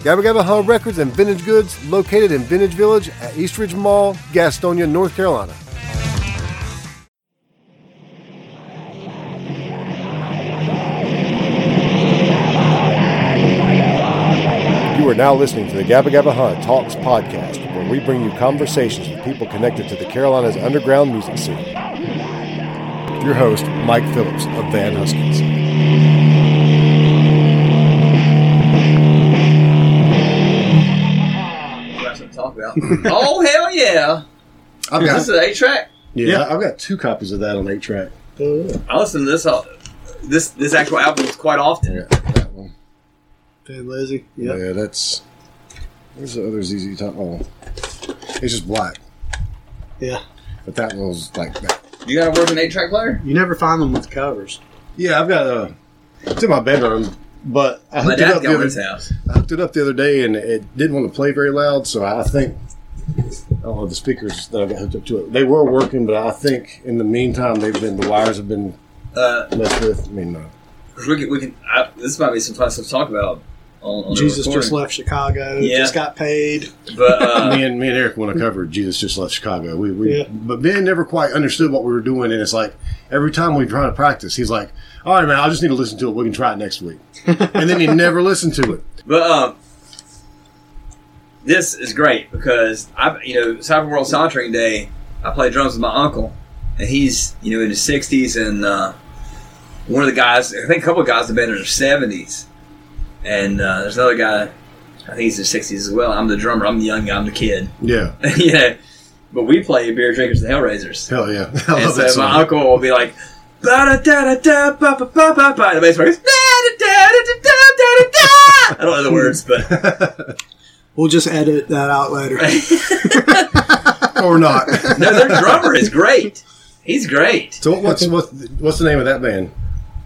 Gabba Gabba Hub Records and Vintage Goods, located in Vintage Village at Eastridge Mall, Gastonia, North Carolina. You are now listening to the Gabba Gabba Hunt Talks podcast, where we bring you conversations with people connected to the Carolinas underground music scene. Your host, Mike Phillips of Van Huskins. That's what I'm talking about. oh hell yeah! I mean, this is an eight track. Yeah, Yeah. I've got two copies of that on eight track. I listen to this uh, this this actual album quite often. that one. Van Lizzy. Yep. Yeah, that's. Where's the other ZZ Top? Oh, it's just black, Yeah. but that one was like that. You gotta work an eight track player. You never find them with covers. Yeah, I've got a. It's in my bedroom, but I My hooked it dad's up the got other his house. I hooked it up the other day and it didn't want to play very loud, so I think I don't know the speakers that I got hooked up to it. They were working, but I think in the meantime they've been the wires have been Uh, messed with. I mean, no. 'cause we can, we can I, this might be some fun stuff to talk about. On, on the Jesus just recording. left Chicago. Yeah. Just got paid. But uh, me and me and Eric want to cover Jesus just left Chicago. We, we Yeah. but Ben never quite understood what we were doing, and it's like every time we try to practice, he's like, "All right, man, I just need to listen to it. We can try it next week," and then he never listened to it. but um, this is great because I you know Cyber World Sauntering Day. I play drums with my uncle, and he's you know in his sixties, and uh, one of the guys, I think a couple of guys have been in their seventies, and uh, there's another guy. I think he's in his sixties as well. I'm the drummer. I'm the young guy. I'm the kid. Yeah, you know, but we play beer drinkers and hellraisers. hell yeah, I And love that so my song. uncle um, will be like, da da da da ba ba ba ba ba. The bass player is, "Da, da, da, da, da, da, da, da." I don't know the words, but We'll just edit that out later. or not. uh, no, their drummer is great. He's great. so what's what's what's the name of that band?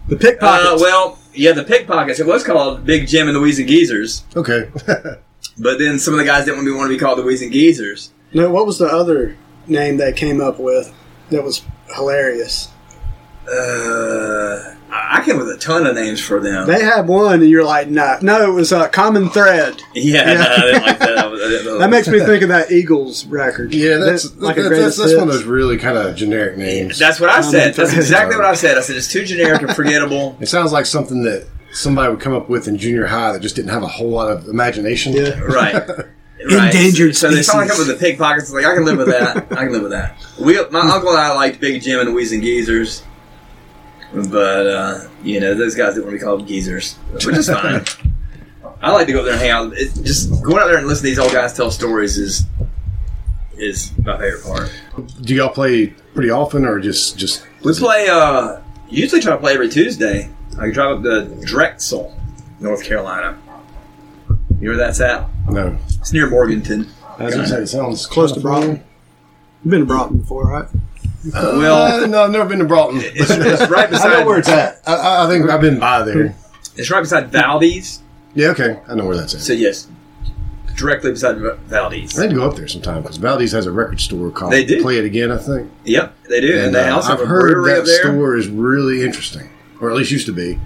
The Uh, pickpockets. well, yeah, the pickpockets. It was called Big Jim and the Wheezing Geezers, Okay, but then some of the guys didn't want to be, want to be called the Wheezing Geezers. no, what was the other name they came up with that was hilarious? Uh, I I came with a ton of names for them. They had one, and you're like, no, no, it was a common thread. yeah, no, I didn't like that. I was- I didn't know. That makes me think of that Eagles record. yeah, that's That- like a that's, that's, greatest that's one of hits. those really kind of generic names. That's what I said. That's Common exactly thread. what I said. I said it's too generic and forgettable. It sounds like something that somebody would come up with in junior high that just didn't have a whole lot of imagination. Yeah. right. Right. Endangered So they finally species. come with the pickpockets. Like I can live with that. I can live with that. We, my uncle and I liked Big Jim and the Wheezing Geezers, but uh, you know those guys didn't want to be called geezers, which is fine. I like to go up there and hang out. It, just going out there and listen to these old guys tell stories is is my favorite part. Do y'all play pretty often or just just We play. Uh, usually try to play every Tuesday. I drive up to Drexel, North Carolina. You know where that's at? no? It's near Morganton. As I said, it sounds Close to Broughton. You've been to Broughton before, right? Well, Uh, no, I've never been to Broughton. it's, it's right beside. I know where it's at. I- I, I think I've been by there. It's right beside Valdez. Yeah, okay. I know where that's at. So yes, directly beside Va- I Valdez. need to go up there sometime because Valdez has a record store called They do. Play It Again, I think. Yep, they do, and, they uh, also have I've a heard brewery that up there. store is really interesting, or at least used to be.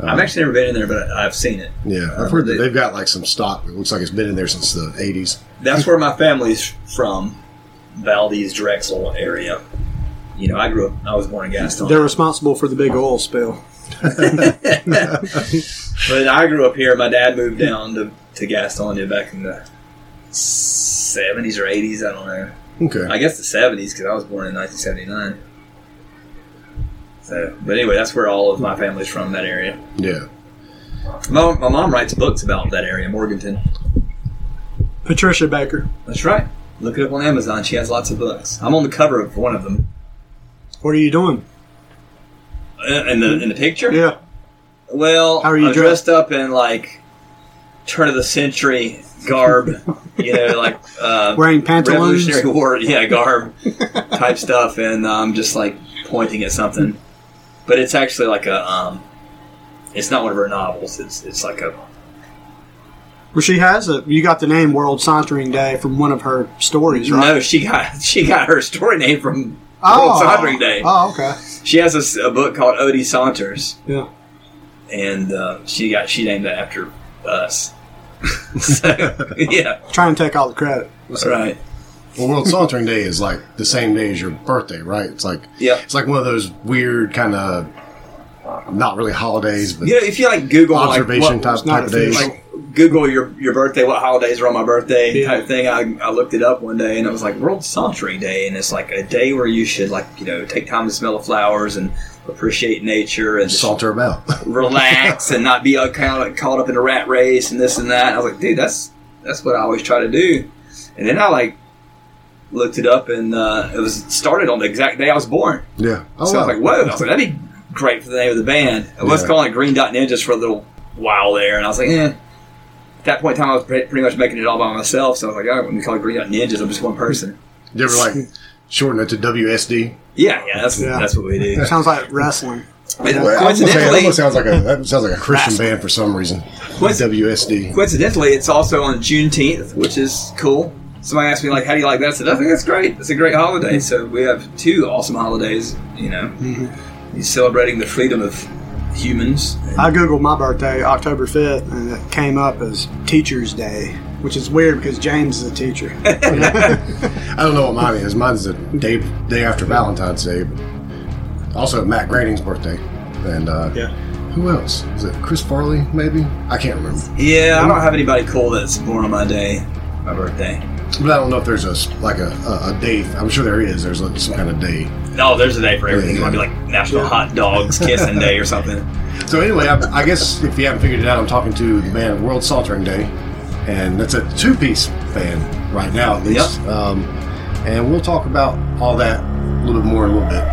Uh, I've actually never been in there, but I- I've seen it. Yeah, Uh, I've heard that they- they've got like some stock. It looks like it's been in there since the '80s. That's where my family's from, Valdez Drexel area. You know, I grew up. I was born in Gaston, They're responsible for the big oil spill. but I grew up here. My dad moved down to to Gastonia back in the seventies or eighties. I don't know. Okay. I guess the seventies because I was born in nineteen seventy nine. So, but anyway, that's where all of my family's from. That area. yeah. My, my mom writes books about that area, Morganton. Patricia Baker. That's right. Look it up on Amazon. She has lots of books. I'm on the cover of one of them. What are you doing? Uh, In the in the picture? Yeah. Well, How are you I'm dressed up in like turn of the century garb, you know, like uh, Wearing pantaloons. Revolutionary War, yeah, garb type stuff, and I'm um, just like pointing at something. But it's actually like a, um, it's not one of her novels. It's it's like a Well, she has a. You got the name World Sauntering Day from one of her stories, right? no. She got she got her story name from World Sauntering Day. Oh, okay. She has a s- a, book called Odie Saunters, Yeah. and uh, she got she named it after us. so yeah, Trying to take all the credit. right. Well, World Sauntering Day is like the same day as your birthday, right? It's like Yeah. it's like one of those weird kind of not really holidays, but You know, if you like Google like, observation what- type, not type of days. official. like Google your your birthday, what holidays are on my birthday Yeah. type thing. I, I looked it up one day and it was like World Sauntering Day, and it's like a day where you should like you know take time to smell the flowers and appreciate nature and just saunter about. relax and not be uh, kind of caught up in a rat race and this and that. And I was like, dude, that's that's what I always try to do. And then I like looked it up and uh, it was started on the exact day I was born. yeah. Oh, so I was wow. like, whoa, I was like, that'd be great for the name of the band. I was Yeah. calling it Green Dot Ninjas for a little while there, and I was like, eh. At that point in time, I was pre- pretty much making it all by myself, so I was like, I'm going to call it Green Dot Ninjas. I'm just one person. you ever like shorten it to WSD? Yeah, yeah, that's, Yeah. that's what we do. Sounds like wrestling. And Well, I was gonna say, that coincidentally, almost sounds like a that sounds like a Christian band for some reason. What's- WSD. coincidentally, it's also on Juneteenth, which is cool. Somebody asked me like, "How do you like that?" I said, "I think that's great. It's a great holiday." So we have two awesome holidays. You know, Mm-hmm. You're celebrating the freedom of humans. I googled my birthday, October 5th, and it came up as Teacher's Day, which is weird because James is a teacher. I don't know what mine is. Mine's the day day after Valentine's Day. But also Matt Groening's birthday, and uh, Yeah. who else? Is it Chris Farley? Maybe I can't remember. Yeah, I don't have anybody cool that's born on my day, my birthday. But I don't know if there's a s- like a, a, a day. I'm sure there is. There's like some kind of day. No, there's a day for everything. It Yeah. might be like National Hot Dogs Kissing Day or something. So anyway, I, I guess if you haven't figured it out, I'm talking to the band World Sauntering Day, and that's a two-piece band right now, at least. Um, and we'll talk about all that a little bit more in a little bit.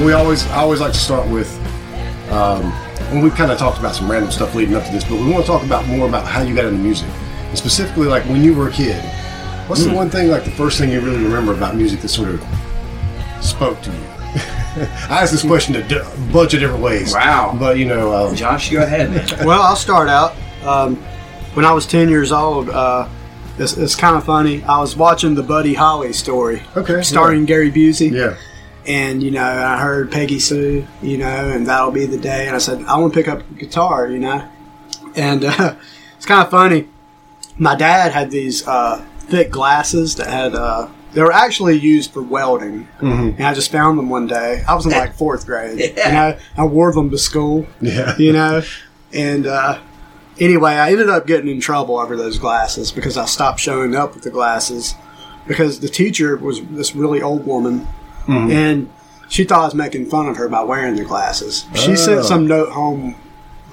We always, I always like to start with, um, and we've kind of talked about some random stuff leading up to this, but we want to talk about more about how you got into music, and specifically like when you were a kid. What's Hmm. the one thing, like the first thing you really remember about music that sort of spoke to you? I asked this question a di- bunch of different ways. Wow. But you know, um, Josh, you go ahead, man. well, I'll start out. Um, when I was 10 years old, uh, it's, it's kind of funny. I was watching the Buddy Holly story, Okay, starring Gary Busey. yeah, and you know i heard peggy sue you know and that'll be the day and i said i want to pick up a guitar you know and uh, it's kind of funny my dad had these uh, thick glasses that had uh, they were actually used for welding and i just found them one day i was in like fourth grade and I, I wore them to school yeah, you know and uh, anyway i ended up getting in trouble over those glasses because i stopped showing up with the glasses because the teacher was this really old woman and she thought i was making fun of her by wearing the glasses she Oh. sent some note home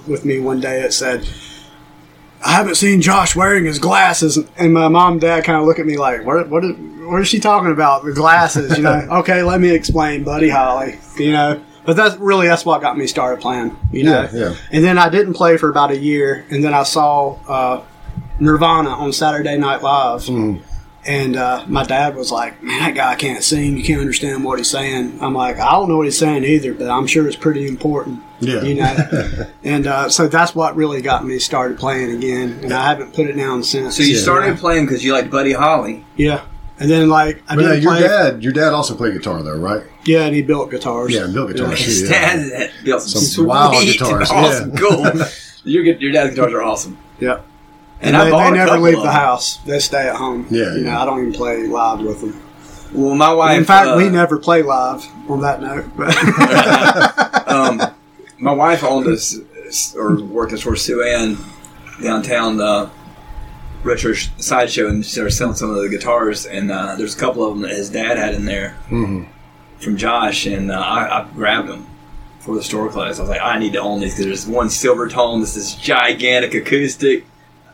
with me one day that said I haven't seen Josh wearing his glasses, and my mom and dad kind of look at me like, "What? What? Is, what is she talking about? The glasses? You know? okay, let me explain, Buddy Holly. You know." But that's really that's what got me started playing. You know. Yeah, yeah. And then I didn't play for Mm. about a year, and then I saw uh, Nirvana on Saturday Night Live, And uh, my dad was like, "Man, that guy can't sing. You can't understand what he's saying." I'm like, "I don't know what he's saying either, but I'm sure it's pretty important." Yeah. you know. and uh, so that's what really got me started playing again, and I haven't put it down since. So you started playing because you liked Buddy Holly. yeah. And then like I But now didn't your play. dad, your dad also played guitar though, right? Yeah, and he built guitars. Yeah, built Oh, guitars. His Yeah. dad had built some, Some wild sweet guitars, awesome, yeah. cool. Your your dad's guitars are awesome. Yeah. And, And, I they, bought they a never couple leave of the them. house. They stay at home. Yeah, You yeah. know, I don't even play live with them. Well, my wife. In fact, uh, we never play live on that note. But um, my wife owned this or worked at store Sue Ann downtown uh, retro sh- sideshow, and they were selling some of the guitars. And uh, there's a couple of them that his dad had in there from Josh, and uh, I, I grabbed them for the store class. I was like, I need to own these because there's one silver tone. This is gigantic acoustic.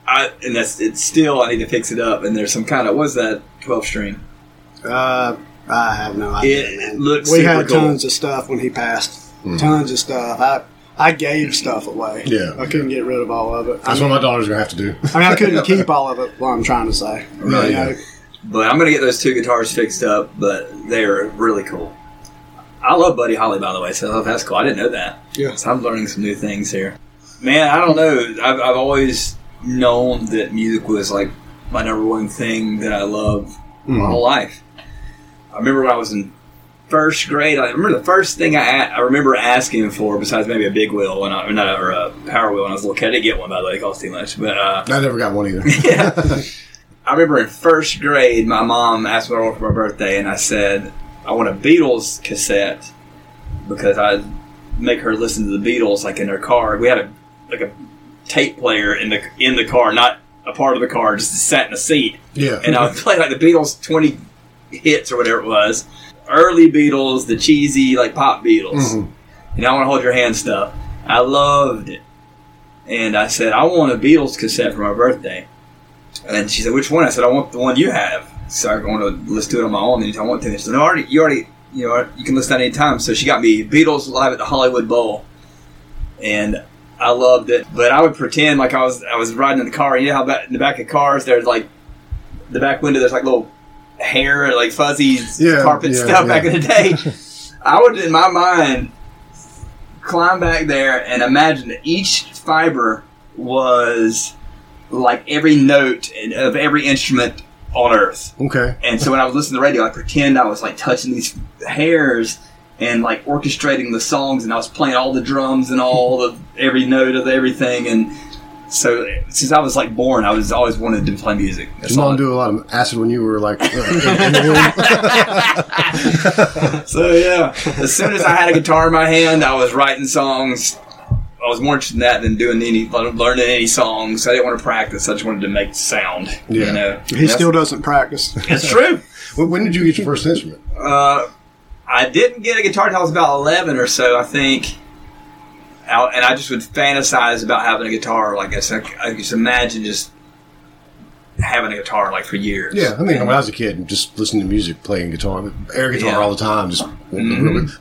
I, and that's it's still I need to fix it up. And there's some kind of what's that twelve string? uh, I have no idea. It man. looks We super had cool. tons of stuff when he passed. Tons of stuff. I I gave stuff away. Hmm. Yeah. I couldn't get rid of all of it. I That's mean, what my daughter's gonna have to do. I mean, I couldn't keep all of it. What I'm trying to say. Right, You know, yeah. But I'm gonna get those two guitars fixed up. But they're really cool. I love Buddy Holly, by the way. So that's cool. I didn't know that. Yeah. So I'm learning some new things here. Man, I don't know. I've, I've always known that music was like my number one thing that I loved my whole life. I remember when I was in first grade. I remember the first thing I a- I remember asking for, besides maybe a big wheel when I, or not or a power wheel when I was a little kid. I didn't get one by the way; it cost too much. But uh, I never got one either. I remember in first grade, my mom asked me what I wanted for my birthday, and I said, I want a Beatles cassette because I make her listen to the Beatles like in her car. We had a like a tape player in the in the car, not a part of the car, just sat in a seat, Yeah. and uh, I would play like the Beatles twenty hits or whatever it was, early Beatles, the cheesy like pop Beatles, Mhm. and I want to hold your hand stuff. I loved it, and I said I want a Beatles cassette for my birthday. And she said, "Which one?" I said, "I want the one you have." So I want to let's do it on my own anytime I want to. And she said, "No, already, you already, you know, you can listen at any time." So she got me Beatles live at the Hollywood Bowl, and I loved it. But I would pretend like I was I was riding in the car. You know how ba- in the back of cars there's like the back window there's like little hair like fuzzy Yeah, carpet yeah, stuff back yeah. in the day. I would in my mind climb back there and imagine that each fiber was like every note in- of every instrument on earth. okay. And so when I was listening to the radio, I pretend I was like touching these hairs and like orchestrating the songs, and I was playing all the drums and all the every note of everything. And so since I was like born, I was always wanted to play music. That's Did all mom I- do a lot of acid when you were like uh, in the room? So yeah, as soon as I had a guitar in my hand, I was writing songs. I was more interested in that than doing any learning any songs. I didn't want to practice. I just wanted to make sound. Yeah. You know, he That's- still doesn't practice. It's true. When- When did you get your first instrument? Uh, I didn't get a guitar until I was about eleven or so, I think. Out, and I just would fantasize about having a guitar. Like I said, I could just imagine just having a guitar like for years. Yeah, I mean, when I was a kid, just listening to music, playing guitar, air guitar Yeah. all the time. Just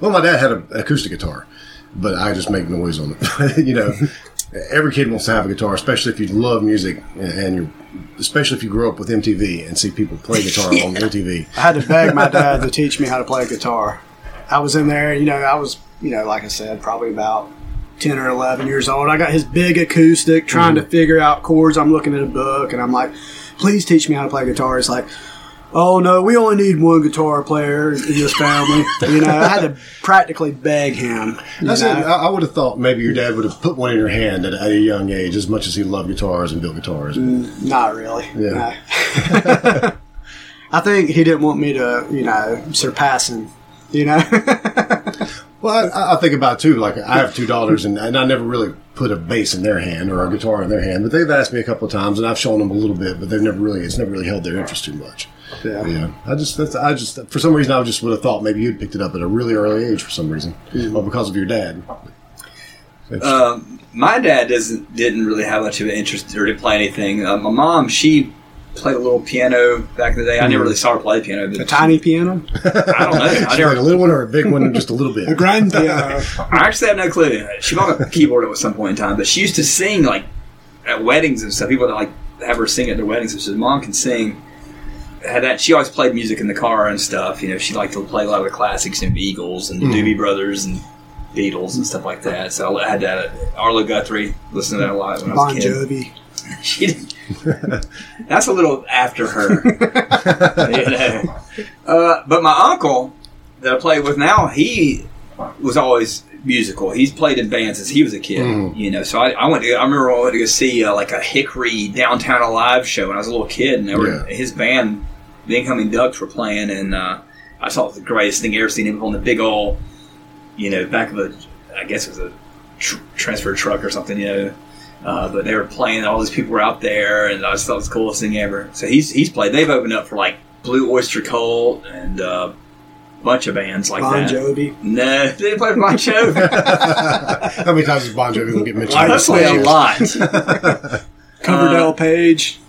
well, my dad had a- an acoustic guitar, but I just make noise on it. you know, every kid wants to have a guitar, especially if you love music and you're, especially if you grow up with MTV and see people play guitar on MTV. I had to beg my dad to teach me how to play guitar. I was in there, you know, I was, you know, like I said, probably about 10 or 11 years old. I got his big acoustic trying Mm-hmm. to figure out chords. I'm looking at a book and I'm like, please teach me how to play guitar. It's like, oh no, we only need one guitar player in this family. you know, I had to practically beg him. you That's know. it. I, I would have thought maybe your dad would have put one in your hand at, at a young age, as much as he loved guitars and built guitars. Not really. Yeah. no. I think he didn't want me to, you know, surpass him. You know? Well, I, I think about it too. Like I have two daughters, and, and I never really put a bass in their hand or a guitar in their hand. But they've asked me a couple of times, and I've shown them a little bit, but they've never really it's never really held their interest too much. Yeah. Yeah, I just that's, I just for some reason I just would have thought maybe you'd picked it up at a really early age for some reason, Mm-hmm. or because of your dad. It's- Um, my dad doesn't didn't really have much of an interest or to play anything. Uh, my mom, she played a little piano back in the day. I Hmm. never really saw her play piano. A But tiny piano? I don't know. I it's like a never. little one or a big one, just a little bit. A grand piano. I actually have no clue. She bought a keyboard at some point in time, but she used to sing like at weddings and stuff. People would like have her sing at their weddings. and She said, "Mom can sing." had that. She always played music in the car and stuff. You know, she liked to play a lot of the classics and Eagles and the Doobie Brothers and Beatles and stuff like that. So I had that. Arlo Guthrie listened to that a lot when I was Bon a kid. Jovi. She didn't- That's a little after her. You know. uh, but my uncle that I play with now, he was always musical. He's played in bands since he was a kid. You know, so I, I went. To, I remember I went to go see uh, like a Hickory Downtown Alive show when I was a little kid, and they were, his band, the Incoming Ducks, were playing, and uh, I saw the greatest thing I ever seen. Him on the big old, you know, back of a, I guess it was a tr- transfer truck or something. You know. Uh, but they were playing, all these people were out there, and I just thought it was the coolest thing ever. So he's he's played. They've opened up for like Blue Oyster Cult and uh, a bunch of bands like Bon that. Jovi. No, they didn't play with Bon Jovi. How many times is Bon Jovi gonna get mentioned? I play a Slaves. lot. Coverdale Page.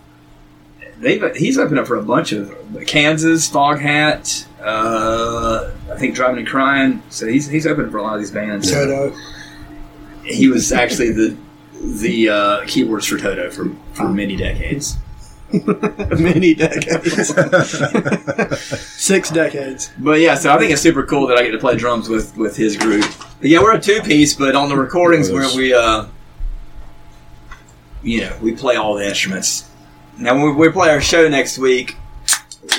They've, he's opened up for a bunch of Kansas, Fog Hat, uh, I think Driving and Crying. So he's he's opened for a lot of these bands. Toto. He was actually the the uh, keywords for Toto for, for many decades. Many decades. Six decades. But yeah, so I think it's super cool that I get to play drums with with his group. But yeah, we're a two piece, but on the recordings where we, uh, you know, we play all the instruments. Now when we, we play our show next week,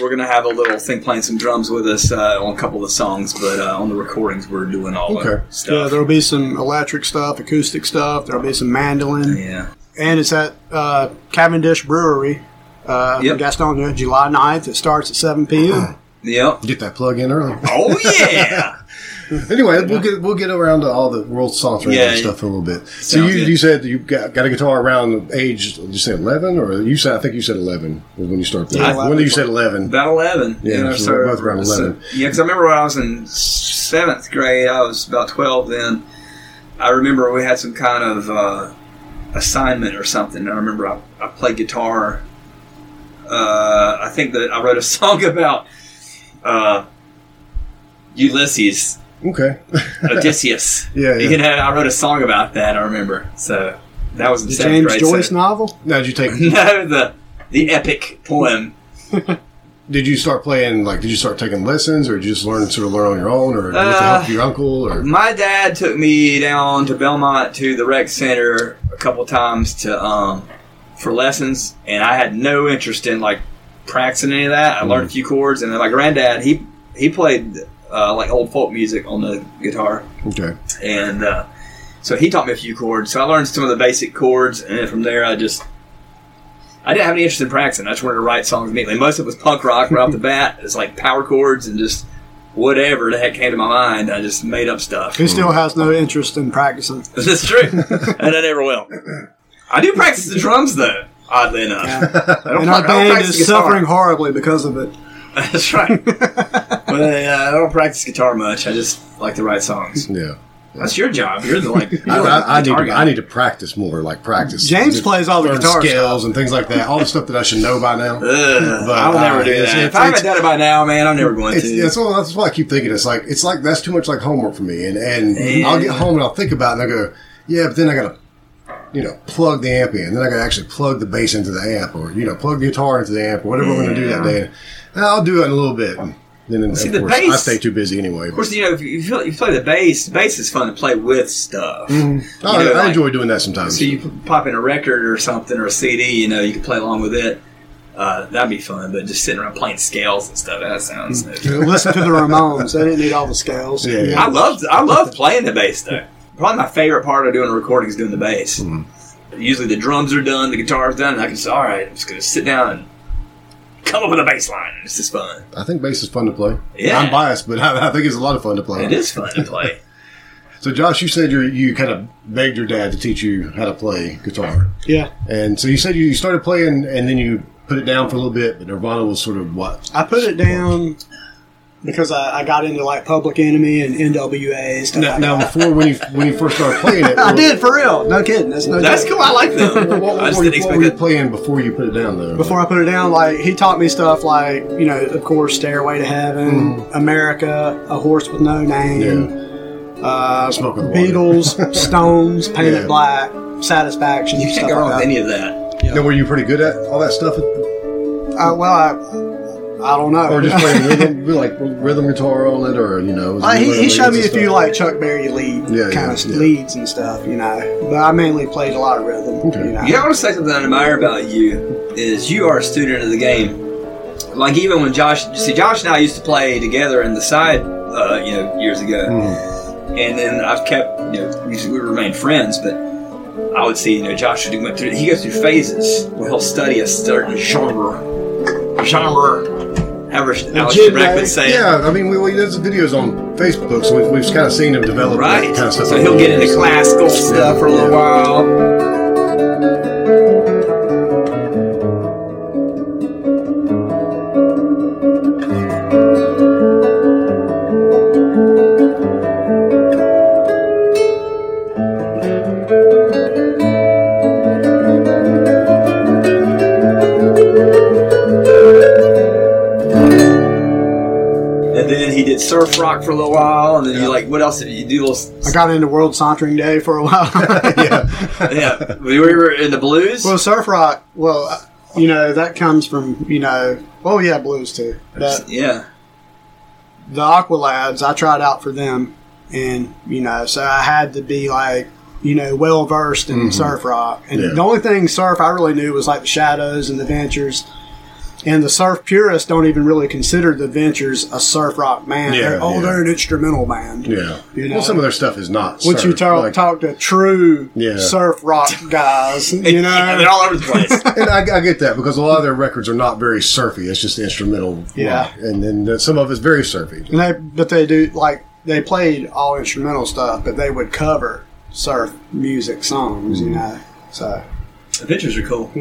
we're gonna have a little thing playing some drums with us uh, on a couple of the songs, but uh, on the recordings we're doing all Okay. the Yeah, stuff. there'll be some electric stuff, acoustic stuff. There'll be some mandolin. Yeah, And it's at uh, Cavendish Brewery uh, Yep. Uh-huh. in Gastonia, July 9th. It starts at 7 p.m. yep. Get that plug in early. Oh yeah. Anyway, we'll get we'll get around to all the world songs Yeah, and yeah. stuff in a little bit. So Sounds you, good. you said you got, got a guitar around the age did you say eleven or you said I think you said eleven was when you started playing. Yeah, when 11. did you say eleven? About eleven. Yeah, know, so we're both around 11. so- yeah, because I remember when I was in seventh grade, I was about twelve then. I remember we had some kind of uh, assignment or something. I remember I, I played guitar. Uh, I think that I wrote a song about uh, Ulysses, Okay. Odysseus. Yeah, yeah. You know, I wrote a song about that. I remember. So that was in The seventh James grade. Joyce so- novel. now did you take no, the the epic poem. did you start playing like did you start taking lessons or did you just learn sort of learn on your own or with the help Uh, of your uncle or My dad took me down to Belmont to the rec center a couple times to um, for lessons, and I had no interest in like practicing any of that. I learned a few chords, and then my granddad he he played uh, like old folk music on the guitar, Okay. and uh, so he taught me a few chords. So I learned some of the basic chords, and then from there I just I didn't have any interest in practicing. I just wanted to write songs immediately. Most of it was punk rock right off the bat. It's like power chords and just whatever the heck came to my mind. I just made up stuff. Who still has no interest in practicing? This is true, and I never will. I do practice the drums though. Oddly enough, I don't, And pla- our I don't band practice is guitar. suffering horribly because of it. That's right. but uh, I don't practice guitar much. I just like to write songs. Yeah. That's your job. You're the like. You're I, like the I, I need guitar to, guy. I need to practice more, like practice. James Just plays all the learn guitar scales and things like that. All the stuff that I should know by now. Ugh, But, I'll never uh, do it's- that. it's- if I haven't it's- done it by now, man, I'm never going It's, to. that's, what, that's what I keep thinking. It's like it's like that's too much like homework for me. And and Yeah. I'll get home and I'll think about it and I go, yeah, but then I gotta, you know, plug the amp in. Then I gotta actually plug the bass into the amp, or you know, plug the guitar into the amp, or whatever I'm gonna do that day. And I'll do it in a little bit. And then See, of the course I bass- stay too busy anyway. of course, you know if you, feel, you play the bass. Bass is fun to play with stuff. I, You know, I like- enjoy doing Mm-hmm. Oh, that sometimes. So you p- pop in a record or something or a CD, you know, you can play along with it. Uh, that'd be fun, but just sitting around playing scales and stuff, that sounds. Hmm. Listen to the Ramones. They didn't need all the scales. Yeah, yeah. I love I love playing the bass though. Probably my favorite part of doing a recording is doing the bass. Hmm. Usually the drums are done, the guitar's done, and I can say, all right, I'm just gonna sit down and come up with a bass line. This is fun. I think bass is fun to play. Yeah. I'm biased, but I, I think it's a lot of fun to play. It is fun to play. So, Josh, you said you you kind of begged your dad to teach you how to play guitar, Yeah. and so you said you started playing, and then you put it down for a little bit. But Nirvana was sort of what? I put it down because I, I got into like Public Enemy and NWA and stuff Now, like now before when you when you first started playing it, that. I did for real. No kidding. That's no That's joke. cool. I like What, them. what, I just were, you- didn't what expect were you that. playing before you put it down, though? Before I put it down, like he taught me stuff like you know, of course, Stairway to Heaven, Mm-hmm. America, A Horse with No Name, uh, Smoke on the Water. Beatles, Stones, Painted Yeah. Black, Satisfaction, You can't stuff go wrong with like that. any of that. Now, were you pretty good at all that stuff? Uh, well, I, I don't know. Or just playing rhythm, like rhythm guitar on it, or you know. Well, he, he leads showed me and a few stuff. like Chuck Berry lead Yeah, kind yeah, of yeah. leads and stuff, you know. But I mainly played a lot of rhythm. Okay. You know? Yeah, I want to say something I admire about you is you are a student of the game. Like even when Josh, see, Josh and I used to play together in the side, uh, you know, years ago, Mm. Mm-hmm. and then I've kept, you know, we, we remained friends. But I would see, you know, Josh would went through. He goes through phases where he'll study a certain genre, genre. However, Alex genre. Trebek would say, it. Yeah, I mean, we, we there's videos on Facebook, so we've, we've kind of seen him develop right? that kind of stuff. so he'll get into classical stuff for a little yeah. while. And then he did surf rock for a little while, and then you like, what else did you do? Little, I got into World Sauntering Day for a while. yeah, yeah, we were in the blues. well, surf rock. Well, uh, you know that comes from you know. Oh yeah, blues too. But yeah, the Aqua Labs, I tried out for them, and you know, so I had to be like you know well versed in surf rock. And Mm-hmm. Yeah. the only thing surf I really knew was like the Shadows and the Ventures. And the surf purists don't even really consider the Ventures a surf rock band. Yeah, they're, oh, yeah. they're an instrumental band. yeah. You know. well, some of their stuff is not. Once you surf, talk, like- talk to true Yeah. surf rock guys, you know, Yeah, they're all over the place. and I, I get that because a lot of their records are not very surfy. It's just instrumental. Yeah. rock. and then the- some of it's very surfy. and they, but they do like they played all instrumental stuff, but they would cover surf music songs, Mm. you know. So the pictures are cool,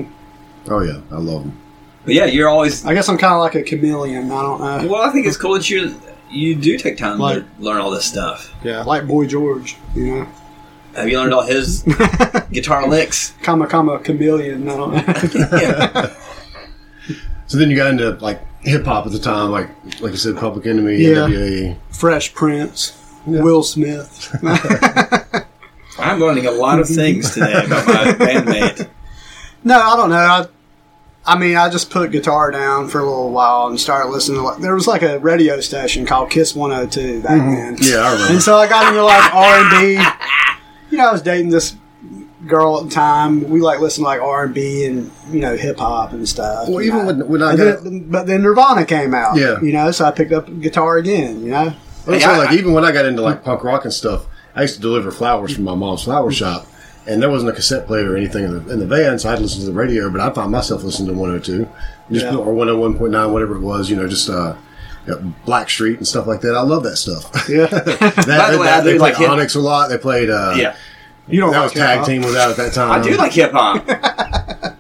Oh yeah, I love them. but yeah, you're always. I guess I'm kind of like a chameleon. I don't uh, know. Well, I think it's cool that you you do take time Like- to learn all this stuff. Yeah, like Boy George, you know. Have you learned all his guitar licks? Comma, comma, chameleon. I don't know. Yeah, So then you got into like hip hop at the time, like like you said, Public Enemy, Yeah. NWA. Fresh Prince, Will Smith. I'm learning a lot of things today about my bandmate. No, I don't know. I, I mean, I just put guitar down for a little while and started listening. To, like, there was like a radio station called Kiss 102 back then. Mm-hmm. Yeah, I remember. and so I got into like R and B. You know, I was dating this girl at the time. We like listened to like R and B and you know hip hop and stuff. Well, you even know. when when I And got then, but then Nirvana came out. Yeah. you know, so I picked up guitar again. You know, Well, Hey, so, I- like even when I got into like punk rock and stuff, I used to deliver flowers from my mom's flower shop, and there wasn't a cassette player or anything in the, in the van, so I'd listen to the radio. But I found myself listening to 102, just Yeah. or 101.9, whatever it was, you know, just uh, you know, Black Street and stuff like that. I love that stuff. yeah, that, By the way, I they do played like hip- Onyx a lot. They played uh, Yeah, you don't that like was hip tag hop. team was out at that time. I do like hip hop.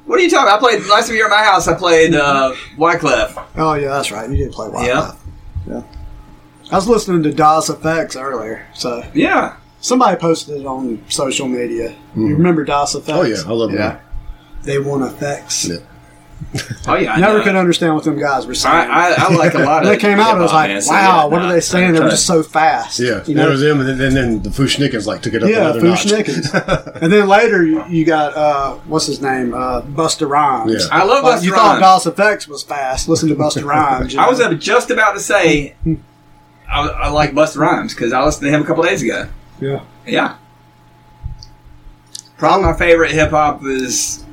What are you talking about? I played last year at my house. I played uh, Wyclef. Oh yeah, that's right. You did play Wild. Yeah, I was listening to DOS Effects earlier, so yeah. somebody posted it on social media. You remember DOS Effects? Mm-hmm. Oh yeah, I love Yeah, yeah. they want effects. Yeah. Oh yeah. I Never know. could understand what them guys were saying. I, I, I like a lot of. they came out, and I was hip-hop, like, man, so "Wow, yeah, what nah, are they saying? They were trying- just so fast." Yeah, you there know? was them, and then, and then the Fushnikins like took it up yeah, another notch. Fushnikins. and then later you, you got uh, what's his name, uh, Buster Rhymes. Yeah. I love Like, Busta you thought Rhymes. DOS Effects was fast. Listen to Buster Rhymes. you I was know? uh, just about to say I, I like Busta Rhymes because I listened to him a couple days ago. yeah. Yeah. Probably my favorite hip hop is,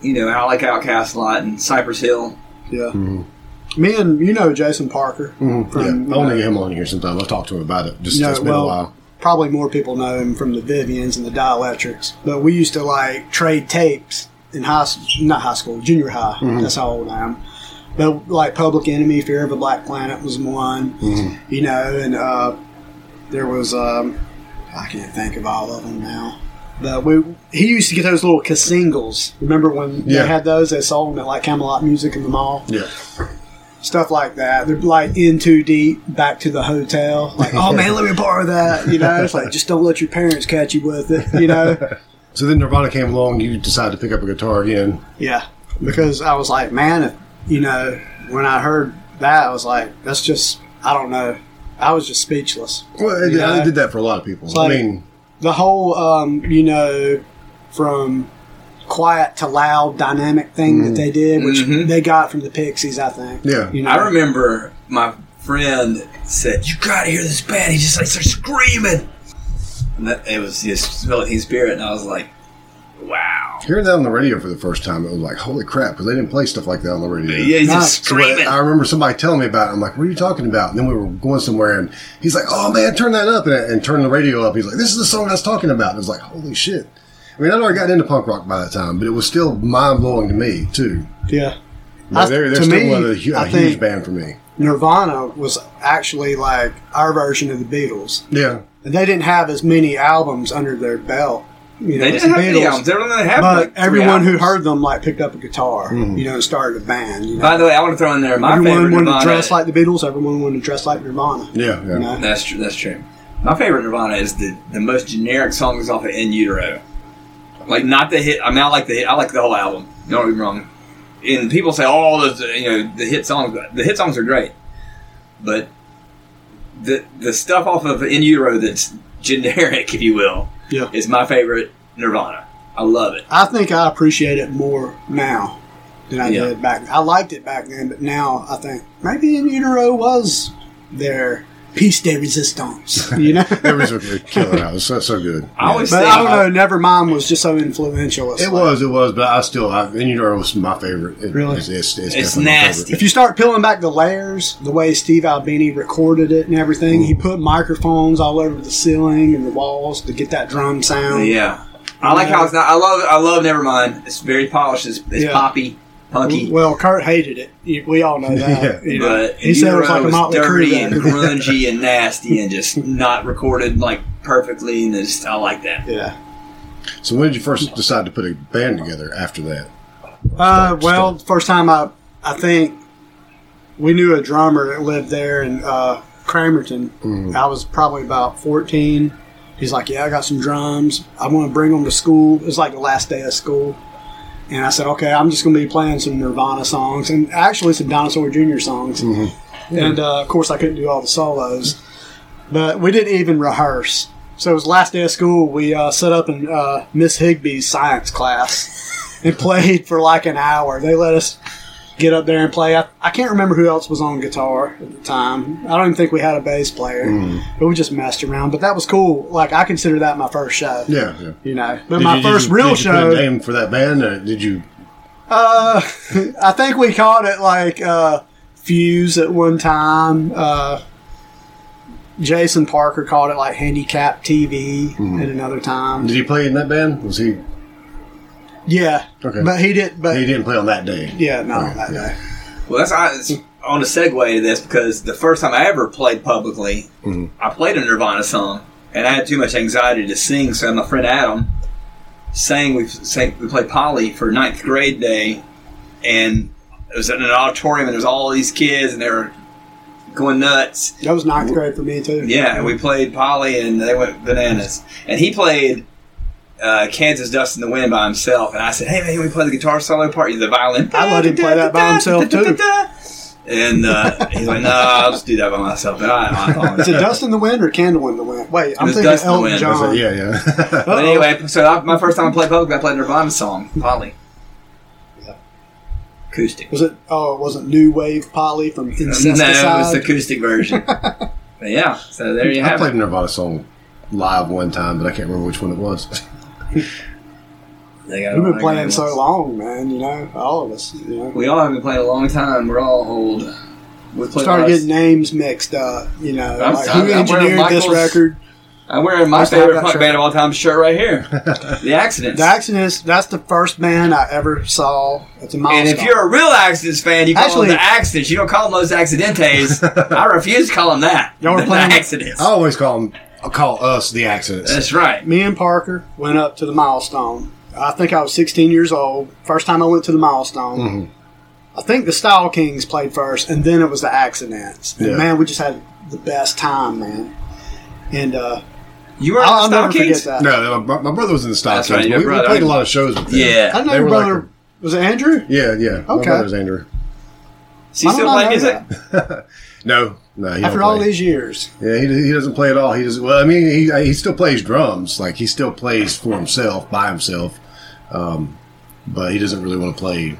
you know, I like Outkast a lot and Cypress Hill. Yeah. Me and you know Jason Parker. Mm-hmm. Yeah, From, I want uh, to get him on here sometime. I'll talk to him about it. Just No, it's been well- a while. probably more people know him from the Vivians and the Dielectrics. But we used to like trade tapes in high, s- not high school, junior high. That's how old I am. But like Public Enemy, Fear of a Black Planet was one. You know, and uh, there was um, I can't think of all of them now. But we he used to get those little singles. Remember when Yeah. they had those? They sold them at like Camelot Music in the mall Yeah. stuff like that. They're like in too deep, back to the hotel. Like, oh man, let me borrow that. You know, it's like just don't let your parents catch you with it. You know, So then Nirvana came along. You decided to pick up a guitar again. yeah. Because I was like, man, if, you know, when I heard that, I was like, that's just, I don't know. I was just speechless. Well, it, Yeah. I did that for a lot of people. like- I mean, The whole, um, you know, from quiet to loud dynamic thing that they did, which they got from the Pixies, I think. Mm. Mm-hmm. Yeah. you know, I remember my friend said, "You gotta hear this band." He just like starts screaming, and that, it was just Velveteen Spirit, and I was like, "Wow!" Hearing that on the radio for the first time, it was like, holy crap, because they didn't play stuff like that on the radio. Yeah, he's just Nice. So when- screaming. I remember somebody telling me about it. I'm like, what are you talking about? And then we were going somewhere, and he's like, oh man, turn that up, and, and turn the radio up. He's like, this is the song I was talking about. And I was like, holy shit. I mean, I'd already gotten into punk rock by that time, but it was still mind blowing to me, too. yeah. Like, I- they're they're to still me, one of the, hu- a I huge think- band for me. Nirvana was actually like our version of the Beatles. Yeah. They didn't have as many albums under their belt. You know, They as didn't the have any Beatles, albums. They only had but like three everyone who albums. heard them like picked up a guitar, you know, and started a band. You know, By the way, I want to throw in there my everyone favorite wanted Nirvana. to dress like the Beatles. Everyone wanted to dress like Nirvana. Yeah. yeah. You know? that's true. That's true. My favorite Nirvana is the the most generic songs off of In Utero. Like not the hit. I mean, I like the hit. I like the whole album. Don't get me wrong. And people say, "Oh, those uh, you know the hit songs." The hit songs are great, but the the stuff off of In Utero that's generic, if you will, Yeah. is my favorite Nirvana. I love it. I think I appreciate it more now than I Yeah. did back. I liked it back then, but now I think maybe In Utero was their piece de resistance. You know. It was a killer house. That's so good. I always But say I don't know. Nevermind was just so influential. It's It like- was, it was, but I still, I, and you know, it was my favorite. It- Really? It's, it's, it's, It's definitely my favorite. nasty. If you start peeling back the layers, the way Steve Albini recorded it and everything, Mm. he put microphones all over the ceiling and the walls to get that drum sound. Yeah, I like how it's not. I love. I love Nevermind. It's very polished. It's, it's Yeah. poppy, punky. Well, Kurt hated it. You- We all know that. Yeah. you know. But uh, he said it was like a Motley dirty Crue and record. grungy and nasty and just not recorded like perfectly. And it's, I like that. Yeah. So when did you first decide to put a band together after that? Uh, well, first time I, I think we knew a drummer that lived there in uh, Cramerton. I was probably about 14. He's like, Yeah, I got some drums. I want to bring them to school. It was like the last day of school. And I said, Okay, I'm just going to be playing some Nirvana songs and actually some Dinosaur Jr. songs. Mm-hmm. And uh, of course, I couldn't do all the solos. But we didn't even rehearse. So it was last day of school. We uh, set up in uh, Miss Higby's science class and played for like an hour. They let us get up there and play. I, I can't remember who else was on guitar at the time. I don't even think we had a bass player, Mm. but we just messed around. But that was cool. Like I consider that my first show. Yeah, yeah. You know, but Did my you- did first you- real did you put a show, name for that band? Or did you? uh, I think we called it like uh, Fuse at one time. Uh, Jason Parker called it like Handicap TV Mm-hmm. at another time. Did he play in that band? Was he? Yeah, Okay. but he did. But He Oh, didn't play on that day. yeah, no, Right, that yeah. day. Well, that's I it's on a segue to this because the first time I ever played publicly, I played a Nirvana song, and I had too much anxiety to sing. So my friend Adam sang we sang we played Polly for ninth grade day, and it was in an auditorium, and there was all these kids, and they were going nuts. That was ninth grade for me too. Yeah, and we played Polly, and they went bananas. And he played uh, Kansas Dust in the Wind by himself. And I said, "Hey man, can we play the guitar solo part, the violin." I let him play that by himself, too. And uh, he's like, "No, I'll just do that by myself." And I, I thought, Is it Dust in the Wind or Candle in the Wind? Wait, I'm was thinking Dust in the Elton Wind. I was John. like, yeah, yeah. But anyway, so I, my first time I played public, I played a Nirvana song, Polly, acoustic. Was it? Oh, it wasn't New Wave Polly from Incesticide. No, it was the acoustic version. but yeah, so there you I have played a it. Nirvana song live one time, but I can't remember which one it was. They got We've all been that playing good so ones. long, man. You know, all of us. You know, We all have been playing a long time. We're all old. We played started lots- getting names mixed up. You know, uh, I'm- like I'm- who I'm wearing engineered this Michael's- record? I'm wearing my First time favorite I've got punk shirt. band of all time shirt right here. the Accidents. The Accidents. That's the first band I ever saw. It's a milestone. and if you're a real Accidents fan, you call Actually- them the Accidents. You don't call them those Accidentes. I refuse to call them that. Y'all were They're playing- the Accidents. I always call them, call us the Accidents. That's right. me and Parker went up to the milestone. I think I was 16 years old. First time I went to the milestone. Mm-hmm. I think the Style Kings played first, and then it was the Accidents. And Yeah. man, we just had the best time, man. And uh, You were I'll, I'll on the never forget Stockings? that. No, my, my brother was in the Style That's right, Kids. your we, we brother. played a lot of shows with them. I Yeah. didn't know They your were like brother was it Andrew. Yeah, yeah. My Okay. brother's Andrew. She Why still don't I playing know music. that? No, no. He After don't all play. these years, Yeah, he, he doesn't play at all. He doesn't. Well, I mean, he he still plays drums. Like he still plays for himself, by himself. Um, but he doesn't really want to play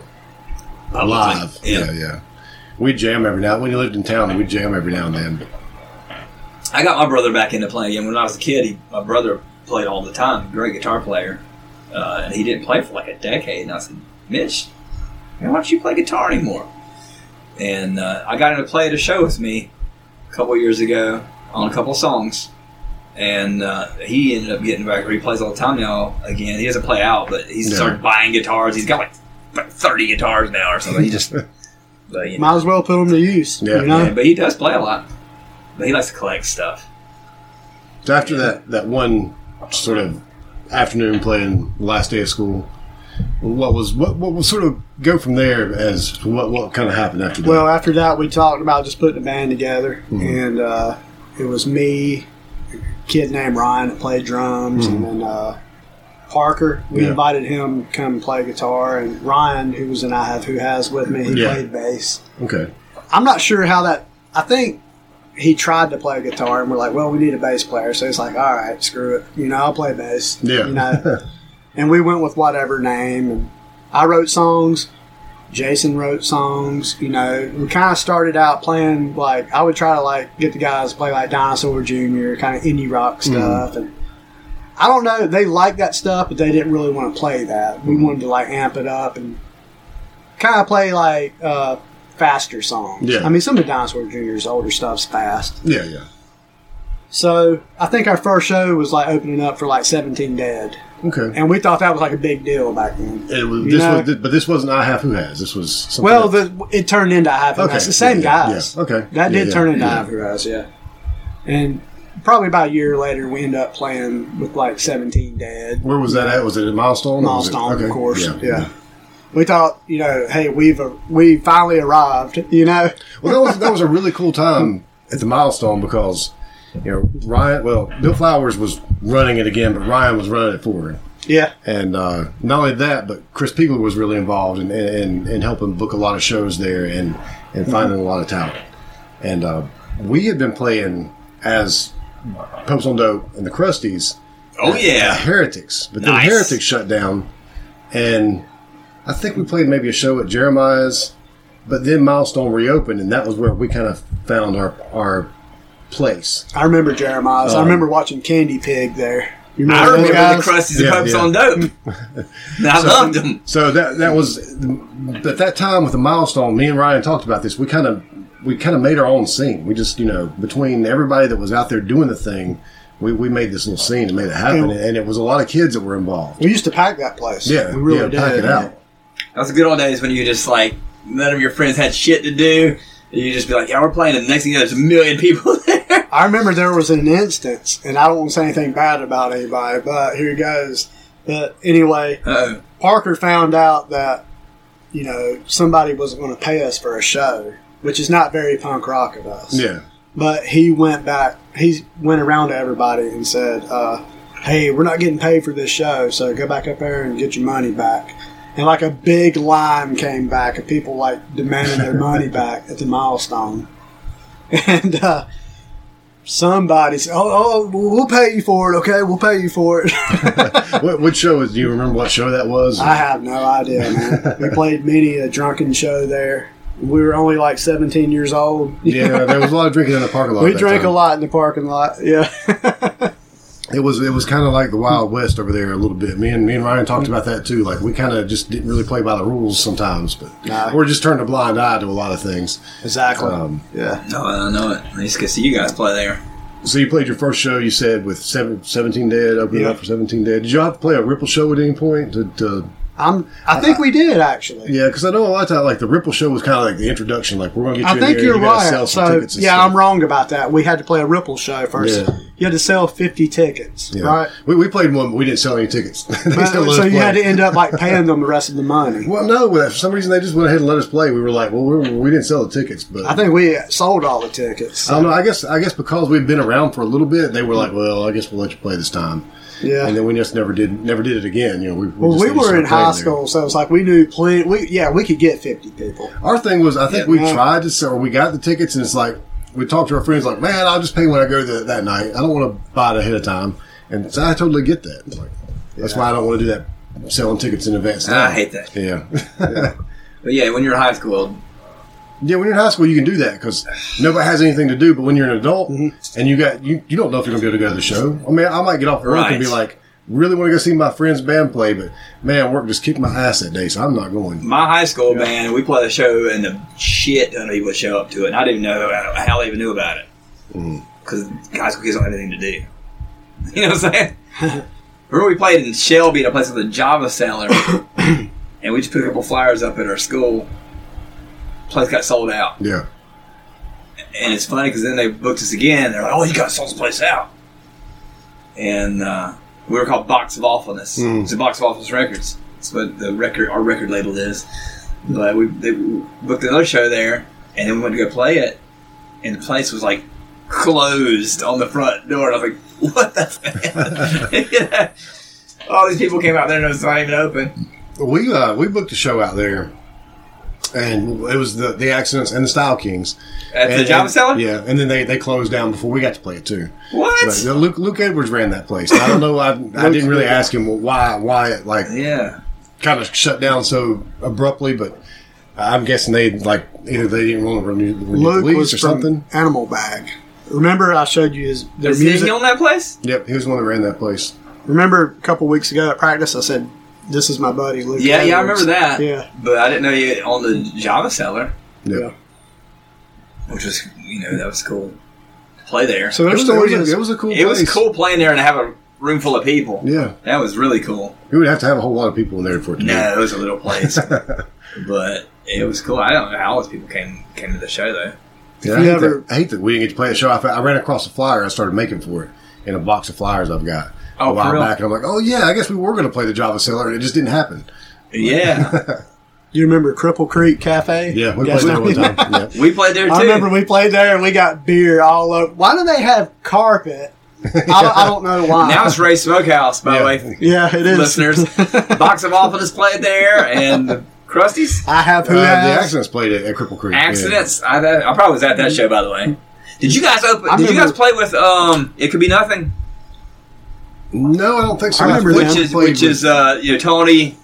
I live. Yeah. yeah, yeah. We jam every now. When he lived in town, we jam every now and then. But I got my brother back into playing again. When I was a kid, he, my brother played all the time. Great guitar player, uh, and he didn't play for like a decade. And I said, "Mitch, man, why don't you play guitar anymore?" And uh, I got him to play at a show with me a couple years ago on a couple songs, and uh, he ended up getting back. He plays all the time now. Again, he doesn't play out, but he's No. started buying guitars. He's got like th- thirty guitars now or something. He just, but, you know. Might as well put them to use. Yeah. You know? Yeah, but he does play a lot. But he likes to collect stuff. So after that, that one sort of afternoon playing the last day of school, what was what what was sort of go from there as to what what kind of happened after that? Well, after that, we talked about just putting a band together, Mm-hmm. and uh, it was me, a kid named Ryan that played drums, and then uh, Parker. We Mm-hmm. Yeah. invited him to come play guitar, and Ryan, who was in I Have Who Has with me, he Yeah. played bass. okay, I'm not sure how that. I think he tried to play guitar, and we're like, "Well, we need a bass player," so he's like, "All right, screw it, you know, I'll play bass." yeah, you know. and we went with whatever name and i wrote songs jason wrote songs you know we kind of started out playing like i would try to like get the guys to play like dinosaur junior kind of indie rock Mm-hmm. stuff and i don't know they liked that stuff but they didn't really want to play that Mm-hmm. we wanted to like amp it up and kind of play like uh faster songs Yeah. i mean some of dinosaur junior's older stuff's fast yeah, yeah. so i think our first show was like opening up for like 17 dead Okay. and we thought that was like a big deal back then. It was, You this know- was, but this wasn't I have who has. This was something well, else. the, it turned into I Have Who Okay. Has. The same Yeah, yeah, guys. yeah. Okay. That Yeah, did yeah, turn into I yeah. Have Who Has, yeah. And probably about a year later, we end up playing with like 17 Dead. where was that at? Was it at Milestone? or was it- Milestone, okay. of course. Yeah. We thought, you know, hey, we've uh, we finally arrived, you know? Well, that was that was a really cool time at the milestone because you know Ryan. Well, Bill Flowers was running it again, but Ryan was running it for him. Yeah. And uh, not only that, but Chris Piegler was really involved in, in, in helping book a lot of shows there and, Mm-hmm. and finding a lot of talent. And uh, we had been playing as Popes on Dope and the Crusties, Oh the yeah. Heretics. But then Nice. Heretics shut down. And I think we played maybe a show at Jeremiah's, but then Milestone reopened, and that was where we kind of found our, our place. I remember Jeremiah's. I Um, remember watching Candy Pig there. You I those remember guys? the crusties and Yeah, pubs yeah. on dope. And I loved them. So that that was at that time with the milestone. Me and Ryan talked about this. We kind of we kind of made our own scene. We just you know between everybody that was out there doing the thing, we, we made this little scene and made it happen. Yeah. And it was a lot of kids that were involved. We used to pack that place. Yeah, We really yeah, did. pack it out. That was the good old days when you just like none of your friends had shit to do. And you just be like, yeah, we're playing. And the next thing you know, there's a million people there. I remember there was an instance, and I don't want to say anything bad about anybody, but here goes. But anyway, Uh-oh. Parker found out that, you know, somebody wasn't going to pay us for a show, which is not very punk rock of us. Yeah, But he went back, he went around to everybody and said, uh, hey, we're not getting paid for this show, so go back up there and get your money back. And like a big line came back of people like demanding their money back at the milestone. And uh, somebody said, oh, oh, we'll pay you for it, okay? We'll pay you for it. what, what show is? Do you remember what show that was? I have no idea, man. we played many a drunken show there. We were only like 17 years old. yeah, there was a lot of drinking in the parking lot. we that drank time. a lot in the parking lot. Yeah. It was it was kind of like the Wild Hmm. West over there a little bit. Me and me and Ryan talked about that too. Like we kind of just didn't really play by the rules sometimes, but Nah. or just turned a blind eye to a lot of things. exactly. Um, yeah. No, I don't know it. I used to see you guys play there. So you played your first show, you said, with seven, 17 Dead, opening Yeah. up for 17 Dead. Did you have to play a Ripple show at any point? To, to, I'm, I think we did, actually. yeah, because I know a lot of times, like, the Ripple show was kind of like the introduction. Like, we're going to get you I in think here, you're you gotta right. sell some so, yeah, tickets and stuff. I'm wrong about that. We had to play a Ripple show first. Yeah. You had to sell 50 tickets, Yeah. right? We, we played one, but we didn't sell any tickets. They But- still let us so you play. had to end up like paying them the rest of the money. Well, no, but for some reason they just went ahead and let us play. We were like, well, we, we didn't sell the tickets, but I think we sold all the tickets. I don't know. I guess I guess because we've been around for a little bit, they were like, well, I guess we'll let you play this time, yeah. and then we just never did never did it again. You know, we, we well, just we let you were start in high playing there. school, so it was like we knew plenty. We, yeah, we could get 50 people. Our thing was, I think Yeah. we tried to sell, or we got the tickets, and it's like we talked to our friends, like, man, I'll just pay when I go th- that night. I don't want to buy it ahead of time, and so I totally get that. Like, That's why I don't want to do that selling tickets in advance. Ah, I hate that. Yeah. But yeah, when you're in high school, Yeah, when you're in high school, you can do that because nobody has anything to do. But when you're an adult and you got you, you don't know if you're gonna be able to go to the show. I mean, I might get off work Right. and be like, really want to go see my friend's band play, but man, work just kicked my ass that day, so I'm not going. my high school band, we played a show and the shit ton of people would show up to it. And I didn't know how they even knew about it because high school kids don't have anything to do. You know what I'm saying? Remember we played in Shelby at a place called the Java Cellar, and we just put a couple flyers up at our school. Place got sold out, Yeah, and it's funny because then they booked us again. They're like, "Oh, you guys sold this place out," and uh, we were called Box of Awfulness. Mm. It's a Box of Awfulness Records. That's what the record our record label is. But we they booked another show there, and then we went to go play it, and the place was like closed on the front door. And I was like, "What the?" Fuck? All these people came out there, and it was not even open. we uh, we booked a show out there, and it was the the accidents and the Style Kings At the And- Java and- Cellar? Yeah, and then they they closed down before we got to play it too. What? But uh, Luke Luke Edwards ran that place. I don't know. I, I didn't really ask him why why it like yeah. kind of shut down so abruptly, but I'm guessing they like either they didn't want to renew, renew the Luke lease was or from something. Animal Bag. Remember, I showed you his their Is he music. on that place? Yep, he was the one that ran that place. Remember, a couple weeks ago at practice, I said, "This is my buddy Luke." Yeah, yeah, I Edwards." remember that. Yeah, But I didn't know you on the Java Cellar, Yep. Yeah. which was you know that was cool to play there. so It, their was, it, was story a, is it was a cool. it was place. cool playing there and have a room full of people. Yeah, That was really cool. you would have to have a whole lot of people in there for it to No, it was a little place, but it was cool. I don't know how all those people came came to the show though. be. Yeah, I, you hate ever- that, I hate that we didn't get to play the show. I, fa- I ran across a flyer I started making for it in a box of flyers I've got Oh, a for while real? back, and I'm like, oh yeah, I guess we were going to play the Java Cellar, and it just didn't happen. Yeah, you remember Cripple Creek Cafe? Yeah, we You guys played there know one that? time. Yeah. we played there too. I remember we played there and we got beer all over. Why do they have carpet? I, don't, I don't know why. now it's Ray Smokehouse, by Yeah. the way, yeah, it is. listeners. Box of Awfulness played there, and the Krusties I have who Uh, the has. accidents played it at Cripple Creek. yeah. accidents. I, I probably was at that show, by the way. Did you guys open? I did you guys remember- play with? Um, it could be nothing. No, I don't think so. I remember think them. which we is played which with- is uh, you know Tony.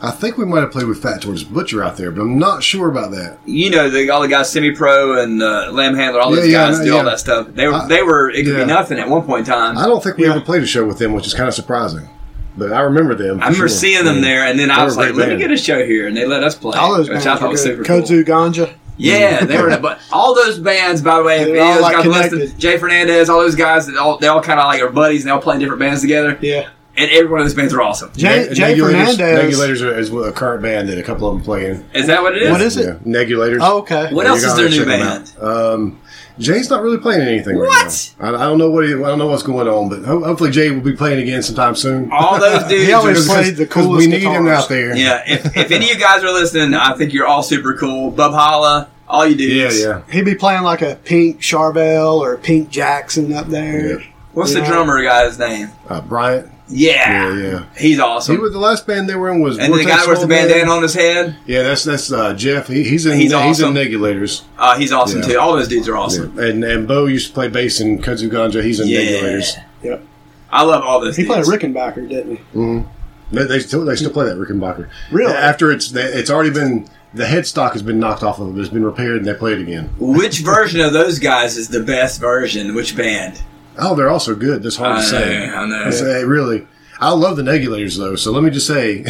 I think we might have played with Fat Tortoise Butcher out there, but I'm not sure about that. You know the, all the guys, semi pro and uh, Lamb Handler, all Yeah, those yeah, I guys know, do all yeah. that stuff. They were I- they were it could yeah. be nothing at one point in time. I I, don't think we Yeah. ever played a show with them, which is kind of surprising. But I remember them. for remember sure. seeing them Yeah. there, and then They I was were a like, great "Let me band. get a show here," and they let us play, All those which bands I thought were was good. super cool. Kudzu Ganja. Yeah, they were. in a bu- all those bands, by the way, if They're any of all, those like, guys listen, connected. Jay Fernandez, all those guys, that all, they all kind of like are buddies, and they all play in different bands together. Yeah. And every one of those bands are awesome. Jay, Neg- Jay Negulators- Fernandez. Negulators are, is a current band that a couple of them play in. Is that what it is? What is it? Yeah, Negulators. Oh, okay. What You else is gotta their new check them band? out. Um, Jay's not really playing anything What? right now. I, I don't know what he, I don't know what's going on, but ho- hopefully Jay will be playing again sometime soon. All those dudes. He always are- Because- played the because coolest We need him guitars. out there. Yeah, if, if any of you guys are listening, I think you're all super cool. Bub Holla, all you yeah, dudes. yeah. He'd be playing like a Pink Charvel or Pink Jackson up there. Yeah. What's the Yeah. drummer guy's name? Uh, Bryant. Yeah. Yeah, yeah. He's He awesome. was the last band they were in was and then the Vortex guy that wears the Soul Band. bandana on his head, Yeah, that's that's uh, Jeff. He, he's in He's he's, awesome. in Negulators. uh, he's awesome Yeah. too. All those dudes are awesome. And and Bo used to play bass in Kudzu Ganja. He's in Yeah. Negulators. Yep. I love all those He played dudes. Rickenbacker, didn't he? They, they still they still play that Rickenbacker. Really? After it's it's already been the headstock has been knocked off of it. It's been repaired and they play it again. Which version of those guys is the best version? Which band? Oh, they're also good. That's hard I to say. know, I know. It's, uh, really. I love the Negulators though, so let me just say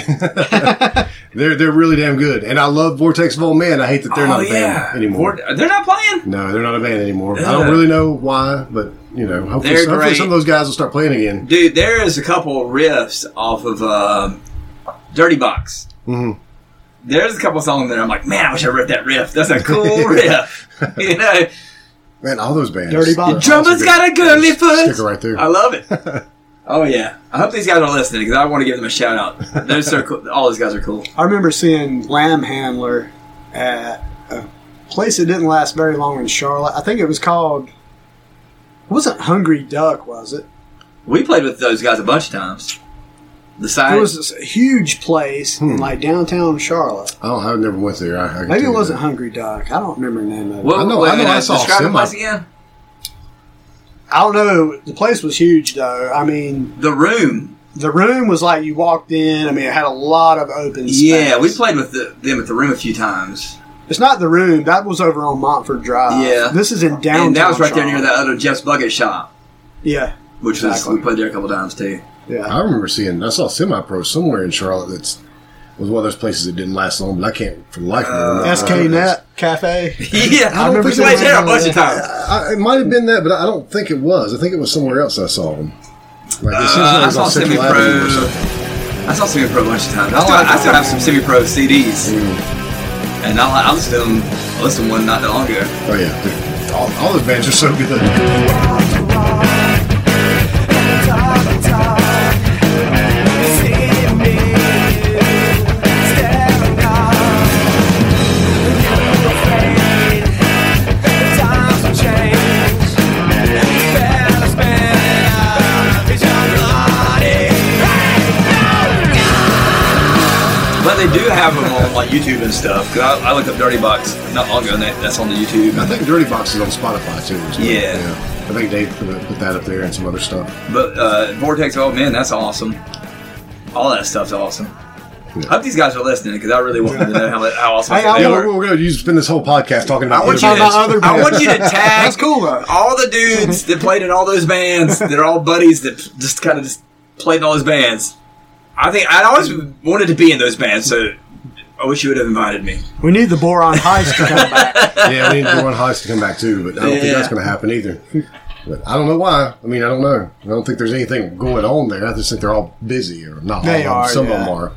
they're they're really damn good. And I love Vortex Vol Man. I hate that they're oh not a yeah, band anymore. Or- They're not playing. no, they're not a band anymore. I Yeah. don't really know why, but you know, hopefully, They're hopefully great. some of those guys will start playing again. Dude, there is a couple riffs off of um, Dirty Box. Mhm. Mm-hmm. There's a couple songs there. I'm like, man, I wish I ripped that riff. That's a cool riff. You know, Man, all those bands. Dirty Bob. Yeah, Drummer's Oh, that's got a girly Sticker foot. right there. I love it. Oh yeah. I hope these guys are listening because I want to give them a shout out. They're so cool. All these guys are cool. I remember seeing Lamb Handler at a place that didn't last very long in Charlotte. I think it was called. It wasn't Hungry Duck, was it? We played with those guys a bunch of times. The side. It was this huge place Hmm. in like downtown Charlotte. I don't. I never went there. I, I can Maybe tell it you wasn't that. Hungry Duck. I don't remember the name of it. What, I know- wait a I know minute, I saw Describe the Semi. place again. I don't know. The place was huge, though. I mean, The room. The room was like you walked in. I mean, it had a lot of open space. Yeah, we played with the, them at the room a few times, It's not the room. That was over on Montford Drive. Yeah. This is in downtown. and that was right there near Charlotte. that other Jeff's Bucket Shop, Yeah. which was Exactly. we played there a couple times too. Yeah. I remember seeing, I saw semi pro somewhere in Charlotte that's was one of those places that didn't last long, but I can't for the life of me. remember. SK Uh, Net Cafe. yeah, I I, remember remember we seeing played there them a bunch of there. times. I, it might have been that, but I don't think it was. I think it was somewhere else I saw them. Like, it seems like Uh, it I was saw on semi Central Avenue or pro. something. I saw semi pro a bunch of times. I still, I still have some semi pro CDs, Mm. and I'll, I'll listen to them. I listened to one not that long ago. Oh yeah, dude. all, all those bands are so good. But they do have them on like YouTube and stuff. 'cause I, I looked up Dirty Box not long ago, and that, that's on the YouTube. I think Dirty Box is on Spotify too. or something. Yeah. I think Dave put, put that up there and some other stuff. But uh, Vortex, oh man, that's awesome. All that stuff's awesome. I hope these guys are listening because I really want them to know how, how awesome Hey, I they Yeah, were. we're, we're going to spend this whole podcast talking about. I want, other you to, bands. about other I bands. want you to tag That's cool though. all the dudes that played in all those bands. They're all buddies that just kind of just played in all those bands. I think I always wanted to be in those bands, so I wish you would have invited me. We need the boron heist to come back. yeah, we need Warren Heist to come back too, but I don't think Yeah. that's going to happen either. But I don't know why. I mean, I don't know. I don't think there's anything going on there. I just think they're all busy or not. They all of them. Some are, yeah. of them are.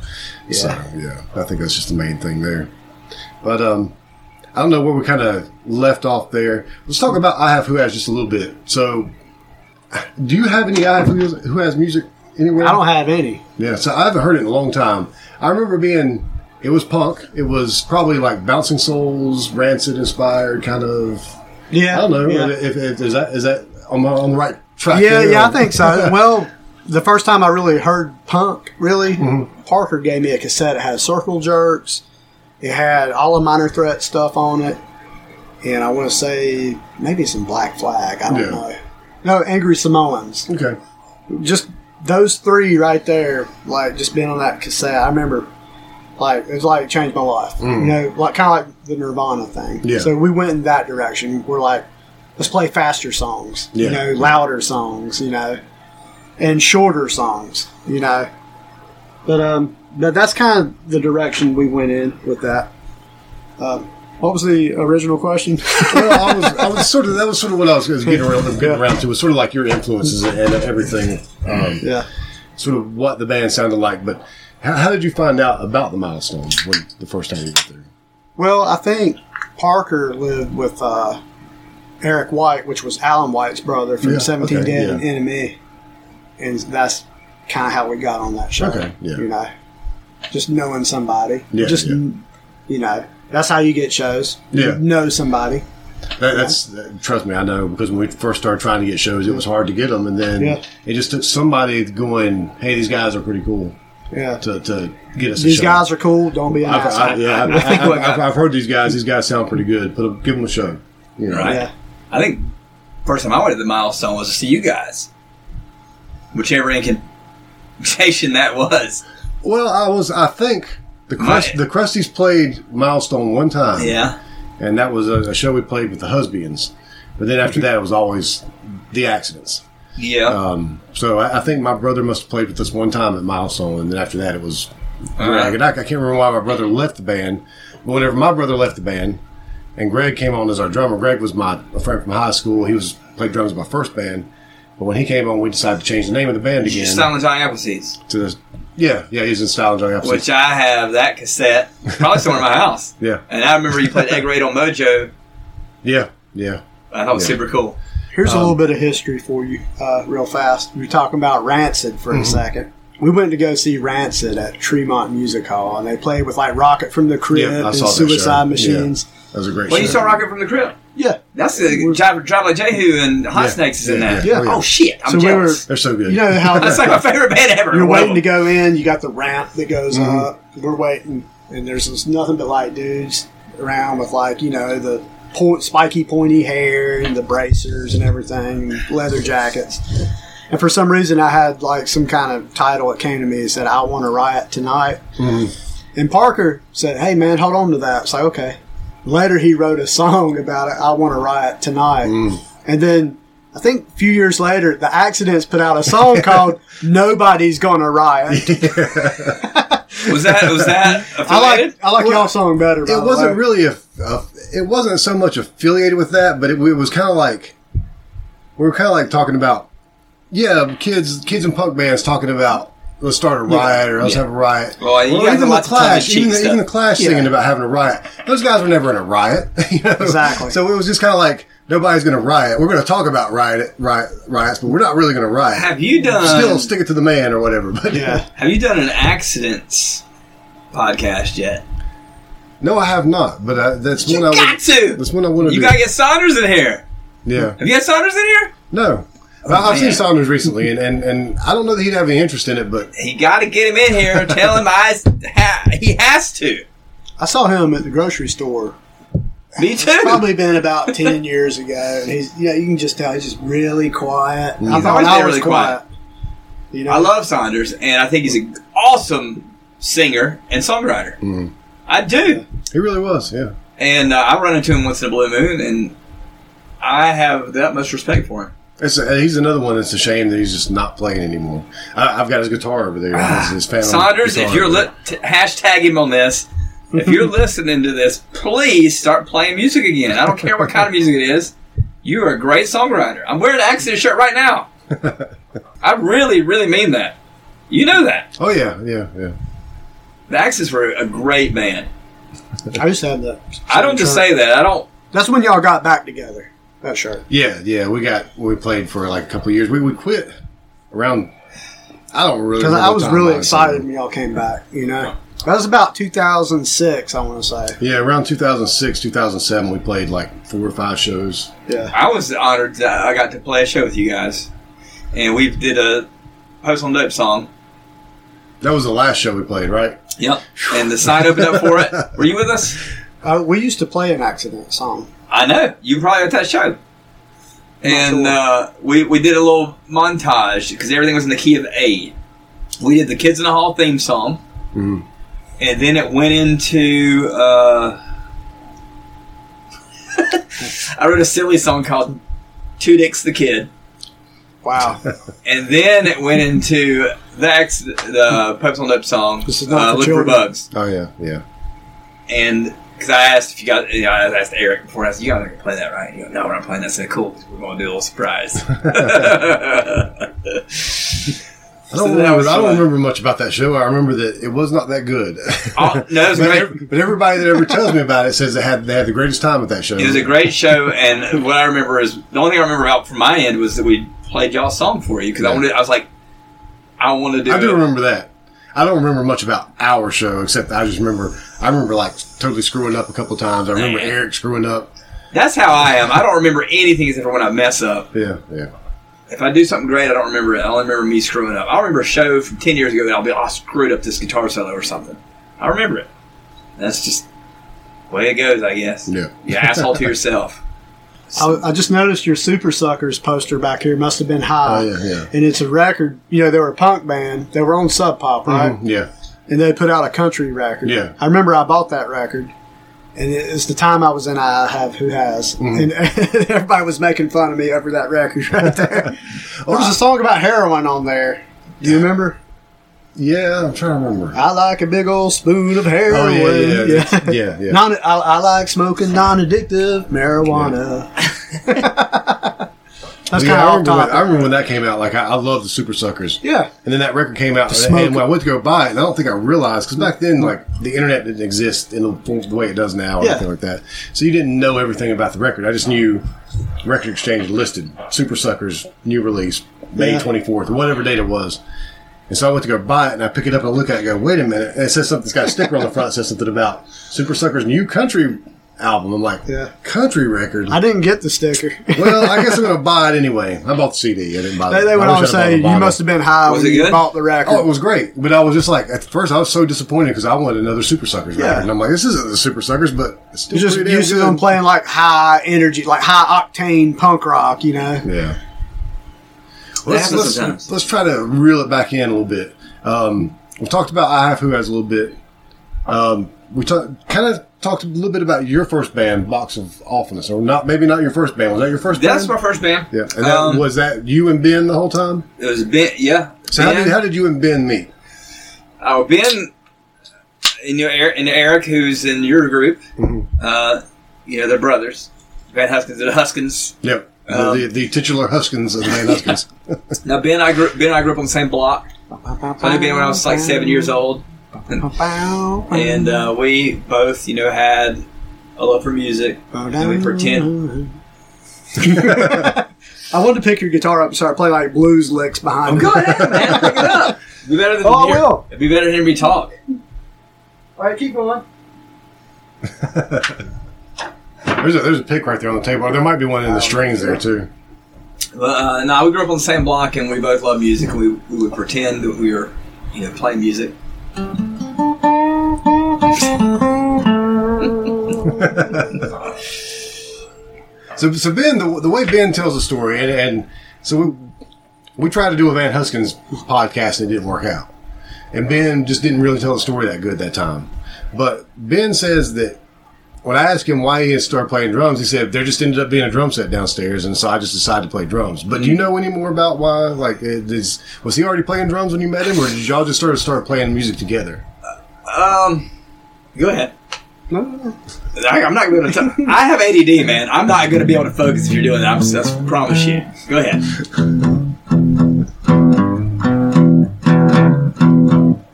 Yeah. So yeah, I think that's just the main thing there. But um, I don't know where we kind of left off there. Let's talk about I have who has just a little bit. So, do you have any I have who has, who has music anywhere? I don't have any. Yeah, so I haven't heard it in a long time. I remember being, it was punk. It was probably like Bouncing Souls, Rancid inspired kind of. Yeah. I don't know. Yeah. If, if, is that is that on, the- on the right track? Yeah, there? yeah, I think so. well, the first time I really heard punk, really, Mm-hmm. Parker gave me a cassette. It had Circle Jerks. It had all the Minor Threat stuff on it, and I want to say maybe some Black Flag. I don't Yeah. know. No, Angry Samoans. okay. Just those three right there, like just being on that cassette. I remember, like it was like it changed my life. You know, like kind of like the Nirvana thing. Mm. Yeah. So we went in that direction. We're like, let's play faster songs. Yeah. You know, louder songs. You know, and shorter songs. You know, but um, but that's kind of the direction we went in with that. Um, what was the original question? Well, I was, I was sort of that was sort of what I was getting around getting around to. It was sort of like your influences and everything. Um, yeah. Sort of what the band sounded like. But how, how did you find out about the milestones when the first time you went there? Well, I think Parker lived with uh, Eric White, which was Alan White's brother from Yeah, 17 okay, Dead and yeah. Enemy. And that's kind of how we got on that show. Okay, yeah. You know, just knowing somebody. Yeah, Just, yeah. you know, that's how you get shows. Yeah. You know somebody. That, that's that, trust me, I know because when we first started trying to get shows, it was hard to get them, and then Yeah. it just took somebody going, "Hey, these guys are pretty cool," Yeah. to, to get us. These a show. guys are cool. Don't be an I've, I, asshole. yeah, I've, I think what I've- got- I've heard these guys. These guys sound pretty good. Put 'em- give them a show. You know. Right. Yeah. I think first time I went to the milestone was to see you guys, whichever incantation that was. Well, I was. I think the My- Crust, the Crusties played Milestone one time. Yeah, and that was a, a show we played with the Husbands. But then after that, it was always the accidents. yeah. Um, so I, I think my brother must have played with us one time at Milestone, and then after that it was. right. Greg. And I, I can't remember why my brother left the band, but whenever my brother left the band, and Greg came on as our drummer. Greg was my a friend from high school. He was played drums in my first band, but when he came on, we decided to change the name of the band again. Silent Giant Apple Seeds, to yeah, yeah, he's in style and Johnny Opposite. which I have that cassette probably somewhere in my house. yeah, And I remember you played Egg Raid on Mojo. yeah, yeah. I thought it was Yeah. super cool. Here's a Um, little bit of history for you, uh, real fast. We We're talking about Rancid for Mm-hmm. a second. We went to go see Rancid at Tremont Music Hall, and they played with like Rocket from the Crib Yeah, I and saw that Suicide show. Machines. That was a great. Well, you show. saw Rocket from the Crypt. Yeah. That's the Traveler, Traveler Jehu and Hot Yeah, Snakes is in yeah, that. yeah, yeah. Oh shit! I'm So we jealous. They're so good. You know how That's like my favorite band ever. you're One of waiting to them. go in, you got the ramp that goes up. We're waiting, and there's just nothing but like dudes around with like you know the point, spiky pointy hair and the bracers and everything, and leather jackets. And for some reason, I had like some kind of title that came to me that said, I want to riot tonight. And Parker said, Hey, man, hold on to that. It's like, okay. Later, he wrote a song about it, I want to riot tonight. And then I think a few years later, the accidents put out a song called Nobody's Gonna Riot. Was that was that I affiliated? like I like Well, y'all song better. by it the wasn't way. really a, a- it wasn't so much affiliated with that but it, it was kind of like we were kind of like talking about yeah kids kids and punk bands talking about let's start a riot or let's Yeah. have a riot Well, Or you guys even have the lots of tongue in clash cheek even the, stuff. even the clash Yeah. singing about having a riot those guys were never in a riot you know? Exactly. so it was just kind of like nobody's gonna riot we're gonna talk about riot, riot riots but we're not really gonna riot Have you done still stick it to the man or whatever but Yeah. Have you done an accidents podcast yet? no i have not but I, that's You one i got would, to. that's one i want to You do gotta get Saunders in here. yeah Have you had Saunders in here? No. Well, I've seen man. Saunders recently, and, and, and I don't know that he'd have any interest in it, but He gotta get him in here. Tell him I ha- he has to. I saw him at the grocery store. Me too. Probably been about ten years ago. And he's yeah, you can just tell he's just really quiet. I He's thought Mm. always I been was really quiet. quiet. You know, I love Saunders, and I think he's an awesome singer and songwriter. Mm. I do. he really was, yeah. And uh, I run into him once in a blue moon, and I have the utmost respect for him. It's a, he's another one that's a shame that he's just not playing anymore. I, I've got his guitar over there. his, his fan Saunders, if guitar. you're li- t- hashtag him on this, if you're listening to this, please start playing music again. I don't care what kind of music it is. You are a great songwriter. I'm wearing an accident shirt right now. I really, really mean that. You know that. Oh, yeah, yeah, yeah. The Axis were a great band. I just had that. I don't just say that. I don't. That's when y'all got back together. That shirt. Yeah, yeah, we got, we played for like a couple of years. We, we quit around, I don't really Because know I what was time really I excited when y'all came back. You know, that was about 2006. I want to say. Yeah, around 2006, 2007, we played like four or five shows. Yeah. I was honored that I got to play a show with you guys, and we did a post on dope song. That was the last show we played, right? Yep. And the sign opened up for it. Were you with us? Uh, we used to play an accident song. I know. You were probably at that show. And sure. uh, we, we did a little montage because everything was in the key of A. We did the Kids in the Hall theme song. Mm-hmm. And then it went into. Uh, I wrote a silly song called Two Dicks the Kid. Wow. And then it went into the, ex- the Pepsi on Dope song, This is not uh, for Look for children. Bugs. Oh, yeah, yeah. And because I asked if you guys, you know, I asked Eric before, I said, "You guys are gonna play that, right?" You know, no, we're not playing that. I said, "Cool, we're gonna do a little surprise." I don't, So that was remember, I don't fun. remember much about that show. I remember that it was not that good. Oh, no, it was but, great. ev- but everybody that ever tells me about it says they had they had the greatest time at that show. it was a great show, and what I remember is the only thing I remember about from my end was that we played y'all's song for you because I Yeah. wanted. I was like, I want to do. I do it. remember that. I don't remember much about our show except I just remember I remember like totally screwing up a couple times. I remember Man. Eric screwing up. That's how I am. I don't remember anything except for when I mess up. Yeah, yeah. If I do something great, I don't remember it. I only remember me screwing up. I remember a show from ten years ago that I'll be, "Oh, I screwed up this guitar solo or something. I remember it. That's just the way it goes, I guess. Yeah. You asshole to yourself. I, I just noticed your Super Suckers poster back here must have been high. Oh, yeah, yeah. And it's a record. You know, they were a punk band. They were on Sub Pop, right? Mhm, Yeah. And they put out a country record. Yeah. I remember I bought that record. And it- it's the time I was in I Have Who Has. Mm-hmm. And everybody was making fun of me over that record right there. there was a song about heroin on there. Do you remember? Yeah, I'm trying to remember. I like a big old spoon of Oh heroin. yeah, yeah. Yeah, yeah. yeah. Non, I, I like smoking non-addictive marijuana. That's Yeah, kind I, remember of off when, I topic. remember when that came out. Like I, I love the Super Suckers. Yeah, And then that record came out, and, smoke. and when I went to go buy it, and I don't think I realized because back then, like the internet didn't exist in the, form- the way it does now, or Yeah. anything like that. So you didn't know everything about the record. I just knew Record Exchange listed Super Suckers new release May Yeah. twenty fourth, whatever date it was. And so I went to go buy it, and I pick it up and I look at it, and go, wait a minute, and it says something. It's got a sticker on the front that says something about Super Suckers new country album. I'm like, Yeah. country record. I didn't get the sticker. well, I guess I'm gonna buy it anyway. I bought the CD. I didn't buy. they, the- they I would wish always I'd bought say the you vinyl." must have been high Was when it you good? bought the record. Oh, it was great, but I was just like, at first, I was so disappointed because I wanted another Super Suckers Yeah. record, and I'm like, this isn't the Super Suckers, but it's still You're just pretty damn used to good. them playing like high energy, like high octane punk rock. You know, Yeah. happens let's, sometimes. let's try to reel it back in a little bit. Um, we talked about I Have Who Has a little bit. Um, we talk, kind of talked a little bit about your first band, Box of Awfulness, or not maybe not your first band. Was that your first That's my band? first band. yeah, and that, Um, was that you and Ben the whole time? It was Ben. Yeah. So how Ben. did, how did you and Ben meet? Oh, Ben and, you know, Eric, and Eric, who's in your group, Mm-hmm. uh, you know, they're brothers. Van Huskins and Huskins. Yep, Um, the, the, the titular Huskins of the man Huskins. Now, Ben and I grew, Ben and I grew up on the same block. Only Ben when I was like seven years old. And uh, we both, you know, had a love for music. and we pretend. I wanted to pick your guitar up and start playing like blues licks behind. me. Oh, Go ahead, man. Pick it up. Be better than Oh, I hear- will. It'd be better than hearing me talk. All right, keep going. There's a, there's a pick right there on the table. There might be one in the strings there too. But, uh, no, we grew up on the same block, and we both loved music, and we, we would pretend that we were, you know, playing music. So, so Ben, the, the way Ben tells the story, and, and so we we tried to do a Van Huskins podcast and it didn't work out, and Ben just didn't really tell the story that good that time. But Ben says that when I asked him why he had started playing drums, he said there just ended up being a drum set downstairs, and so I just decided to play drums. But do you know any more about why? Like, it is, was he already playing drums when you met him, or did y'all just sort of start playing music together? Um, go ahead. No, no, no. I, I'm not going to. tell I have ADD, man. I'm not going to be able to focus if you're doing that. I'm, that's promise you. Go ahead.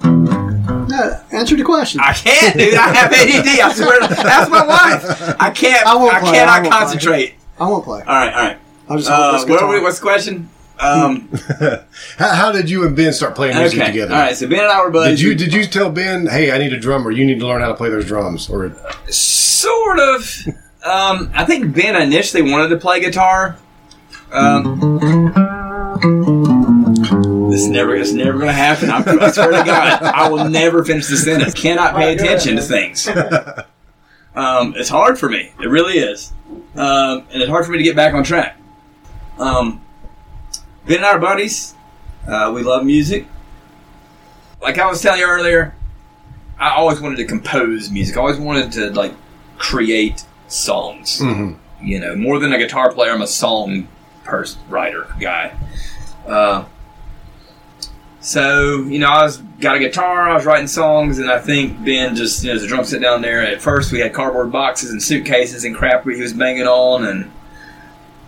No, answer the question. I can't, dude. I have ADD. I swear. to- That's my wife. I can't. I, I won't play, cannot I won't play. concentrate. I won't play. All right. All right. I'll just hold Uh, this where guitar. were we, what's the question? Um, How, how did you and Ben start playing music okay. All together? right. So Ben and I were buddies. Did you did you tell Ben, hey, I need a drummer. You need to learn how to play those drums, or sort of. Um, I think Ben initially wanted to play guitar. Um, this is never, it's never going to happen. I, I swear to God, I will never finish the sentence. Cannot pay attention to things. Um, it's hard for me. It really is, um, and it's hard for me to get back on track. Um, ben and I are buddies. Uh, we love music. Like I was telling you earlier, I always wanted to compose music. I always wanted to like create songs. mm-hmm. You know, more than a guitar player, I'm a song person, writer guy. Uh, so you know, I was got a guitar. I was writing songs, and I think Ben just you know, there's a drum set down there. At first, we had cardboard boxes and suitcases and crap he was banging on, and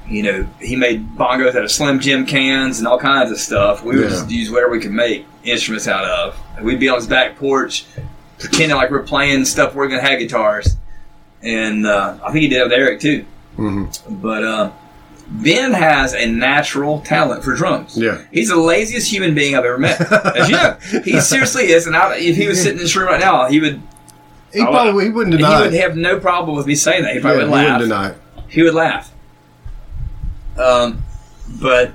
you know, he made bongos out of Slim Jim cans and all kinds of stuff. We would Yeah. just use whatever we could make instruments out of. We'd be on his back porch pretending like we're playing stuff we're gonna have guitars, and uh, I think he did it with Eric too. Mm-hmm. But uh, Ben has a natural talent for drums. Yeah. he's the laziest human being I've ever met. As you know, he seriously is. And I, if he was sitting in this room right now, he would he probably he wouldn't he deny would it. have no problem with me saying that. He Yeah, probably he would laugh. wouldn't deny it. He would laugh. Um, but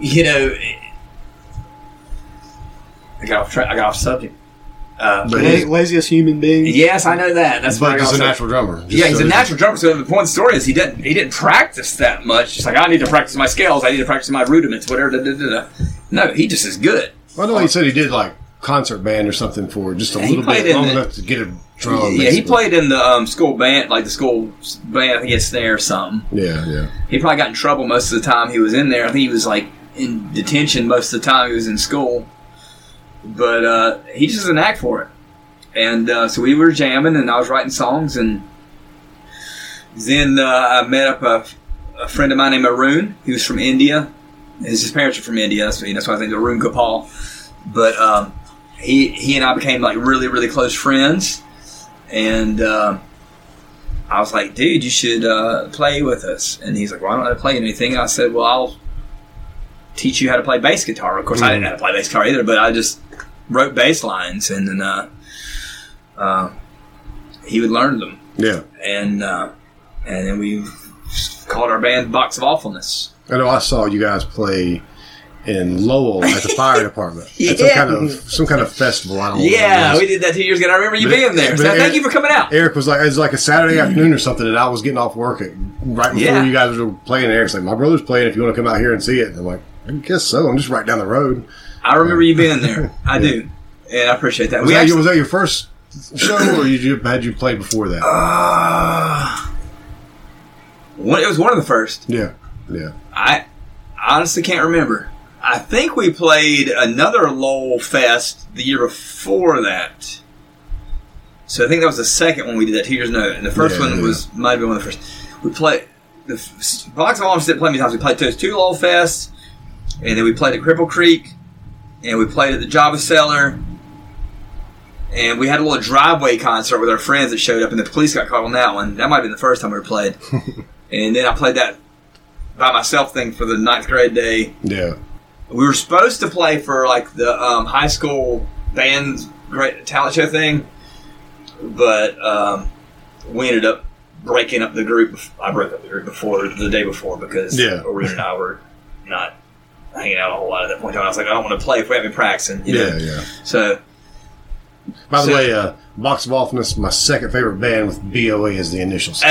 you know, I got off track. I got off subject. Uh, But La- he's, laziest human being. Yes, I know that. That's why I but he's got a so- natural drummer. Just Yeah, he's so a that- natural drummer. So the point of the story is he didn't he didn't practice that much. It's like I need to practice my scales. I need to practice my rudiments. Whatever. Da, da, da, da. No, he just is good. Well, no, he said he did like concert band or something for just a Yeah, he little played bit in long the- enough to get a drum. yeah, he Oh, basically. played in the um, school band, like the school s- band. I think he had snare or something. Yeah, yeah. He probably got in trouble most of the time he was in there. I think he was like in detention most of the time he was in school. But uh, he just has a knack for it. And uh, so we were jamming, and I was writing songs, and then uh, I met up a, a friend of mine named Arun. He was from India. His, his parents are from India, that's, that's why I think Arun Kapal. But um, he he and I became like really really close friends, and uh, I was like, dude, you should uh, play with us. And he's like, well, I don't know how to play anything. And I said, well, I'll teach you how to play bass guitar. Of course, I didn't know how to play bass guitar either, but I just wrote bass lines, and then uh, uh, he would learn them Yeah. and uh, and then we called our band Box of Awfulness. I know I saw you guys play in Lowell at the fire department. At some Yeah. kind of some kind of festival. I don't know what it Yeah, was. we did that two years ago. and I remember you But- being there. So but thank it- you for coming out. Eric was like, it was like a Saturday afternoon or something, and I was getting off work at, right before Yeah. you guys were playing. Eric's like, my brother's playing. If you want to come out here and see it, and I'm like, I guess so. I'm just right down the road. I remember you being there. I do, and I appreciate that. Was, we that, your actually, was that your first show, or you ju- had you played before that? uh, one, it was one of the first. yeah, yeah. I honestly can't remember. I think we played another Lowell Fest the year before that. So I think that was the second one we did that two years ago, and the first Yeah, one yeah. was might have been one of the first. We played the f- Box of Alms didn't play many times. We played those two Lowell Fests, and then we played at Cripple Creek, and we played at the Java Cellar, and we had a little driveway concert with our friends that showed up, and the police got called on that one. That might have been the first time we played, and then I played that by myself thing for the ninth grade day. Yeah. We were supposed to play for like the um, high school band's great talent show thing, but um, we ended up breaking up the group. I broke up the group before the day before because Yeah. Arena and I were not hanging out a whole lot at that point. in time. I was like, I don't want to play if we haven't been practicing. you know? Yeah, yeah. So By the So- way, uh, Box of Awfulness, my second favorite band with BOA as the initials.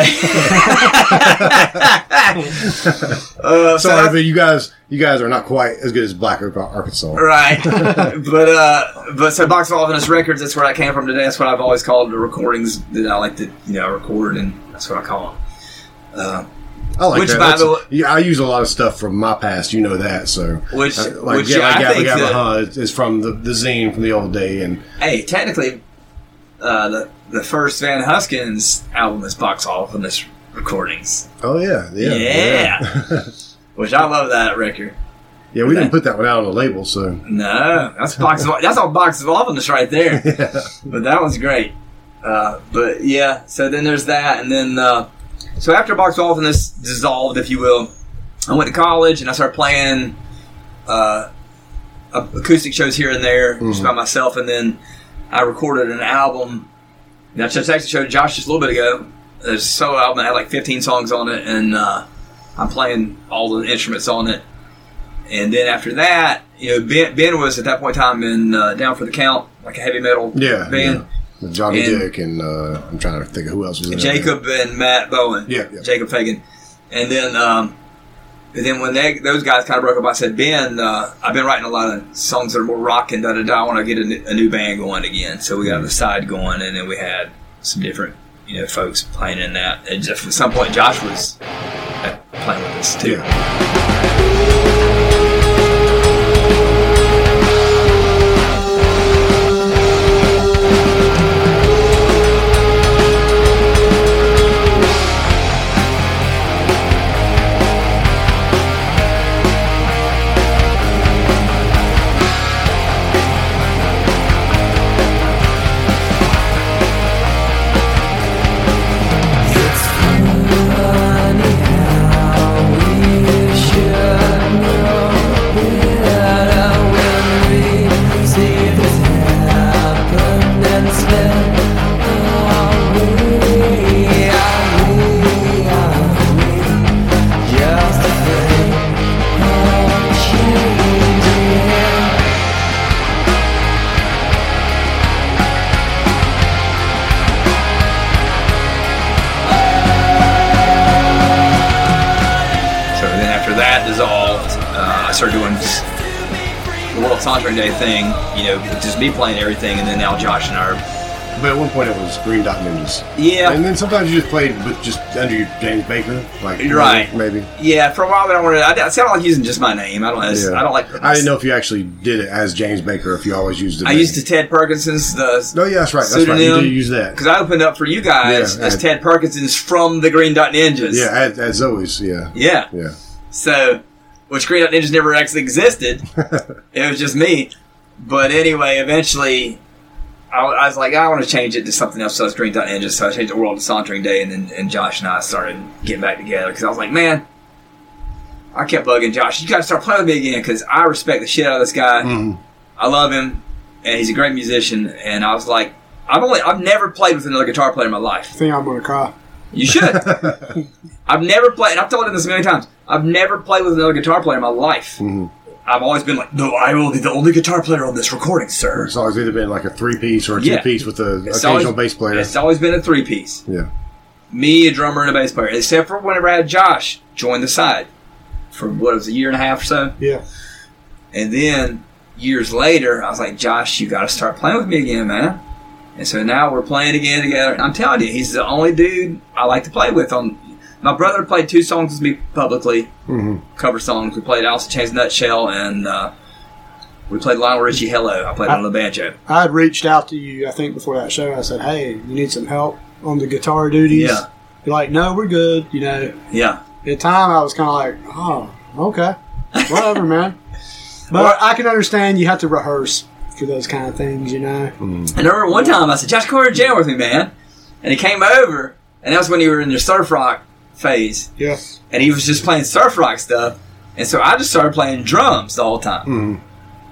uh, so Sorry, I- but you guys, you guys are not quite as good as Black Oak Arkansas. Right. but uh but so Box of Office Records, that's where I came from today. That's what I've always called the recordings that I like to, you know, record and that's what I call them. Uh, I like Which, that. by That's- the way- yeah, I use a lot of stuff from my past. You know that, so Which- uh, like which yeah, like I Gabba think Gabba that- Huh is- is from the, the zine from the old day, and hey, technically uh the, the first Van Huskins album is Box Office Recordings. oh yeah, yeah, Yeah. Which I love that record. Yeah, we didn't put that one out on the label, so No, that's box of that's all box of awfulness right there. But that was great. Uh, but yeah, so then there's that, and then uh, so after box of awfulness dissolved, if you will, I went to college and I started playing uh, a- acoustic shows here and there just by myself, and then I recorded an album that I just actually showed Josh just a little bit ago. It's a solo album that had like 15 songs on it, and uh, I'm playing all the instruments on it. And then after that, you know, Ben, ben was at that point in time in uh, Down for the Count, like a heavy metal yeah, band. yeah. With Johnny And- Dick and uh, I'm trying to think of who else was in there. Jacob and Matt Bowen. Yeah, yeah. Jacob Fagan. And then, um, and then when they, those guys kind of broke up, I said, Ben, uh, I've been writing a lot of songs that are more rock and da da da. I want to get a, n- a new band going again. So we got Mm-hmm. the side going, and then we had some different, you know, folks playing in that. And just, at some point, Josh was uh, playing with us too. Yeah, So then after that dissolved, uh, I started doing s- the World Songwriting Day thing, you know, just me playing everything, and then now Josh and I are. but at one point it was Green Dot Ninjas. Yeah. and then sometimes you just played with just under your James Baker, like Right. maybe. Yeah, for a while there, I wanted. I, I sound like using just my name. I don't. I, just- I don't like. I didn't know if you actually did it as James Baker, if you always used it. I used to Ted Perkinson's the. No, yeah, that's right. That's right. You Pseudonym. do use that. Because I opened up for you guys Yeah, as I- Ted Perkinson's from the Green Dot Ninjas. Yeah, as, as always. Yeah, Yeah. yeah. So, which Green Dot Ninjas never actually existed. it was just me. But anyway, eventually, I, wa- I was like, I want to change it to something else. So it's Green Dot Ninjas. So I changed the World to Sauntering Day, and then and Josh and I started getting back together because I was like, man, I kept bugging Josh. You got to start playing with me again because I respect the shit out of this guy. I love him, and he's a great musician. And I was like, I've only I've never played with another guitar player in my life. I think I'm gonna cry. You should. I've never played, and I've told him this a million times. I've never played with another guitar player in my life. I've always been like, no, I will be the only guitar player on this recording, sir. It's always either been like a three piece or a two Yeah. piece with the It's occasional bass always- player. It's always been a three piece. Yeah. me, a drummer, and a bass player, except for whenever I had Josh join the side for what it was a year and a half or so. Yeah. And then years later, I was like, Josh, you got to start playing with me again, man. And so now we're playing again together. And I'm telling you, he's the only dude I like to play with. On my brother played two songs with me publicly, Mhm. cover songs. We played Alice in Chains, Nutshell, and uh, we played Lionel Richie, Hello. I played on the banjo. I had reached out to you, I think, before that show. I said, "Hey, you need some help on the guitar duties?" Yeah. You're like, "No, we're good." You know, Yeah, at the time I was kind of like, "Oh, okay, whatever, man." But Well- I can understand you have to rehearse for those kind of things, you know. And I remember one time I said, Josh, come over to jam with me, man. And he came over, and that was when you were in your surf rock phase. Yeah. And he was just playing surf rock stuff. And so I just started playing drums the whole time. Mm-hmm. Mhm.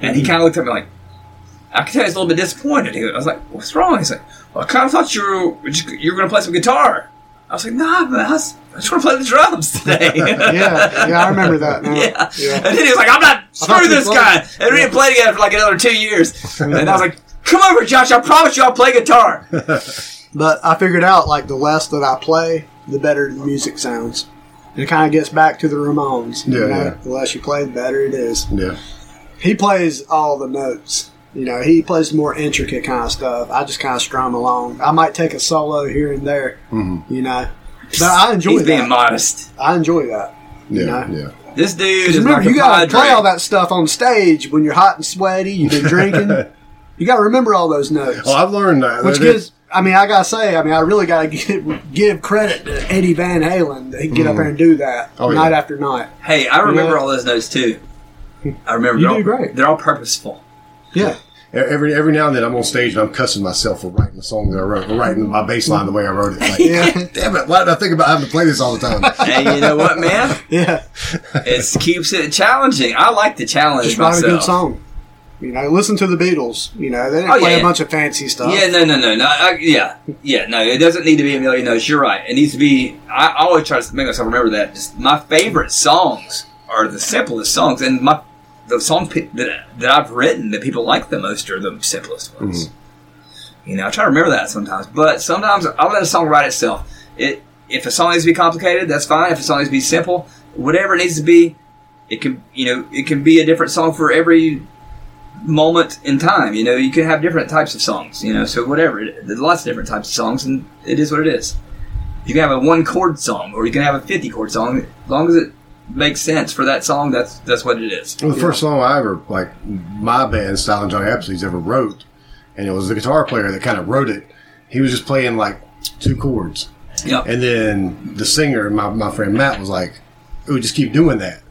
And he kind of looked at me like, I could tell he's a little bit disappointed. He, I was like, what's wrong? He's like, well, I kind of thought you were, were just- you were going to play some guitar. I was like, nah, man, I, was, I just want to play the drums today. Yeah, yeah, I remember that. Now. Yeah. Yeah. And then he was like, I'm not, thought screw you this played- guy. And we didn't play together for like another two years. And I was like, come over, Josh. I promise you I'll play guitar. But I figured out like the less that I play, the better the music sounds. And it kind of gets back to the Ramones. you Yeah, know? yeah. The less you play, the better it is. Yeah. He plays all the notes. You know, he plays the more intricate kind of stuff. I just kind of strum along. I might take a solo here and there. Mm-hmm. You know, but I enjoy He's that. being modest. I enjoy that. Yeah. No. Yeah. This dude is Remember, like you a gotta Padre. play all that stuff on stage when you're hot and sweaty. You've been drinking. you gotta remember all those notes. Well, I've learned that. Which that it- gives, I mean, I gotta say, I mean, I really gotta give, give credit to Eddie Van Halen that he get up there and do that Oh, yeah. night after night. Hey, I remember Yeah. all those notes too. I remember. You they're do all, great. They're all purposeful. Yeah, e-, Every every now and then I'm on stage and I'm cussing myself for writing the song that I wrote, for writing my bass line the way I wrote it. Like, yeah, damn it! Why did I think about having to play this all the time? Hey, you know what, man? yeah. It keeps it challenging. I like to challenge Just write a myself. good song. You know, listen to the Beatles. You know, they didn't Oh, play yeah. a bunch of fancy stuff. Yeah, no, no, no, no. I, yeah, yeah, no. It doesn't need to be a million notes. You're right. It needs to be. I I always try to make myself remember that. Just my favorite songs are the simplest songs, and my the songs pe- that that I've written that people like the most are the simplest ones. You know, I try to remember that sometimes, but sometimes I'll let a song write itself. It if a song needs to be complicated, that's fine. If a song needs to be simple, whatever it needs to be, it can you know it can be a different song for every moment in time. You know, you can have different types of songs. You know, so whatever. It- There's lots of different types of songs, and it is what it is. You can have a one chord song, or you can have a fifty chord song. As long as it makes sense for that song, that's that's what it is. Well, the first song I ever like my band Silent Johnny Appleseeds ever wrote, and it was the guitar player that kind of wrote it. He was just playing like two chords, Yeah. and then the singer, my my friend Matt, was like, "Oh, just keep doing that."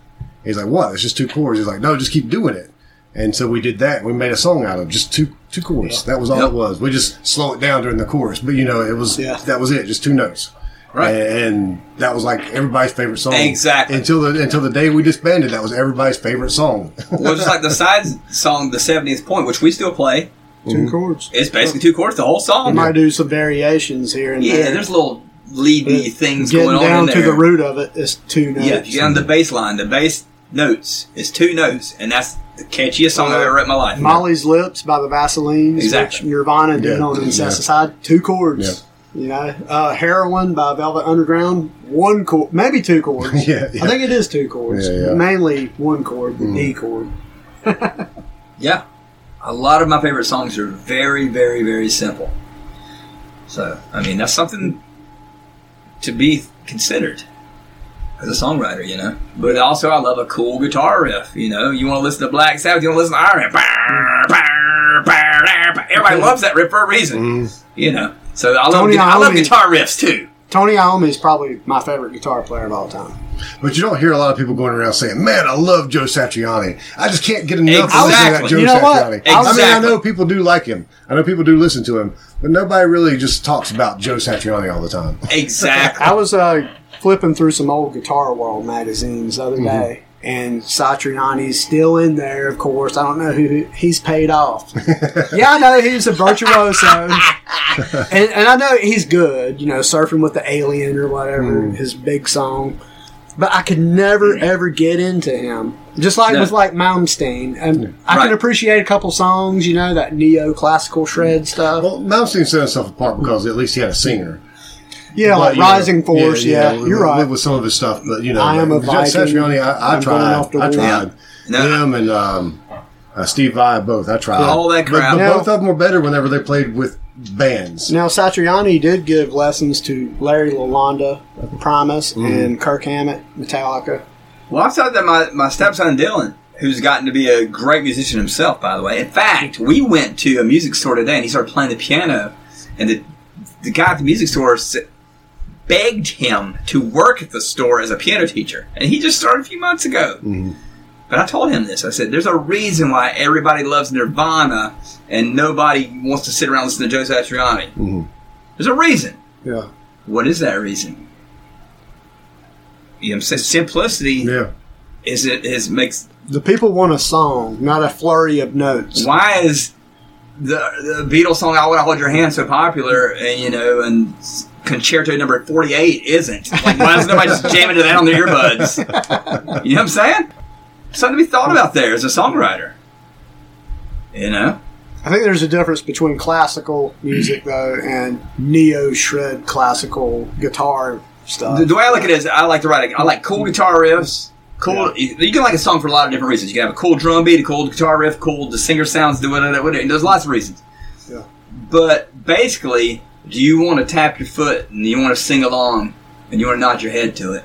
He's like, "What? It's just two chords." He's like, "No, just keep doing it." And so we did that. We made a song out of just two two chords. That was all Yep. it was. We just slow it down during the chorus, but you know, it was Yeah. that was it. Just two notes. Right. And, and that was like everybody's favorite song. Exactly. Until the until the day we disbanded, that was everybody's favorite song. well, just like the side song, the seventieth point, which we still play, 2 Mm-hmm. chords. it's basically Oh. two chords, the whole I song. might do some variations here and yeah, there. there's little leady things Getting going on down in there. to the root of it is two notes. Yeah, you get on the bass line, the bass notes. It's two notes, and that's the catchiest song I've ever wrote in my life. Molly's Lips by the Vaseline's, Exactly. which Nirvana did Yeah, on yeah. Incesticide, two chords. You know, uh, Heroin by Velvet Underground, one chord, maybe two chords. Yeah, yeah. I think it is two chords, Yeah, Mm. yeah. mainly one chord, the D chord. Yeah. A lot of my favorite songs are very, very, very simple. So, I mean, that's something to be considered as a songwriter, you know? But also, I love a cool guitar riff, you know? You want to listen to Black Sabbath, you want to listen to Iron Man. Everybody loves that riff for a reason, you know? So, I love, Mm-hmm. Tony I love Iommi. guitar riffs too. Tony Iommi is probably my favorite guitar player of all time. But you don't hear a lot of people going around saying, "Man, I love Joe Satriani. I just can't get enough of Exactly. listening to that Joe You know what? Satriani." I mean, Exactly. I know people do like him. I know people do listen to him, but nobody really just talks about Joe Satriani all the time. Exactly. I was uh, flipping through some old Guitar World magazines the other day, and Satriani's still in there, of course. I don't know who he's paid off. yeah, I know he's a virtuoso, and, and I know he's good. You know, surfing with the alien or whatever his big song, but I could never ever get into him. Just like No. with like Malmsteen, and I Right. can appreciate a couple songs, you know, that neoclassical shred stuff. Well, Malmsteen set himself apart because at least he had a singer. yeah, But, like you know, Rising Force. Yeah, you know, you're with, right. with some of his stuff, but you know, I am a like, Jack Viking. Satriani, I, I I'm going off tried, the I wall. tried. No. Him and um, uh, Steve Vai both, I tried. All that But- crap. But, Now- both of them were better whenever they played with bands. Now, Satriani did give lessons to Larry Lalonde of Primus Mm-hmm. and Kirk Hammett, Metallica. Well, I've thought that my, my stepson Dylan, who's gotten to be a great musician himself, by the way. In fact, we went to a music store today and he started playing the piano, and the, the guy at the music store s- begged him to work at the store as a piano teacher, and he just started a few months ago. But I told him this. I said, "There's a reason why everybody loves Nirvana and nobody wants to sit around listening to Joe Satriani. There's a reason. Yeah, What is that reason? You know, sim- simplicity yeah. is it is makes The people want a song, not a flurry of notes. why is the, the Beatles song "I Want to Hold Your Hand" so popular, and you know, and Concerto Number Forty Eight isn't? Like, why is nobody just jamming to that on their earbuds? You know what I'm saying? Something to be thought about there as a songwriter. You know, I think there's a difference between classical music, though, and neo shred classical guitar stuff. the, the way I look at it is, I like to write. I like cool guitar riffs. Cool. You can like a song for a lot of different reasons. You can have a cool drum beat, a cool guitar riff, cool the singer sounds, do whatever. whatever. There's lots of reasons. Yeah. But basically, do you want to tap your foot and you want to sing along and you want to nod your head to it?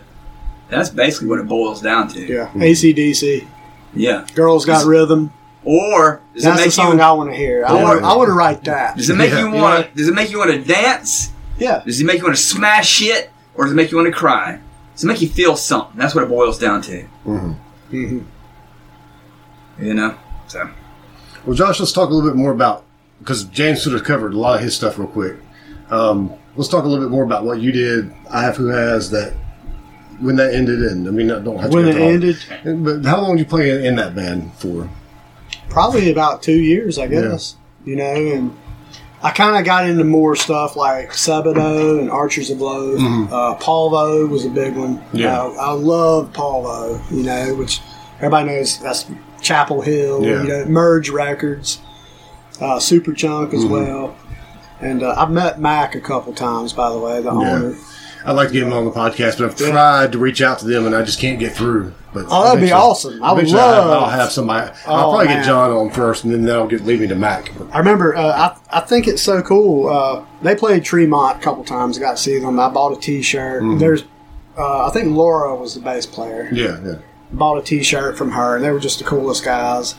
That's basically what it boils down to. yeah, ACDC. Yeah. Girls Got Rhythm. Or does That's it the make song you? I want to hear. I Yeah. want I want to write that. Does it make Yeah. you want? to Does it make you want to dance? Yeah. Does it make you want to smash shit? Or does it make you want to cry? Does it make you feel something? That's what it boils down to. Mm-hmm. Mhm. You know. So Well, Josh, let's talk a little bit more about because James sort of covered a lot of his stuff real quick. Um, let's talk a little bit more about what you did. I have who has that when that ended, and I mean, I don't have to When go it through all- ended, But how long did you play in, in that band for? probably about two years, I guess. You know, and I kind of got into more stuff like Sebado and Archers of Love. Uh, Palvo was a big one. Mm-hmm. Yeah. Uh, I love Palvo, you know, which everybody knows that's Chapel Hill, Yeah. you know, Merge Records, uh, Super Chunk Mm-hmm. as well. And uh, I've met Mac a couple times, by the way, the owner. I'd like to get them on the podcast, but I've tried to reach out to them and I just can't get through. But Oh, that'd be eventually- awesome. I would eventually I'll- love- I'll have somebody. I'll Oh, probably get man. John on first, and then that'll get leave me to Mac. But I remember. Uh, I I think it's so cool. Uh, they played Tremont a couple times. I got to see them. I bought a T-shirt. There's, uh, I think Laura was the bass player. yeah, yeah. Bought a T-shirt from her, and they were just the coolest guys.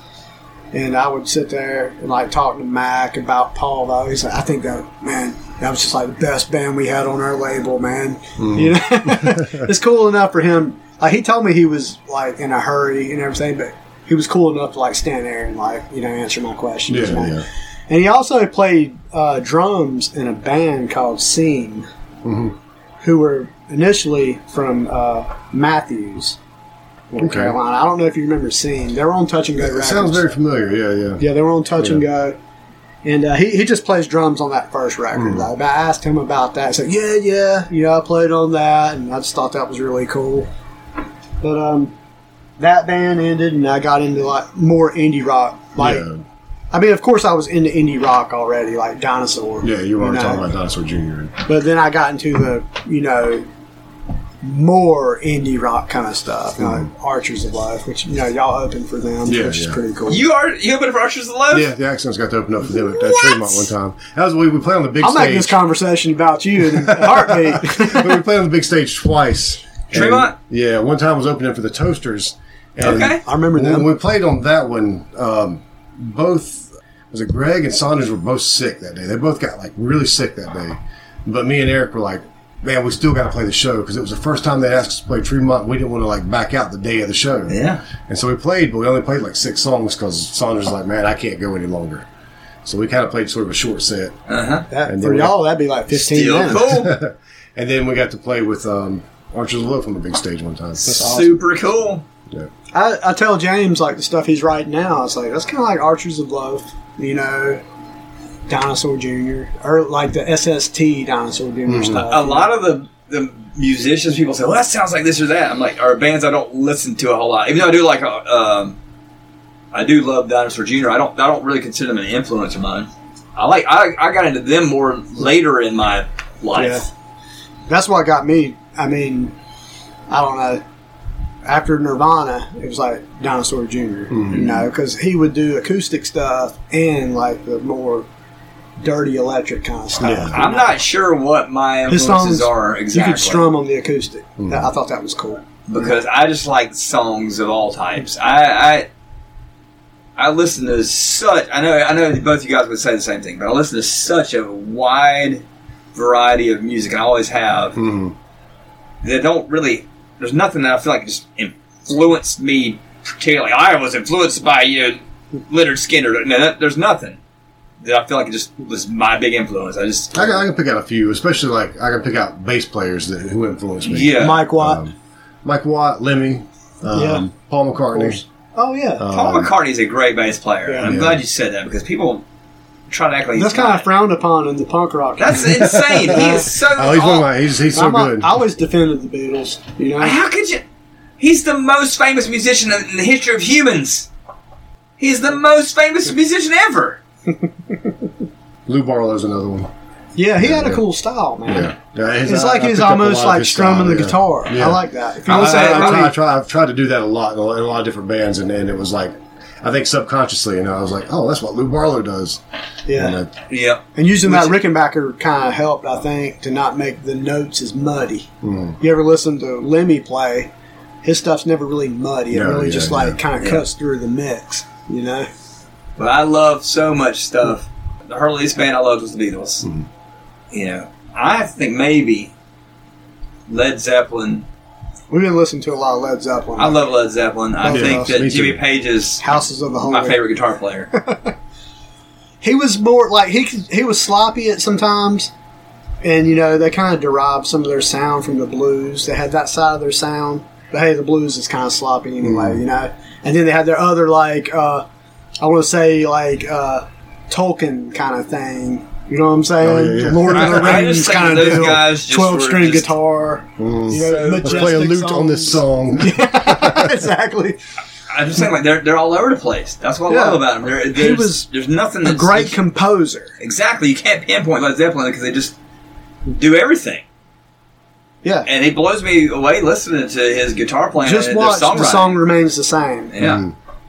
And I would sit there and like talk to Mac about Paul. Though he's like, I think that man, that was just like the best band we had on our label, man. Mm. You know, it's cool enough for him. Like he told me he was like in a hurry and everything, but he was cool enough to like stand there and like you know answer my questions. Yeah, man. yeah. And he also played uh, drums in a band called Scene, who were initially from uh, Matthews, North Okay. Carolina. I don't know if you remember Scene. They were on Touch and Go It Records. sounds very familiar. Yeah, yeah. yeah, they were on Touch and Go. And uh, he, he just plays drums on that first record. Hmm. though. But I asked him about that. He said, Yeah, yeah, you know, I played on that. And I just thought that was really cool. But um, that band ended, and I got into like more indie rock. Like, yeah. I mean, of course, I was into indie rock already, like Dinosaur. Yeah, you were already know. talking about Dinosaur Jr. But then I got into the, you know, more indie rock kind of stuff, like Archers of Life, which you know y'all open for them, Mm-hmm. Yeah, which yeah. is pretty cool. you are you open for Ushers Love? Yeah, the accents got to open up for them at that Tremont one time. That was we we played on the big I'll make stage. this conversation about you in a heartbeat. we we played on the big stage twice. Tremont? And, yeah, one time was opening for the Toasters. And Okay. I remember When them. we played on that one, um, both was it Greg and Saunders were both sick that day. They both got like really sick that day. But me and Eric were like, man, we still got to play the show because it was the first time they asked us to play Tremont. We didn't want to like back out the day of the show. Yeah. And so we played, but we only played like six songs because Saunders was like, man, I can't go any longer. So we kind of played sort of a short set. Uh huh. That, And for then- y'all, that'd be like fifteen Still minutes. cool. And then we got to play with um, Archer's Love on the big stage one time. Super cool. Yeah. I, I tell James like the stuff he's writing now. It's like that's kind of like Archers of Love, you know, Mm-hmm. Dinosaur Junior, or like the SST Dinosaur Junior stuff. A lot of the the musicians, people say, "Well, that sounds like this or that." I'm like, "Are bands I don't listen to a whole lot?" Even though I do like, uh, um, I do love Dinosaur Jr. I don't, I don't really consider them an influence of mine. I like, I, I got into them more later in my life. That's what got me. I mean, I don't know. After Nirvana, it was like Dinosaur junior Hmm. you know, because he would do acoustic stuff and like the more dirty electric kind of stuff. Yeah. you I'm know. not sure what my His influences songs, are exactly You could strum on the acoustic. Hmm. That- I thought that was cool. because I just like songs of all types. I, I I listen to such. I know. I know both you guys would say the same thing, but I listen to such a wide variety of music. I always have. Mhm. That don't really. There's nothing that I feel like just influenced me particularly. I was influenced by you, know, Leonard Skinner. No, that- there's nothing that I feel like it just was my big influence. I just I can, I can pick out a few, especially like I can pick out bass players that who influenced me. yeah. Mike Watt. Um, Mike Watt, Lemmy, um, Yeah. Paul McCartney. oh yeah, Paul um, McCartney's a great bass player. Yeah. I'm Yeah. glad you said that because people try to act like he's that's kind not. of frowned upon in the punk rock. That's insane. he is so. Oh, he's one of aw- my. He's, he's so I'm a- good. I always defended the Beatles. You know, How could you? He's the most famous musician in the history of humans. He's the most famous musician ever. Lou Barlow's another one. yeah, he had a yeah. cool style, man. Yeah, Yeah, his- It's I- like I he's picked up a lot almost of like his strumming style, the yeah. guitar. Yeah. I like that. If you I, listen to I, I, that, try, I really- try, Uh, I've tried to do that a lot in a, in a lot of different bands, and, and it was like, I think subconsciously, you know, I was like, oh, that's what Lou Barlow does. yeah. And, uh, Yeah. And using that Rickenbacker kind of helped, I think, to not make the notes as muddy. Mm. You ever listen to Lemmy play? His stuff's never really muddy. It No, really yeah, just like yeah. kind of cuts through the mix, you know? But I love so much stuff. The earliest band I loved was the Beatles. Mm-hmm. You know, I think maybe Led Zeppelin. We've been listening to a lot of Led Zeppelin. I love Led Zeppelin. I Yeah, think that me too. Jimmy Page is Houses of the Holy. my favorite guitar player. He was more like he could- he was sloppy at sometimes, and you know they kind of derived some of their sound from the blues. They had that side of their sound, but hey, the blues is kind of sloppy anyway, Mm. you know. And then they had their other like uh, I want to say like uh, Tolkien kind of thing. You know what I'm saying? Oh, yeah, yeah. Lord of the I- I just Rings think kind of those deal. guys just Twelve string were just- guitar. You know, let's Mm. play a majestic lute on this songs. song. exactly. I'm just saying, like they're they're all over the place. That's what I Yeah. love about them. There, there's, was there's nothing A that's great composer. exactly. You can't pinpoint Led Zeppelin because they just do everything, Yeah. and it blows me away listening to his guitar playing. Just and watch their the songwriting. song Hmm. remains the same. Yeah,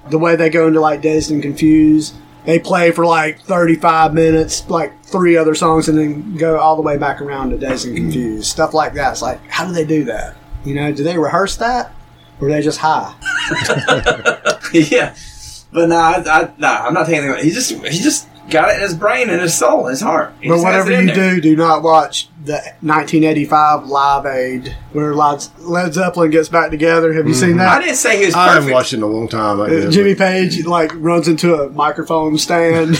the way they go into like Dazed and Confused. They play for like 35 minutes, like three other songs, and then go all the way back around to Dazed and Confused. Stuff like that. It's like, how do they do that? You know, do they rehearse that? Or are they just high? yeah. But nah, I, I, nah, I'm not taking anything. away. He just he just got it in his brain and his soul, his heart. He But just has it whatever in you there. do, do not watch the 1985 Live Aid where Led Led Zeppelin gets back together. Have you seen Mm-hmm. I that? didn't say he was I haven't perfect. watched it in a long time. Like Uh, this, Jimmy Page like runs into a microphone stand.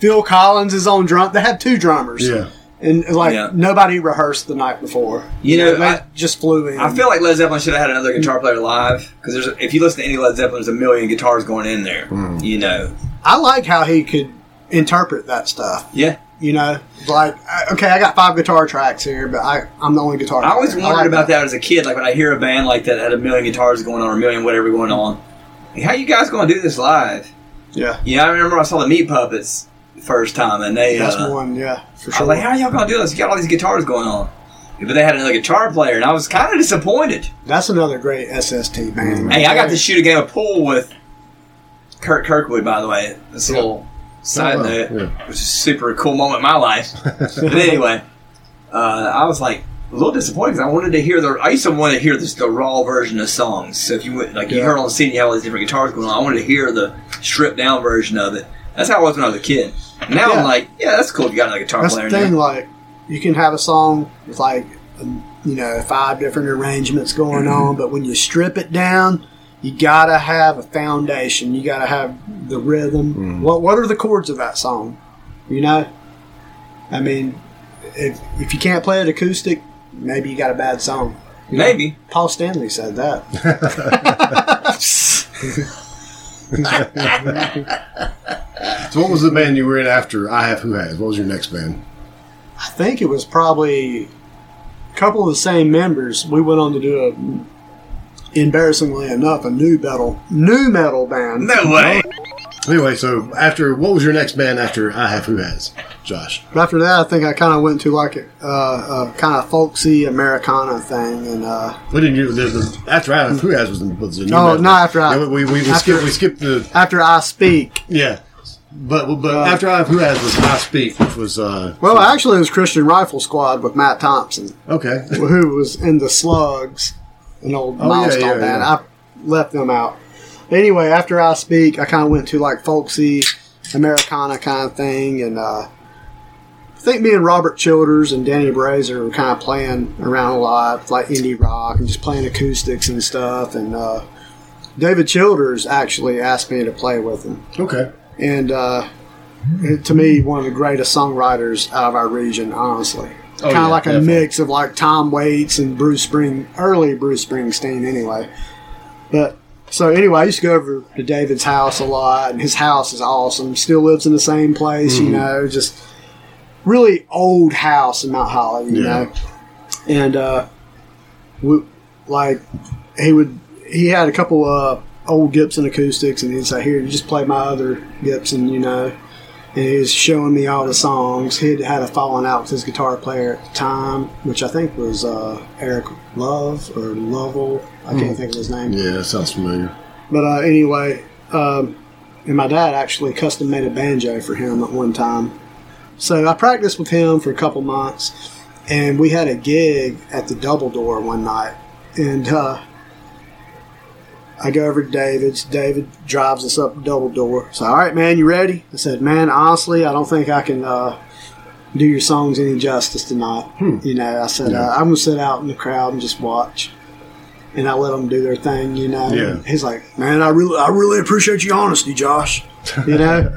Phil Collins is on drum. They have two drummers. but- yeah. And like Yeah. nobody rehearsed the night before. You know, they I- just flew in. I feel like Led Zeppelin should have had another guitar player live because there's if you listen to any Led Zeppelin, there's a million guitars going in there. Hmm. You know, I like how he could interpret that stuff. yeah. You know, like I- okay, I got five guitar tracks here, but I I'm the only guitar. I always player. wondered like about that. as a kid. Like when I hear a band like that that had a million guitars going on or a million whatever going on, like, how you guys going to do this live? Yeah, You know, I remember I saw the Meat Puppets the first time, and they that's uh, one. Yeah, for I sure. was like, how are y'all going to do this? You got all these guitars going on, but they had another guitar player, and I was kind of disappointed. that's another great SST band. Hey, I got to shoot a game of pool with Kurt Kirkwood, by the way. This little side Oh, wow. note, Yeah. which is super cool moment in my life. but anyway, uh, I was like a little disappointed because I wanted to hear the. I used to want to hear this, the raw version of songs. So if you went, like you Yeah. heard on the CD, you have all these different guitars going on. I wanted to hear the stripped down version of it. That's how I was when I was a kid. Now Yeah. I'm like, yeah, that's cool. You got another guitar That's player. the in there. thing. Like, you can have a song with like um, you know five different arrangements going on, but when you strip it down, you gotta have a foundation. You gotta have the rhythm. What What are the chords of that song? You know, I mean, if if you can't play it acoustic, maybe you got a bad song. You know, Maybe. Paul Stanley said that. So, what was the band you were in after I Have Who Has? What was your next band? I think it was probably couple of the same members, we went on to do a, embarrassingly enough, a new metal, new metal band. No way. Anyway, so after what was your next band after I Have Who Has? Josh. But after that, I think I kind of went to like a, uh, a kind of folksy Americana thing, and uh, We didn't do the, the after I Have Who Has was the, was the new No, metal. Oh, not after I- Yeah, we, we, we, after- skipped, we skipped the after I speak, yeah, but but Uh, after I Have Who Has was I Speak, which was uh well, actually, it was Christian Rifle Squad with Matt Thompson, okay. who was in the Slugs, an old Oh, yeah, milestone yeah, band. yeah. I left them out. Anyway, after I speak, I kind of went to like folksy Americana kind of thing, and uh, I think me and Robert Childers and Danny Brazer were kind of playing around a lot, like indie rock and just playing acoustics and stuff. And uh, David Childers actually asked me to play with him Okay. and uh, to me, one of the greatest songwriters out of our region, honestly. Oh, kind of yeah, like a definitely. mix of like Tom Waits and Bruce Spring, early Bruce Springsteen, anyway. But so anyway, I used to go over to David's house a lot, and his house is awesome. Still lives in the same place, Mm-hmm. you know, just really old house in Mount Holly, you Yeah. know. And uh, we, like he would he had a couple of old Gibson acoustics, and he'd say, "Here, you just play my other Gibson," you know. And he was showing me all the songs. He had had a falling out with his guitar player at the time, which I think was uh, Eric Love or Lovell. I can't think of his name. Yeah, that sounds familiar. But uh, anyway, um, and my dad actually custom made a banjo for him at one time. So I practiced with him for a couple months, and we had a gig at the Double Door one night. And uh, I go over to David's. David drives us up to Double Door. So, all right, man, you ready? I said, man, honestly, I don't think I can uh, do your songs any justice tonight. You know, I said, uh, I'm going to sit out in the crowd and just watch. And I let them do their thing, you know. Yeah. He's like, man, I really, I really appreciate your honesty, Josh. You know.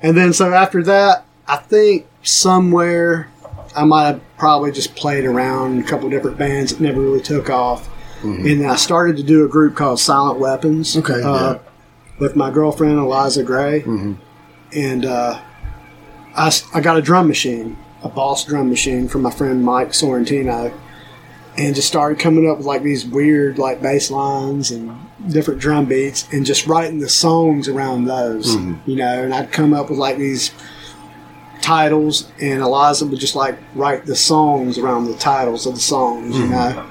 and then so after that, I think somewhere I might have probably just played around in a couple different bands that never really took off. And then I started to do a group called Silent Weapons. Mm-hmm. Okay, uh, yeah. Mm-hmm. With my girlfriend Eliza Gray, and uh, I, s- I got a drum machine, a Boss drum machine from my friend Mike Sorrentino, and just started coming up with like these weird like bass lines and different drum beats, and just writing the songs around those, you know. And I'd come up with like these titles, and Eliza would just like write the songs around the titles of the songs, you know.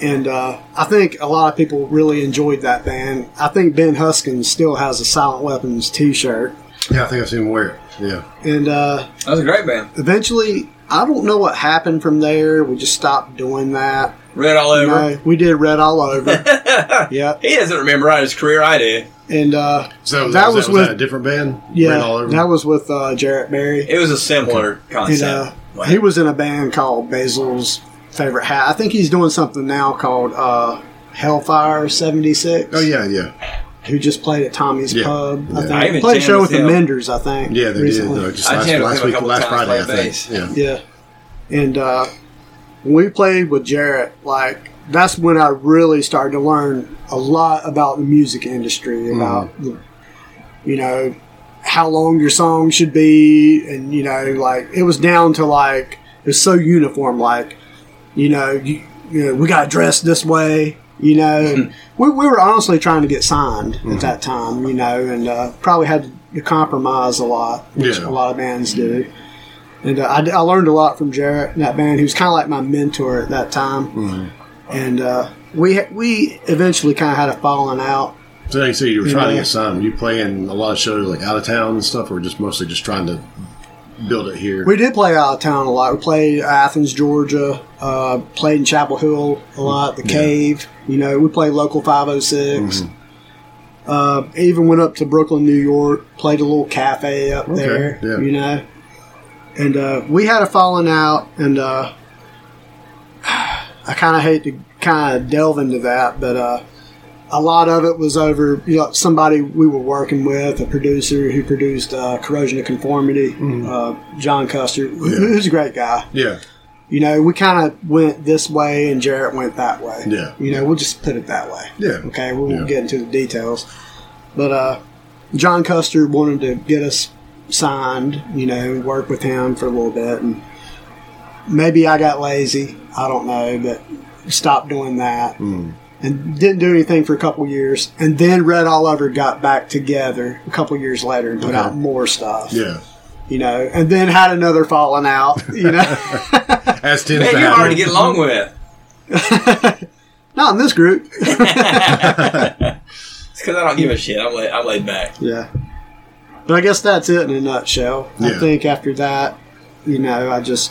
And uh, I think a lot of people really enjoyed that band. I think Ben Huskins still has a Silent Weapons T-shirt, Yeah, I think I've seen him wear it. Yeah. and uh, That was a great band. eventually, I don't know what happened from there. We just stopped doing that. Read all You over. know, we did Red All Over. yep, He doesn't remember out his career. I do. and uh, So That was with- a different band. yeah, Ran all over. that was with uh, Jarrett Berry. It was a similar And concept. uh, Wow. he was in a band called Basil's Favorite Hat. I think he's doing something now called uh, Hellfire 76. oh yeah, yeah, Who just played at Tommy's Yeah. Pub. Yeah. I I think. even played a show jammed with the with him. Menders, I think. yeah. They recently. did. Uh, just I last, jammed with last him a week, couple last times Friday, I playing think. bass. Yeah. Yeah. And uh, when we played with Jarrett, like, that's when I really started to learn a lot about the music industry, about, Mm. the, you know, how long your song should be. And, you know, like, it was down to, like, it was so uniform. Like, you know, you, you know we got dressed this way. You know, and we, we were honestly trying to get signed at that time, you know, and uh, probably had to compromise a lot, which Yeah. a lot of bands do. And uh, I, I learned a lot from Jarrett and that band. He was kind of like my mentor at that time. And uh, we we eventually kind of had a falling out. So like you said, you were You trying to know? get signed. Were you playing a lot of shows like out of town and stuff, or just mostly just trying to build it here? We did play out of town a lot. We played Athens, Georgia. Uh, played in Chapel Hill a lot. The Cave. You know, we played local 506. Uh, even went up to Brooklyn, New York. Played a little cafe up there. yeah. You know, and uh, we had a falling out, and uh, I kind of hate to kind of delve into that, but. Uh, a lot of it was over you know, somebody we were working with, a producer who produced uh, Corrosion of Conformity, uh, John Custer, who- Mm-hmm. Yeah. who's a great guy. yeah, You know, we kind of went this way and Jarrett went that way. Yeah. You know, we'll just put it that way. yeah. Okay, we won't Yeah. get into the details. But uh, John Custer wanted to get us signed, you know, work with him for a little bit. And maybe I got lazy. I don't know, but stopped doing that Hmm. and didn't do anything for a couple years. And then Red All Over got back together a couple years later and put Okay. out more stuff. Yeah. you know, and then had another falling out. You know, As tends Man, to you're hard happen. to get along with. not in this group. It's because I don't give a shit. I'm, lay, I'm laid back. Yeah. But I guess that's it in a nutshell. Yeah. I think after that, you know, I just.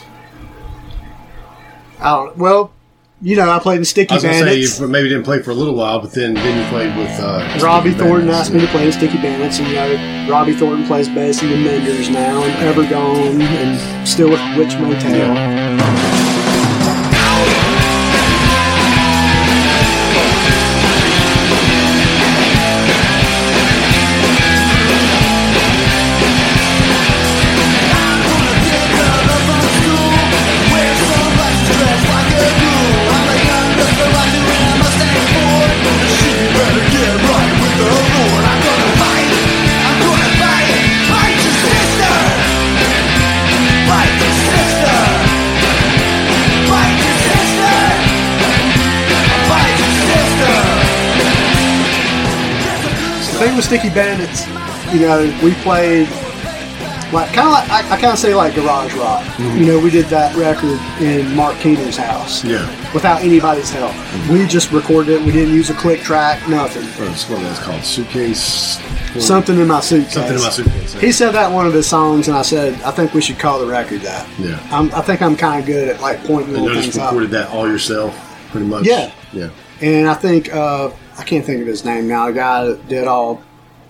I don't. Well, you know, I played in Sticky I was going to say, Bandits. you maybe didn't play for a little while, but then, then you played with uh, Robbie Steve Thornton Bannon. asked me to play in Sticky Bandits, and you know, Robbie Thornton plays bass in the Menders now, and Evergone, and still with Witch Motel. The thing with Sticky Bandits, you know, we played like kind of like I, I kind of say like garage rock. Mm-hmm. You know, we did that record in Mark Keener's house. Yeah. Mm-hmm. Without anybody's help, we just recorded it. We didn't use a click track, nothing. Or it's what that's called. Suitcase. Something in my suitcase. Something in my suitcase. He said that in one of his songs, and I said, I think we should call the record that. Yeah. I'm, I think I'm kind of good at like pointing And little you things just out. recorded that all yourself, pretty much. Yeah. Yeah. And I think uh, I can't think of his name now. The guy that did all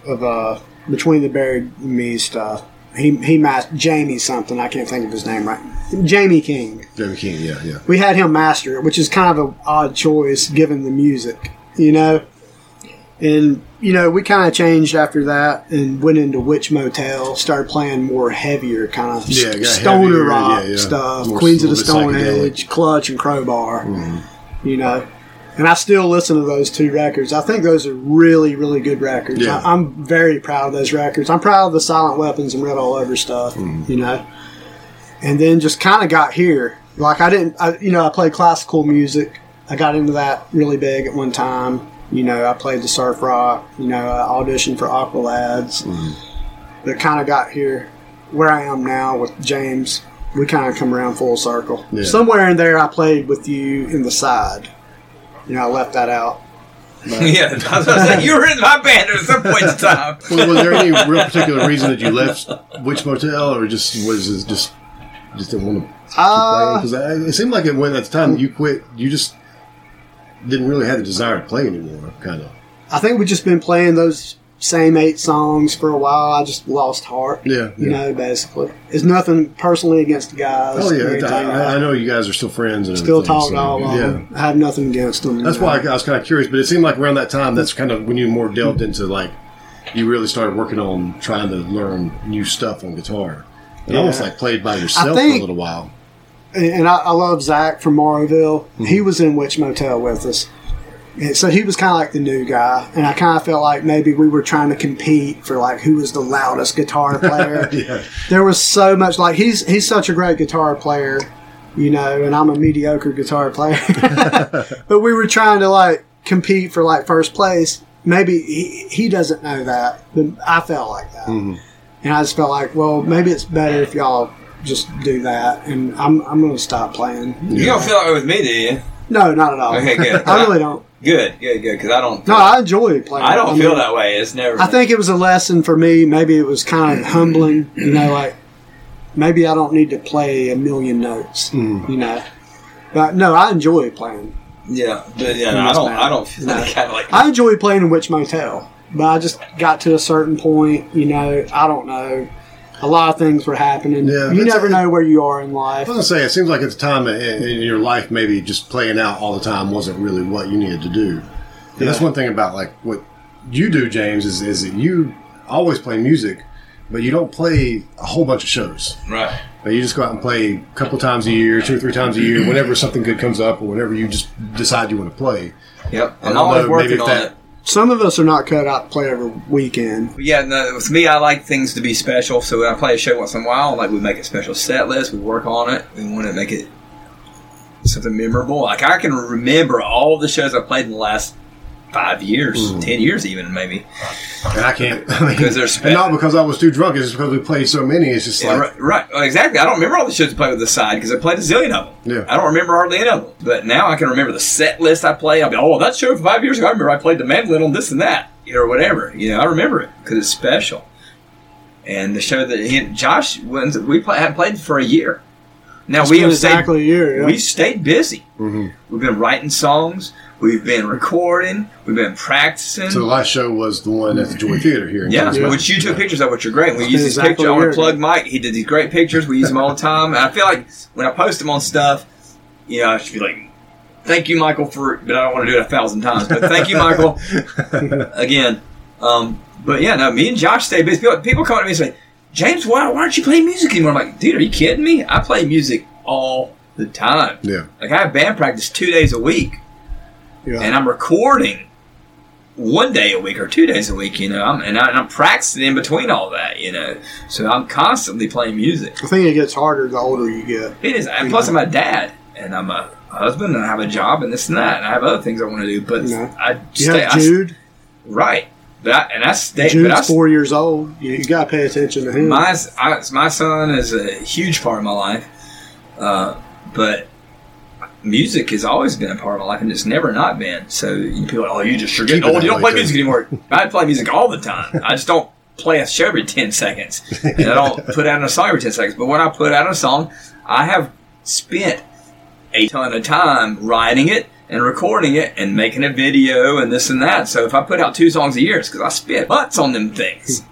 of uh, between the buried and me stuff. He he mas- Jamie something. I can't think of his name right. Jamie King. Jeremy King. Yeah. Yeah. We had him master it, which is kind of an odd choice given the music, you know. And you know we kind of changed after that and went into Witch Motel. Started playing more heavier kind of Yeah, it got stoner heavier, rock yeah, yeah. stuff, More- Queens of the little bit Stone psychedelic. Mm-hmm. Age, Clutch, and Crowbar you know. And I still listen to those two records. I think those are really, really good records. Yeah. I, I'm very proud of those records. I'm proud of the Silent Weapons and Red All Over stuff, you know. And then just kind of got here. Like I didn't, I, you know, I played classical music. I got into that really big at one time. You know, I played the surf rock. You know, I auditioned for Aqua Lads. But kind of got here where I am now with James. We kind of come around full circle. Yeah. Somewhere in there, I played with you in the side. You know, I left that out. yeah, I was about to say, you were in my band at some point in time. Well, was there any real particular reason that you left Witch Motel, or just was it just just didn't want to keep Uh, playing? Because it seemed like it when at the time that you quit, you just didn't really have the desire to play anymore. Kind of. I think we've just been playing those same eight songs for a while. I just lost heart. Yeah, yeah. You know, basically. It's nothing personally against the guys. Oh or yeah, anything I, like that. I- I know you guys are still friends and Still everything, talk to so, all of them. I have nothing against them. you That's know. why I, I was kind of curious, but it seemed like around that time, that's kind of when you more delved into like you really started working on trying to learn new stuff on guitar. And almost Yeah. like played by yourself for a think- little while. and, and I, I love Zach from Morrowville. He was in Witch Motel with us. And so he was kind of like the new guy, and I kind of felt like maybe we were trying to compete for like who was the loudest guitar player. Yeah. There was so much like he's he's such a great guitar player, you know, and I'm a mediocre guitar player. but we were trying to like compete for like first place. Maybe he, he doesn't know that, but I felt like that. Mm-hmm. And I just felt like, well, maybe it's better if y'all just do that. And I'm, I'm going to stop playing. You don't feel that way with me, do you? No, not at all. Okay, good. I really don't. Good, good, good. Because I don't. No, I enjoy playing. I don't feel mean, that way. It's never. I think it was a lesson for me. Maybe it was kind of humbling, you know, like maybe I don't need to play a million notes, Mm. you know. But no, I enjoy playing. Yeah, but yeah, no, I don't. I don't feel that kind of like. I enjoy playing in Witch Motel, but I just got to a certain point, you know, I don't know. A lot of things were happening. Yeah, you it's- never know where you are in life. I was gonna say, it seems like at the time in, in your life, maybe just playing out all the time wasn't really what you needed to do. And that's one thing about like what you do, James, is, is that you always play music, but you don't play a whole bunch of shows. Right. Now, You just go out and play a couple times a year, two or three times a year, whenever something good comes up, or whenever you just decide you want to play. Yep. I I'm don't always know, working maybe if on that- it. Some of us are not cut out to play every weekend. But yeah, no, with me, I like things to be special. So when I play a show once in a while, like we make a special set list, we work on it, we want to make it something memorable. Like I can remember all the shows I played in the last five Hmm. years, ten years, even maybe. And I can't. I mean, Because they're spe- and not because I was too drunk. It's just because we played so many. It's just like right, right, well, exactly. I don't remember all the shows I played with the side because I played a zillion of them. Yeah. I don't remember hardly any of them. But now I can remember the set list I played. I'll be, oh, that show from five years ago. I remember I played the mandolin on this and that, you know, or whatever. You know, I remember it because it's special. And the show that he, Josh went, we play, had played for a year. Now we We have exactly a stayed, year. yeah. We've stayed busy. Mm-hmm. We've been writing songs. We've been recording. We've been practicing. so. The last show was the one at the Joy Theater here. In Yeah, Kingsville. which you took pictures of, which are great. We use these Exactly pictures. I want weird. to plug Mike. He did these great pictures. We use them all the time. And I feel like when I post them on stuff, you know, I should be like, "Thank you, Michael," for. But I don't want to do it a thousand times. But thank you, Michael, again. Um, but yeah, no, me and Josh stay busy. People, people come up to me and say, "James, why, why aren't you playing music anymore?" I'm like, "Dude, are you kidding me? I play music all the time. Yeah. Like I have band practice two days a week." Yeah. and I'm recording one day a week or two days a week, you know, I'm, and, I, and I'm practicing in between all that, you know, so I'm constantly playing music. I think it gets harder the older you get. It is, and plus I'm a dad, and I'm a husband, and I have a job, and this and that, and I have other things I want to do, but Yeah. I You stay, have I s- Jude. right, but I, and I stay, but I, Jude's s- four years old. You, you got to pay attention to him. my s- I, my son is a huge part of my life, uh, but music has always been a part of my life, and it's never not been. So you people, are, oh, you just you're getting Keep it old. You that don't way, play too." music anymore. I play music all the time. I just don't play a show every ten seconds, and I don't put out a song every ten seconds. But when I put out a song, I have spent a ton of time writing it. And recording it and making a video and this and that. So if I put out two songs a year, it's because I spent butts on them things,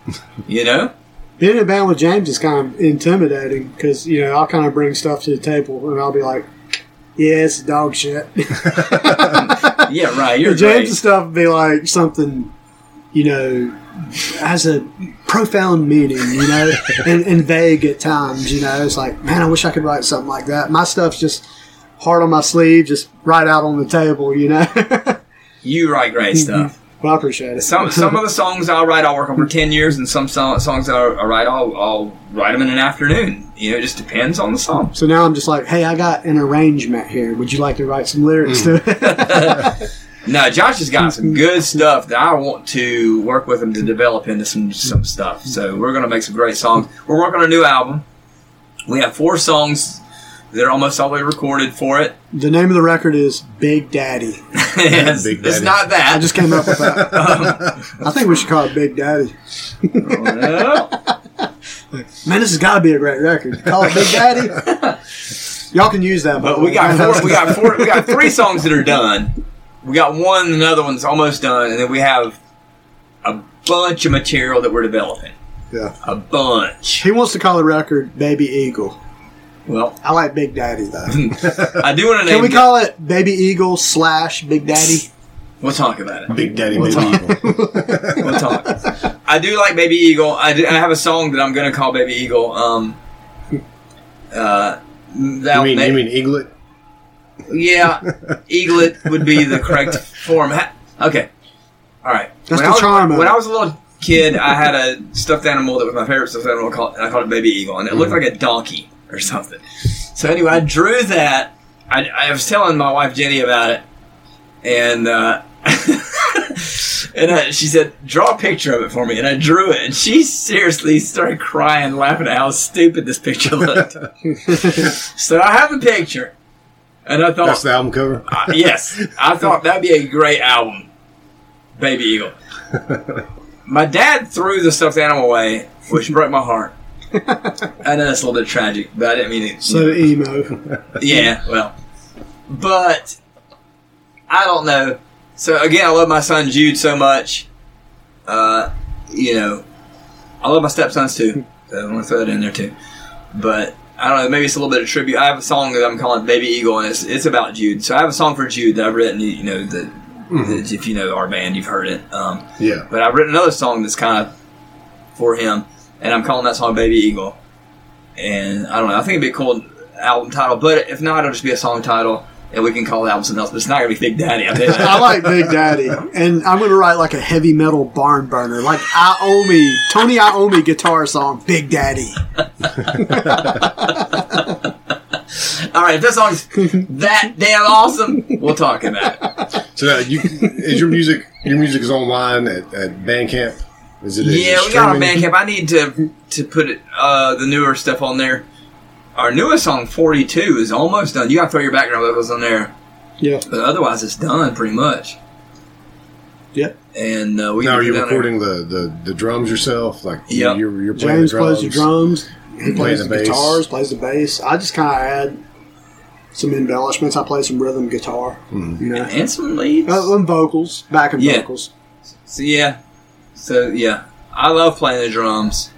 you know. Being in a band with James is kind of intimidating because you know I'll kind of bring stuff to the table and I'll be like, "Yeah, it's dog shit." Yeah, right. You're And James' right. stuff would be like something, you know, has a profound meaning, you know, and, and vague at times. You know, it's like, man, I wish I could write something like that. My stuff's just hard on my sleeve, just right out on the table, you know. but You write great Mm-hmm. stuff. I appreciate it. Some some of the songs I'll write, I'll work on for ten years, and some so- songs I'll, I'll write, I'll, I'll write them in an afternoon. You know, it just depends on the song. So now I'm just like, hey, I got an arrangement here. Would you like to write some lyrics to it? No, Josh has got Mm-hmm. some good stuff that I want to work with him to develop into some some stuff. So Mm-hmm. we're gonna make some great songs. We're working on a new album. We have four songs that are almost already recorded for it. the name of the record is Big Daddy. it's, Big it's Daddy. not that. I just came up with that. I think we should call it Big Daddy. Man, this has got to be a great record. Call it Big Daddy. Y'all can use that. by But the we way. got four, we got four, we got three songs that are done. We got one, another one's almost done, and then we have a bunch of material that we're developing. Yeah. A bunch. He wants to call the record Baby Eagle. Well, I like Big Daddy though. I do want to name. Can we call it Baby Eagle slash Big Daddy? We'll talk about it. Big Daddy Baby Eagle. We'll talk. I do like Baby Eagle. I, do, I have a song that I'm going to call Baby Eagle. Um. Uh. That You mean you mean Eaglet? yeah, eaglet would be the correct form. Ha- Okay, all right. That's when the I was, charm of When it. I was a little called- kid, I had a stuffed animal that was my favorite stuffed animal. Called, I called it Baby Eagle, and it looked Mm. like a donkey or something. So anyway, I drew that. I, I was telling my wife Jenny about it, and uh, and I, she said, "Draw a picture of it for me." And I drew it, and she seriously started crying, laughing at how stupid this picture looked. so I have the picture, and I thought, That's the album cover. uh, yes, I thought that'd be a great album, Baby Eagle. My dad threw the stuffed animal away, which broke my heart. I know that's a little bit tragic, but I didn't mean it. So emo. yeah, well, but I don't know. So again, I love my son Jude so much. Uh, you know, I love my stepsons too. So I want to throw that in there too. But I don't know. Maybe it's a little bit of tribute. I have a song that I'm calling "Baby Eagle," and it's it's about Jude. So I have a song for Jude that I've written. You know, that, that if you know our band, you've heard it. Um, Yeah. but I've written another song that's kind of for him, and I'm calling that song "Baby Eagle." And I don't know. I think it'd be a cool album title, but if not, it'll just be a song title. and we can call the album something else. But it's not gonna be Big Daddy. I tell you I that. like Big Daddy, and I'm gonna write like a heavy metal barn burner, like Iommi Tony Iommi guitar song, Big Daddy. All right, if this song's that damn awesome, we'll talk about it. So now you is your music your music is online at, at Bandcamp? Is it? is it Yeah, we got our streaming? Bandcamp. I need to to put it, uh, the newer stuff on there. Our newest song, 42, is almost done. You gotta throw your background vocals on there, Yeah, but otherwise it's done pretty much. yeah. And uh, we Now are can put you it down there. recording the, the, the drums yourself? Like Yep. you're, you're playing James the drums. plays the drums. He plays the the, bass. guitars, plays the bass. I just kind of add some embellishments. I play some rhythm guitar, Hmm. you know, and some leads? Uh, and vocals, back and Yeah. vocals. So yeah, so yeah, I love playing the drums.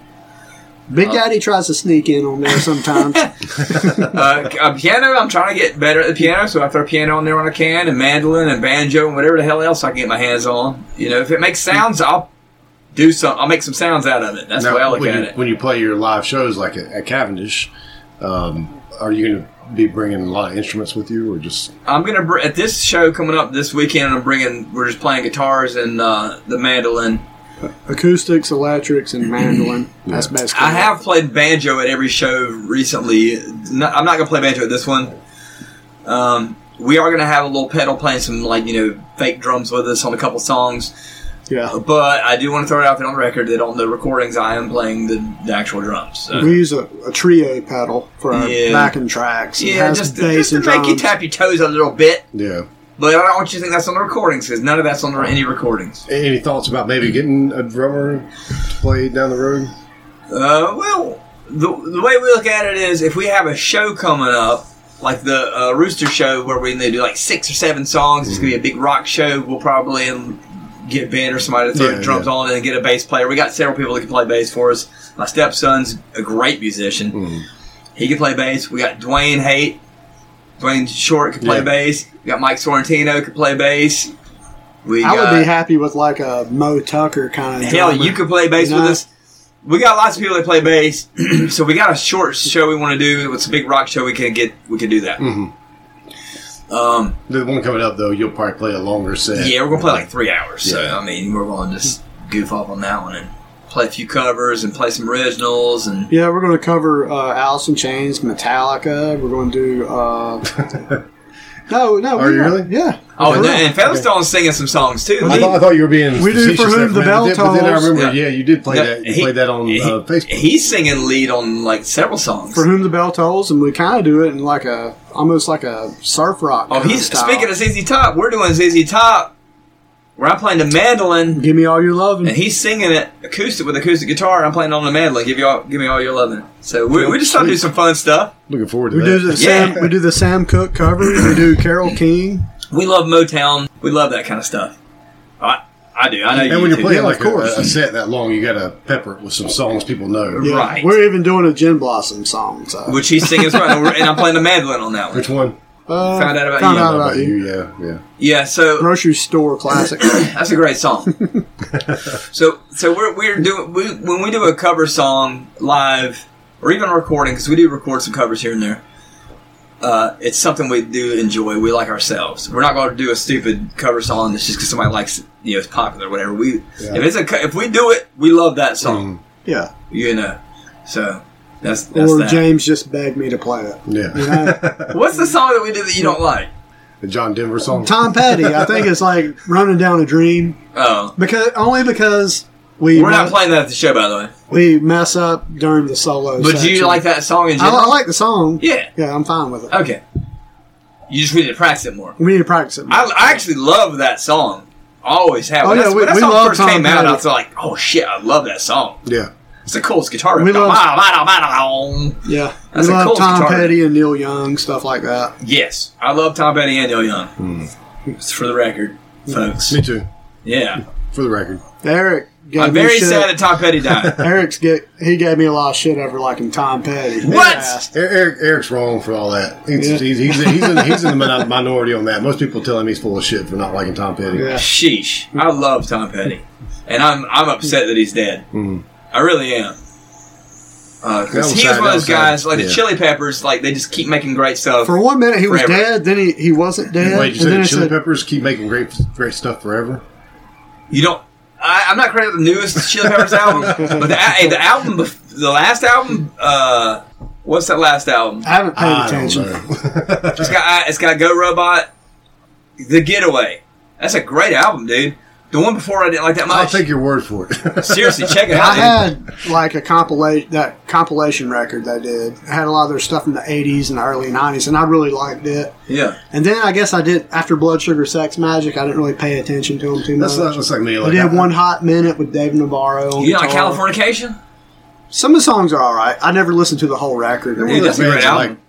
Big Daddy tries to sneak in on there sometimes. Uh, uh, piano, I'm trying to get better at the piano, so I throw piano on there when I can, and mandolin and banjo and whatever the hell else I can get my hands on. You know, if it makes sounds, I'll do some. I'll make some sounds out of it. That's the way I look when at you, it. when you play your live shows, like at, at Cavendish, um, are you going to be bringing a lot of instruments with you, or just I'm gonna br- at this show coming up this weekend. I'm bringing. We're just playing guitars and uh, the mandolin. Acoustics, electrics, and mandolin. That's best. I have played banjo at every show recently. No- I'm not gonna play banjo at this one. Um, we are gonna have a little pedal playing some like you know fake drums with us on a couple songs. Yeah. But I do want to throw it out there on record that on the recordings I am playing the, the actual drums. So. We use a, a trio pedal for our Yeah. backing tracks. It yeah, has just, bass just to and make you drums. tap your toes a little bit. yeah? But I don't want you to think that's on the recordings because none of that's on the- any recordings. A- Any thoughts about maybe getting a drummer to play down the road? Uh, well, the, the way we look at it is if we have a show coming up, like the uh, Rooster Show, where we need to do like six or seven songs, it's going to be a big rock show. We'll probably um, get Ben or somebody to throw Yeah, the drums yeah. on and get a bass player. We got several people that can play bass for us. My stepson's a great musician. Hmm. He can play bass. We got Dwayne Haight. Dwayne Short can play Yeah. bass. We got Mike Sorrentino can play bass. We I got, would be happy with like a Mo Tucker kind of. Hell, you could play bass No. with us. We got lots of people that play bass, so we got a short show we want to do. It's a big rock show. We can get we can do that. Um, The one coming up though, you'll probably play a longer set. yeah, we're gonna play like three hours. So Yeah. I mean, we're gonna just goof off on that one and play a few covers and play some originals and Yeah, we're going to cover uh, Alice in Chains, Metallica. We're going to do. Uh, no, no. Are we you are- really? Yeah. oh, For and, real. and Featherstone's singing some songs too. I He- thought, I thought you were being. We do facetious For there Whom for the a minute, Bell but then I Tolls. remember, Yeah. yeah, you did play no, that. You he- played that on he- uh, Facebook. He's singing lead on like several songs. For whom the bell tolls, and we kind of do it in like a almost like a surf rock. oh, kinda he's style. speaking of ZZ Top. We're doing ZZ Top. Where I'm playing the mandolin. Give me all your loving. and he's singing it acoustic with acoustic guitar, and I'm playing on the mandolin. Give you all, give me all your loving. So we, we just try to do some fun stuff. Looking forward to we do that. the Yeah. Sam. We do the Sam Cooke cover. We do Carol King. We love Motown. We love that kind of stuff. I I do. I know. you And when you're do. playing Yeah, like of course. A, a set that long, you got to pepper it with some songs people know. Yeah. Right. We're even doing a Gin Blossom song. So. which he's singing is right, and, we're- and I'm playing the mandolin on that one. Which one? Uh, Found Out About Found You. Out About You. Yeah, yeah. Yeah. So Grocery store classic. that's a great song. so so we're we're doing we, when we do a cover song live or even a recording because we do record some covers here and there. Uh, it's something we do enjoy. We like ourselves. We're not going to do a stupid cover song that's just because somebody likes it, you know it's popular or whatever. We Yeah. if it's a co- if we do it, we love that song. yeah. You know, so that's that's Or that. James just begged me to play it. Yeah. You know? What's the song that we did that you don't like? The John Denver song. Tom Petty. I think it's like running down a dream Oh, because only because we we're not mess- playing that at the show, by the way. we mess up during the solo. But do you section. like that song in I, general? I like the song. Yeah. Yeah, I'm fine with it. Okay, you just need to practice it more. We need to practice it. more. I, I actually love that song. Always have. Oh, When yeah, that- we- when that we song love first Tom came out, I Petty. was like, "Oh shit, I love that song." Yeah. It's the coolest guitar We riff. love- Bah, bah, bah, bah, bah. yeah, That's a we love cool Tom guitar. Petty and Neil Young stuff like that. Yes, I love Tom Petty and Neil Young. Hmm. It's for the record, folks. Me too. Yeah, For the record. Eric, gave I'm me very shit. sad that Tom Petty died. Eric's get he gave me a lot of shit over liking Tom Petty. What? E- Eric, Eric's wrong for all that. He's, he's, he's, he's, in, he's in the min- minority on that. Most people tell him he's full of shit for not liking Tom Petty. Yeah. Sheesh, I love Tom Petty, and I'm I'm upset that Uh, he's dead. I really am. Mm. That was Because he was sad, one that of was those guys, sad. like Yeah. the Chili Peppers, like they just keep making great stuff. For one minute, he was Forever. dead. Then he, he wasn't dead. Wait, you and said then the it Chili said- Peppers keep making great, great stuff forever. You don't. I, I'm not crazy about the newest Chili Peppers album, but the, hey, the album, bef- the last album, uh, what's that last album? I haven't paid I don't attention. know. It's got it's got Go Robot, The Getaway. That's a great album, dude. The one before I didn't like that I'll much. take your word for it. Seriously, check it I out. dude. had like a compilation that compilation record they did. I had a lot of their stuff from the '80s and the early '90s, and I really liked it. yeah, And then I guess I did after Blood Sugar Sex Magic. I didn't really pay attention to them too much. That's not that's like me. I Like did one hot minute with Dave Navarro. on you know, like guitar. Californication. Some of the songs are all right. I never listened to the whole record. One of that's a the great bands I album. like.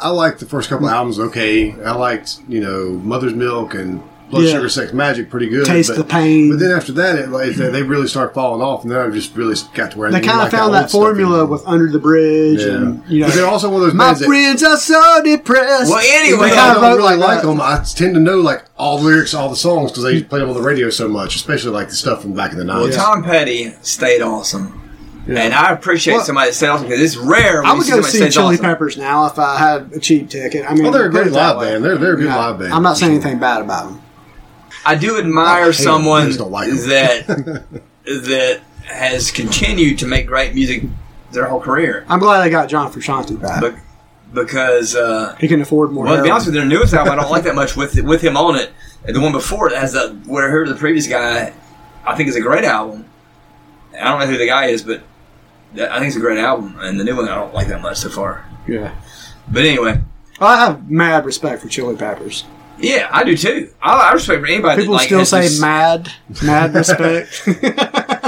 I liked the first couple albums. Okay, I liked you know Mother's Milk and Blood Yeah. Sugar Sex Magic pretty good. Taste but, the Pain. But then after that, it, like, they, they really start falling off, and then I just really got to where I They didn't kind like of found old that stuff formula anymore. with Under the Bridge, Yeah. and you know, but they're also one of those my bands that friends are so depressed. Well, even anyway, though kinda I don't wrote really like like that. them. I tend to know like all the lyrics, all the songs because they play them on the radio so much, especially like the stuff from back in the Well, nineties. Tom Petty stayed awesome. And I appreciate Well, somebody that stayed awesome because it's rare. When I you would see go somebody see stays Chili awesome. Peppers now if I had a cheap ticket. I mean, Oh, they're a put it great that live way. band. They're- they're a good You know, live band, I'm not saying for sure. anything bad about them. I do I admire hate 'em. I someone just don't like 'em. that that has continued to make great music their whole career. I'm glad they got John Frusciante back. But because uh, he can afford more. well, to be heroin. honest with you, their newest album I don't like that much with with him on it. And the one before it has a what I heard of the previous guy. I think is a great album. I don't know who the guy is, but that- I think it's a great album. And the new one I don't like that much so far. yeah. But anyway, Well, I have mad respect for Chili Peppers. yeah, I do too. I, I respect anybody. People that, like, still has say this- mad, mad respect.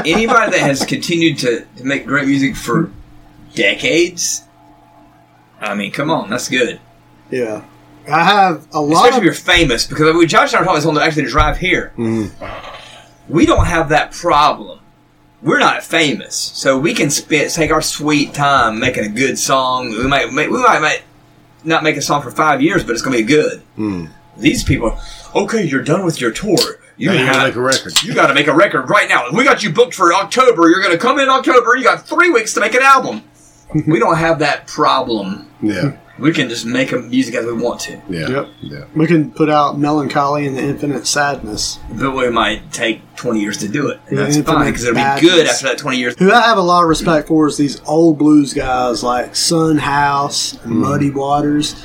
anybody that has continued to, to make great music for decades, I mean, come on, that's good. yeah, I have a lot Especially if of you're famous, because we Josh and I were talking this on the actually drive here. Mm-hmm. We don't have that problem. We're not famous, so we can spend take our sweet time making a good song. We might make, we might, might not make a song for five years, but it's gonna be good. Mm. These people, okay, you're done with your tour. You Now you gotta have- make a record. you got to make a record right now. We got you booked for October. You're going to come in October. You got three weeks to make an album. we don't have that problem. Yeah, We can just make a music as we want to, yeah, Yep. yeah. we can put out melancholy and the infinite sadness. but we might take 20 years to do it. And Yeah, that's it's fine like because it'll be badness. good after that 20 years. Who I have a lot of respect for is these old blues guys like Sun House and Mm-hmm. Muddy Waters.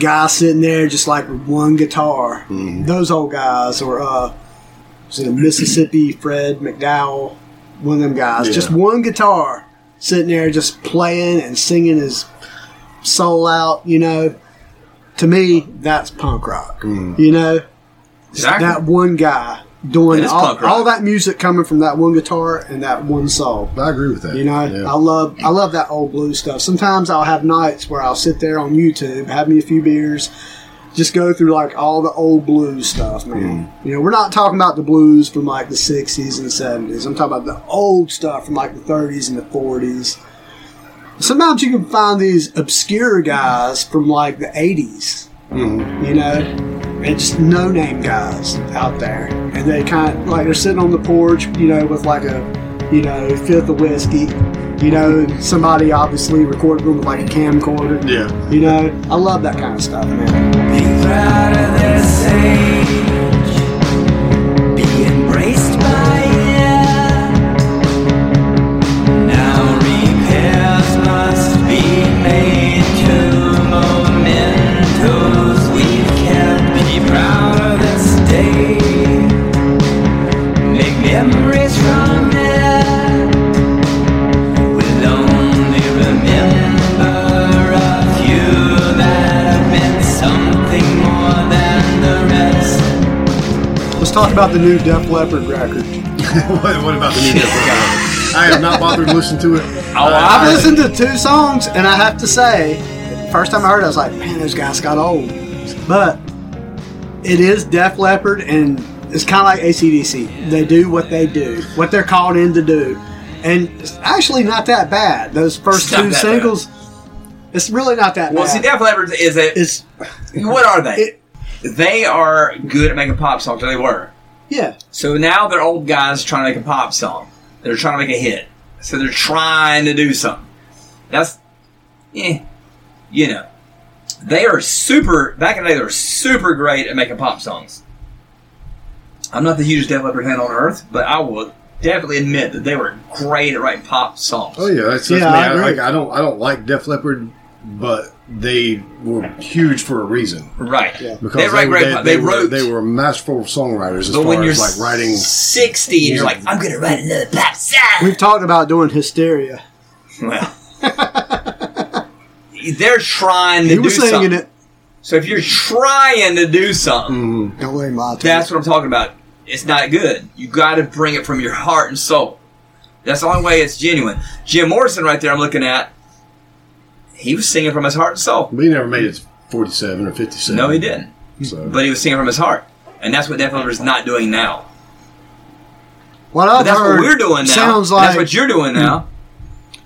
Guy sitting there just like with one guitar. Mm-hmm. Those old guys, or uh, was it a Mississippi Fred McDowell? One of them guys, Yeah. just one guitar sitting there just playing and singing his soul out. You know, to me that's punk rock. Mm-hmm. You know, Exactly. that one guy doing That's all, punk rock. all that music coming from that one guitar and that one soul. I agree with that. You know, yeah. I love I love that old blues stuff. Sometimes I'll have nights where I'll sit there on YouTube, have me a few beers, just go through like all the old blues stuff, man. Mm-hmm. You know, we're not talking about the blues from like the sixties and seventies. I'm talking about the old stuff from like the thirties and the forties. Sometimes you can find these obscure guys from like the 80s you know, and just no name guys out there, and they kind of like they're sitting on the porch, you know, with like a, you know, fifth of whiskey, you know, and somebody obviously recorded them with like a camcorder, yeah. you know. I love that kind of stuff, man. Memories from it will only remember a few that have meant something more than the rest. Let's talk about the new Def Leppard record. what, what about the new? I have not bothered to listen to it. Oh, I- I've listened to two songs, and I have to say, first time I heard, it, I was like, man, those guys got old. But it is Def Leppard, and it's kind of like ACDC. They do what they do, what they're called in to do, and it's actually not that bad. Those first It's not two that singles, it's really not that well, bad. see, Def Leppard is a. it's what are they? it, they are good at making pop songs. or They were. yeah. So now they're old guys trying to make a pop song. They're trying to make a hit. So they're trying to do something. That's, eh, you know, they are super. Back in the day, they were super great at making pop songs. I'm not the hugest Def Leppard fan on earth, but I will definitely admit that they were great at writing pop songs. Oh yeah, that's, that's Yeah, me. I I, agree. like, I don't I don't like Def Leppard, but they were huge for a reason Right. Yeah. because They, write were- great pop- they, were- wrote. they were masterful songwriters as but when far you're as like writing. 60 and you're like, I'm going to write another pop song. We've talked about doing hysteria. Well, they're trying to He do was singing something. it. Mm-hmm. So if you're trying to do something, Don't worry, my that's what I'm talking about. It's not good. You got to bring it from your heart and soul. That's the only way it's genuine. Jim Morrison, right there, I'm looking at. He was singing from his heart and soul. But he never made it to 47 or 57. No, he didn't. So. But he was singing from his heart, and that's what Def Leppard's not doing now. What But I've that's heard what we're doing now. Sounds And like that's what you're doing now. the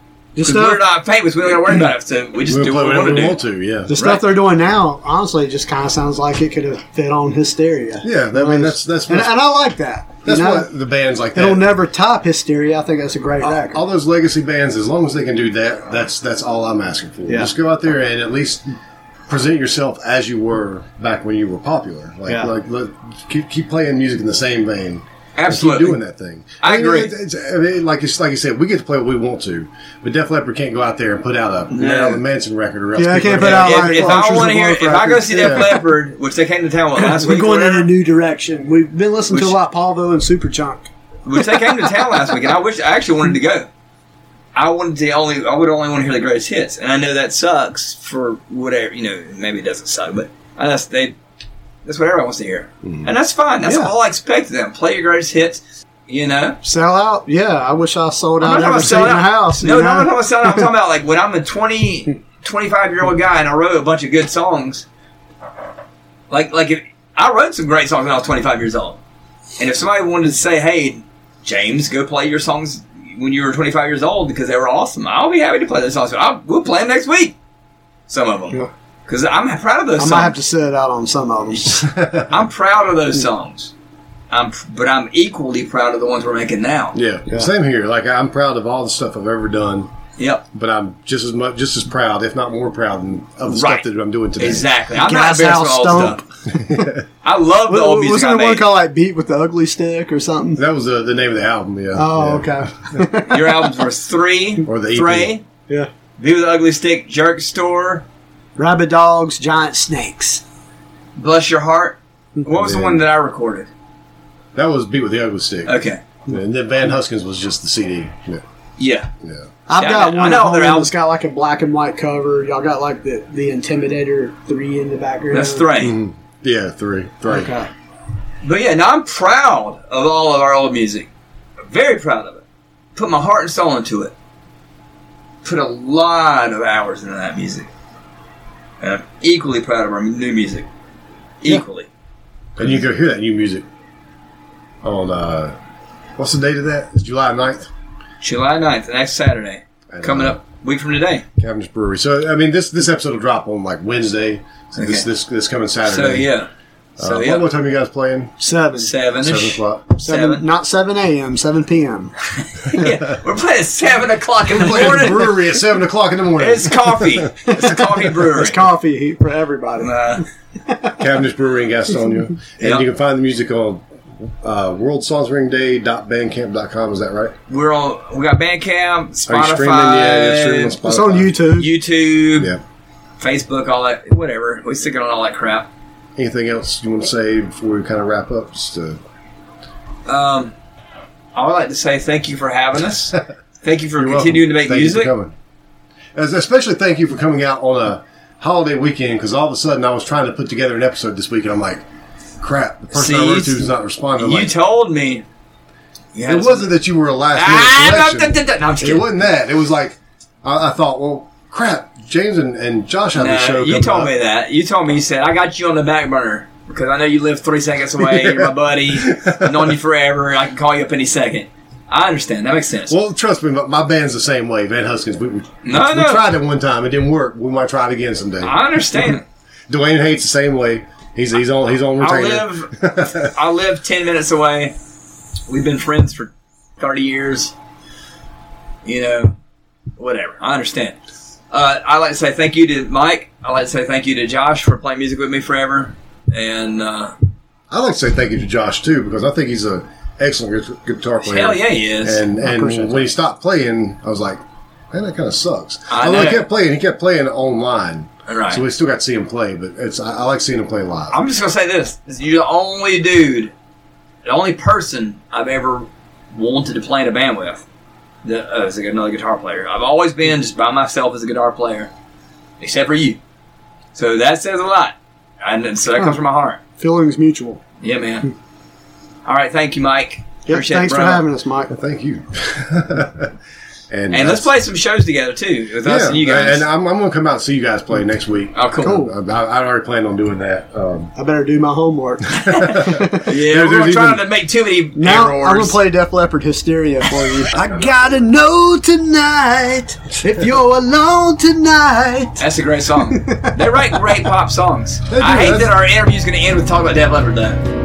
Because we're stuff, not famous, we don't got to worry about it. So we just we'll do play what we whatever want we to do. want to, yeah. the stuff right. they're doing now. Honestly, just kind of sounds like it could have fit on hysteria. Yeah, I mean, that's- that's and, what- and I like that. you That's know? why the bands like that. It'll never top hysteria. I think that's a great record. all those legacy bands, as long as they can do that, that's that's all I'm asking for. Yeah. Just go out there and at least present yourself as you were back when you were popular. Like, Yeah. like let, keep keep playing music in the same vein. Absolutely. keep doing that thing. I mean, agree. it- It's, I mean, like it's like you said, we get to play what we want to, but Def Leppard can't go out there and put out a Marilyn Manson record or else. Yeah, they people can't are put gonna- out if, like if I vultures want to and hear, if love I go records. see Def Yeah. Leppard, which they came to town with last We're week, or going in whatever, a new direction. We've been listening Which- to a lot of Palvo and Superchunk. which they came to town last week, and I wish I actually wanted to go. I wanted to only, I would only want to hear the greatest hits, and I know that sucks for whatever you know. Maybe it doesn't suck, but I that's they, that's what everyone wants to hear, and that's fine. That's Yeah. all I expect of them. Play your greatest hits, you know. Sell out? Yeah, I wish I sold out every seat in selling the house. No, you no, I'm not know? talking about selling out. I'm talking about like when I'm a 20, 25 year old guy and I wrote a bunch of good songs. Like, like if I wrote some great songs when I was 25 years old, and if somebody wanted to say, "Hey, James, go play your songs when you were 25 years old because they were awesome," I'll be happy to play those songs. I'll, we'll play them next week. Some of Yeah. them, because I'm proud of those. I songs. might have to sit out on some of them. I'm proud of those songs. I'm, pr- but I'm equally proud of the ones we're making now. Yeah. Yeah. same here. Like I'm proud of all the stuff I've ever done, Yep. but I'm just as much, just as proud, if not more proud, than- of the Right. stuff that I'm doing today. Exactly. I'm not Glass embarrassed with House all Stomp. stuff. I love the old music Wasn't I there one made. called like "Beat with the Ugly Stick" or something? That was uh, the, the name of the album. Yeah. Oh, Yeah. okay. Your albums were three, Or the EP. three. yeah. View the Ugly Stick, Jerk Store, Rabid dogs, giant snakes. Bless Your Heart. What was the Yeah. one that I recorded? That was Beat with the Ugly Stick. Okay, And then Van Huskins was just the CD. Yeah. yeah, Yeah. I've Yeah, I got know- I one know at their home album- that's got like a black and white cover. Y'all got like the the Intimidator three in the background. that's three. Yeah, three. Three. Okay. But yeah, now I'm proud of all of our old music. Very proud of it. Put my heart and soul into it. Put a lot of hours into that music. And I'm equally proud of our new music. Equally. And you can hear that new music on, uh, what's the date of that? It's July 9th. July 9th, next Saturday. I Coming know. up week from today. Cavendish Brewery. So, I mean, this this episode will drop on like Wednesday. So this, Okay. this this coming Saturday. So yeah. So Uh, yeah. What, what time you guys playing? Seven. Seven. Seven o'clock. Seven- Seven. Not seven a.m. Seven p.m. yeah, we're playing at seven o'clock in the Playing at the morning. brewery at seven o'clock in the morning. It's coffee. It's a coffee brewery. It's coffee for everybody. Uh, Cavendish Brewery in Gastonia, and Yeah. you can find the music on uh, worldsongringday.bandcamp.com. Is that right? we're on. We got Bandcamp, Spotify, Are you streaming? Yeah, you're streaming on Spotify. It's on YouTube. YouTube, Yeah. Facebook, all that, whatever. We stick it on all that crap. Anything else you want to say before we kind of wrap up? Just, uh, Um, I would like to say thank you for having us. Thank you for You're welcome. continuing to make Thank You music. for coming. As- especially thank you for coming out on a holiday weekend because all of a sudden I was trying to put together an episode this week and I'm like, crap, the person See, I you- wrote to is not responding. I'm you like, told me. Yeah, it wasn't that you were a last Ah, minute no, selection. no, no, no, I'm just It kidding. wasn't that. It was like I, I thought, well, crap, James and, and Josh have No, the show. you coming told up. me that. You told me. You said I got you on the back burner because I know you live three seconds away. You're my buddy. I've known you forever. I can call you up any second. I understand. That makes sense. Well, trust me, my, my band's the same way. Van Huskins, we, we, No, we no. tried it one time. It didn't work. We might try it again someday. I understand. Dwayne hates the same way. He's, he's on he's on I retainer. live. I live ten minutes away. We've been friends for thirty years. You know, whatever. I understand. Uh, I like to say thank you to Mike. I like to say thank you to Josh for playing music with me forever. And uh, Oh, I'd like to say thank you to Josh too because I think he's an excellent gu- guitar player. hell yeah, he is. And and appreciate when he stopped playing, I was like, man, that kind of sucks. I Although know. he kept playing, he kept playing online, Right. so we still got to see him play. But it's I, I like seeing him play live. I'm just gonna say this: you're the only dude, the only person I've ever wanted to play in a band with. That uh, is another guitar player. I've always been just by myself as a guitar player, except for you. So that says a lot, and and so that comes from my heart. Feelings mutual. Yeah, man. All right, thank you, Mike. Yep, Appreciate it, thanks for brother. having us, Mike. Thank you. and And let's that's- play some shows together too with us and you guys. And I'm, I'm going to come out and see you guys play next week. oh, cool. Cool. I, I already planned on doing that. Um, I better do my homework. Yeah, There- we're there's trying even- to make too many Now errors. I'm gonna play Def Leppard Hysteria for you. I gotta know tonight if you're alone tonight. That's a great song. they write great pop songs. do, I hate that's- that our interview's going to end with talk about Def Leppard though.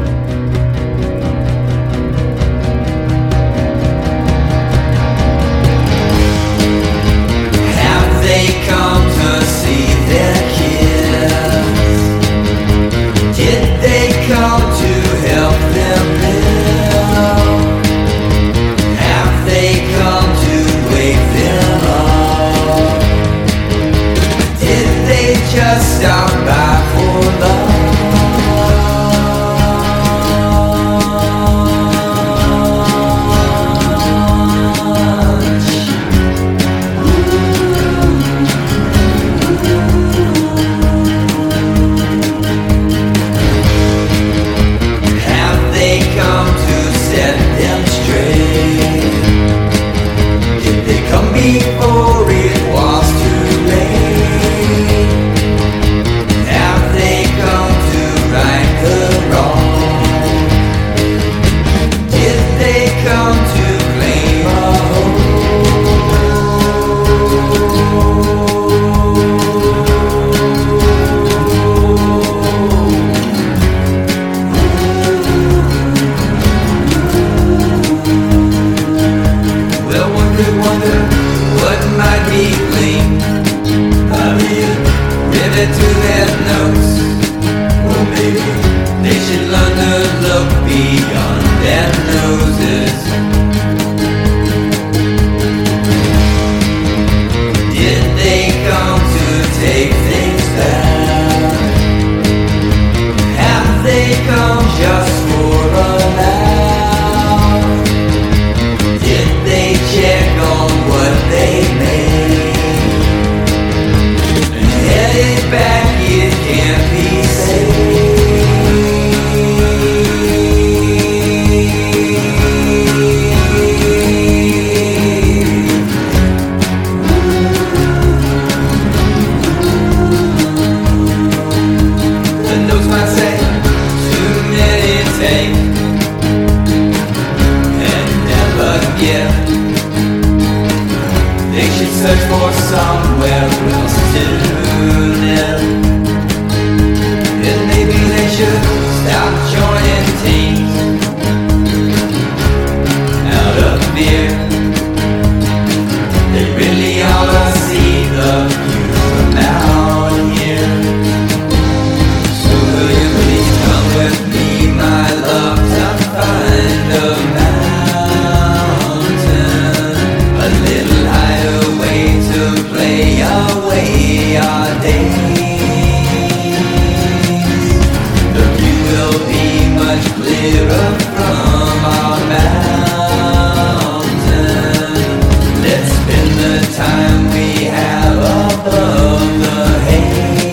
Have they come to see their kids? Did they come to help them live? Have they come to wake them up? Did they just stop by for love? Have they come to set them straight? Did they come before it was too late? Have they come to right the wrong? Did they come to claim a Well, one could wonder what might be blamed by the rivet to their nose. Well, maybe they should learn to look beyond their noses. Did they come to take things back? Have they come just for a laugh? Did they check on what they made? And headed back, it can't be saved. The notes might say, too many take and never give. They should search for somewhere else to live. And maybe they should stop joining teams out of fear. They really ought to see the view from out here. So will you please come with me, my love, to find a mountain a little hideaway to play away our days? The view will be much clearer from our mountain. Let's spend the time we have above the haze.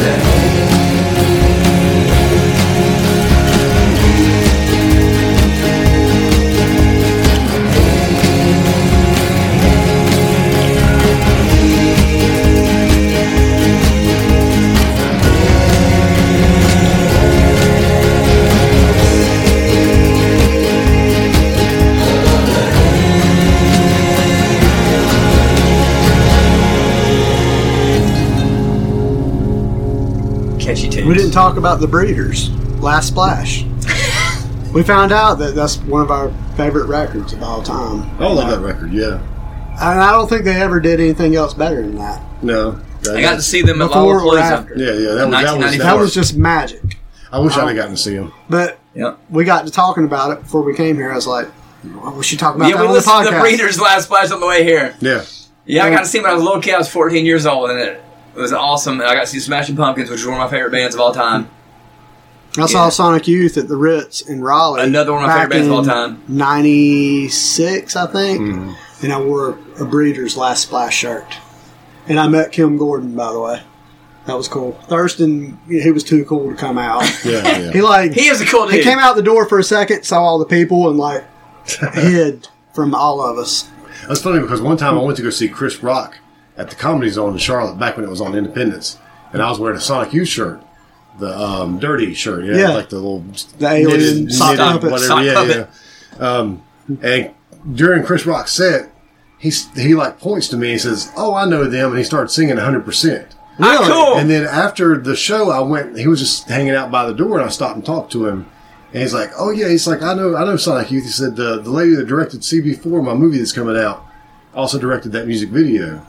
The haze. Catchy tunes. We didn't talk about the Breeders. Last Splash. We found out that that's one of our favorite records of all time. I love that record. Yeah. And I don't think they ever did anything else better than that. No. that- I got to see them at Before or Lollapalooza. after? Yeah, yeah. That was, that was, 1995. That was just magic. I wish I'd have gotten to see him. But Yep. we got to talking about it before we came here. I was like, well, we should talk about Yeah, that we on the listened to podcast. the Breeders' Last Splash on the way here. Yeah. Yeah, I got to see him when I was a little kid. I was 14 years old, and it was awesome. I got to see Smashing Pumpkins, which is one of my favorite bands of all time. I saw Yeah. Sonic Youth at the Ritz in Raleigh. Another one of my back favorite bands of all in time. '96, I think. Hmm. And I wore a Breeders' Last Splash shirt. And I met Kim Gordon, by the way. That was cool. Thurston, he was too cool to come out. Yeah. yeah. He like He is a cool dude. he came out the door for a second, saw all the people, and like hid from all of us. That's funny because one time I went to go see Chris Rock at the Comedy Zone in Charlotte back when it was on Independence, and I was wearing a Sonic Youth shirt, the um, dirty shirt, you know, Yeah. like the little The alien sock puppet. Sock yeah, puppet. yeah. Um, and during Chris Rock's set, he s- he like points to me and says, "Oh, I know them," and he started singing hundred percent. Ah, cool. And then after the show, I went. He was just hanging out by the door, and I stopped and talked to him. And he's like, "Oh yeah," he's like, "I know, I know Sonic Youth." He said, "The the lady that directed CB4, my movie that's coming out, also directed that music video."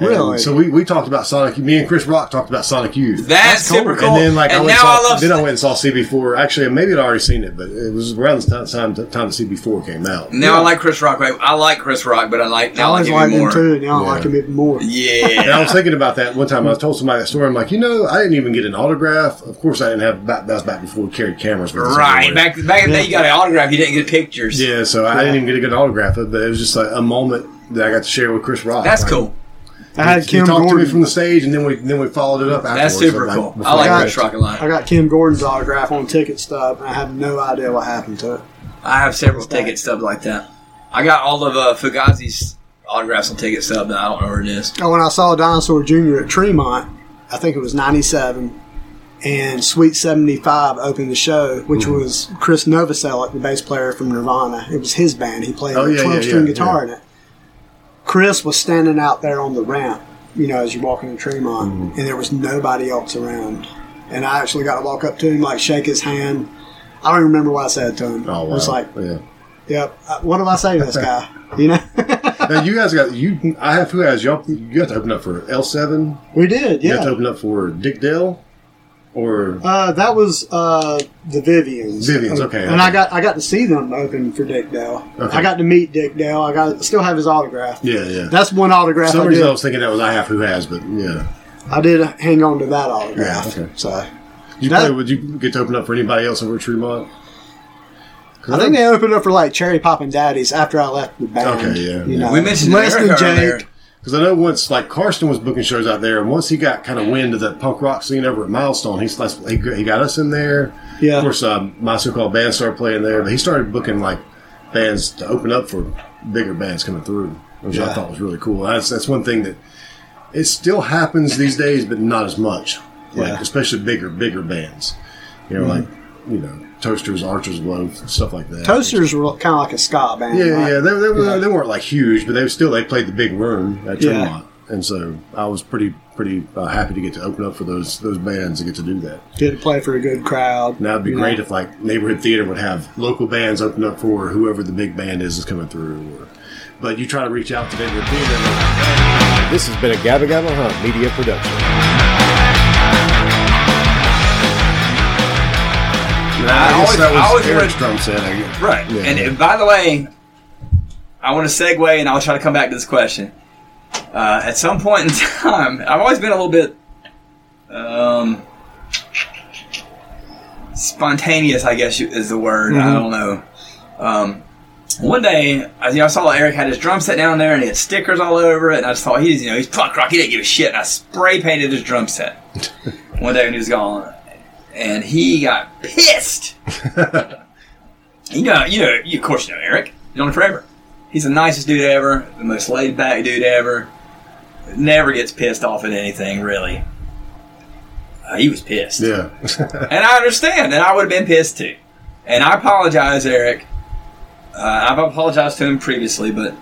And Really? So we, we talked about Sonic. Me and Chris Rock talked about Sonic Youth. That's, super cool. And then like I and went now and I saw, love. then I went and saw CB4. Actually, maybe I'd already seen it, but it was around the time time, time CB4 came out. now I like Chris Rock. I like Chris Rock, but I like I now I like always him liked him more. too, and y'all Yeah. like him even more. And I Yeah. was thinking about that one time. I told somebody that story. I'm like, you know, I didn't even get an autograph. Of course, I didn't have. That that was back before we carried cameras. with us Right everywhere. back back in the day, you got an autograph. You didn't get pictures. Yeah, so I didn't even get a good autograph of it, but it was just like a moment that I got to share with Chris Rock. That's Like, cool. I had He Kim talked to me Gordon. from the stage, and then we then we followed it up. That's Afterwards. super Like, cool. before I like I Chris left. Rock a lot. I got Kim Gordon's autograph on ticket stub, and I have no idea what happened to it. I have several ticket stubs like that. I got all of uh, Fugazi's autographs on ticket stub. Now I don't know where it is. Oh, when I saw Dinosaur Jr. at Tremont, I think it was 97, and Sweet 75 opened the show, which Mm-hmm. was Chris Novoselic, the bass player from Nirvana. It was his band. He played Oh, yeah, a yeah, 12 string yeah, guitar yeah. in it. Chris was standing out there on the ramp, you know, as you're walking to Tremont, Mm-hmm. and there was nobody else around. And I actually got to walk up to him, like, shake his hand. I don't even remember what I said to him. Oh, It wow. was like, yeah. yep, uh, what am I saying to this guy? You know? Now you guys got you. I have who has y'all. You have to open up for L seven. we did, You yeah. have to open up for Dick Dale, or Uh, that was uh, the Vivians. Vivians, okay, And okay. I got I got to see them open for Dick Dale. Okay. I got to meet Dick Dale. I got still have his autograph. yeah, yeah. That's one For autograph some I reason I did. was thinking that was I have who has, but yeah. I did hang on to that autograph. Yeah, okay. So Did you That- play? Would you get to open up for anybody else over at Tremont? 'Cause I think they opened up for like Cherry Pop and Daddies after I left the band. Okay, yeah, You yeah. know, We mentioned less than Eric earlier. Jake. Because I know once, like Karsten was booking shows out there, and once he got kind of wind of the punk rock scene over at Milestone, he's that's- he, he got us in there. Yeah. Of course, um, my so-called band started playing there, but he started booking like bands to open up for bigger bands coming through, which I Yeah. thought was really cool. That's that's one thing that it still happens these days, but not as much. Like Yeah. Mm-hmm. especially bigger bigger bands, you know, like you know Toasters, Archers, Loaf, stuff like that. Toasters were kind of like a ska band. Yeah, right? yeah, they, they, were- they weren't like huge, but they were still they played the big room at Yeah. Tremont, and so I was pretty pretty uh, happy to get to open up for those those bands and get to do that. Did play for a good crowd. Now it'd be you know. great if like neighborhood theater would have local bands open up for whoever the big band is is coming through. Or, but you try to reach out to neighborhood theater. and- This has been a Gabba Gabba Hunt media production. Nah, I, guess always- that I always was Eric's wanted- drum set. I guess. Right. Yeah. and, and by the way, I want to segue and I'll try to come back to this question. Uh, at some point in time, I've always been a little bit um, spontaneous, I guess you- is the word. I don't know. Um, one day, I, you know, I saw Eric had his drum set down there and he had stickers all over it, and I just thought he's you know he's punk rock. He didn't give a shit. And I spray painted his drum set. one day when he was gone, and he got pissed. You know, you know, you, of course you know Eric. You've known him forever. He's the nicest dude ever, the most laid back dude ever. Never gets pissed off at anything, really. Uh, he was pissed. Yeah. And I understand, and I would have been pissed too. And I apologize, Eric. Uh, I've apologized to him previously, but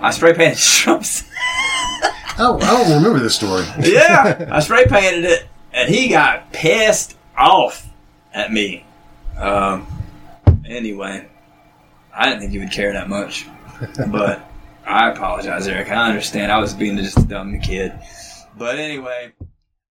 I spray painted Trump's. I, don't, I don't remember this story. yeah, I spray painted it, and he got pissed off at me. Um, Anyway, I didn't think you would care that much, but I apologize, Eric. I understand. I was being just a dumb kid. But anyway,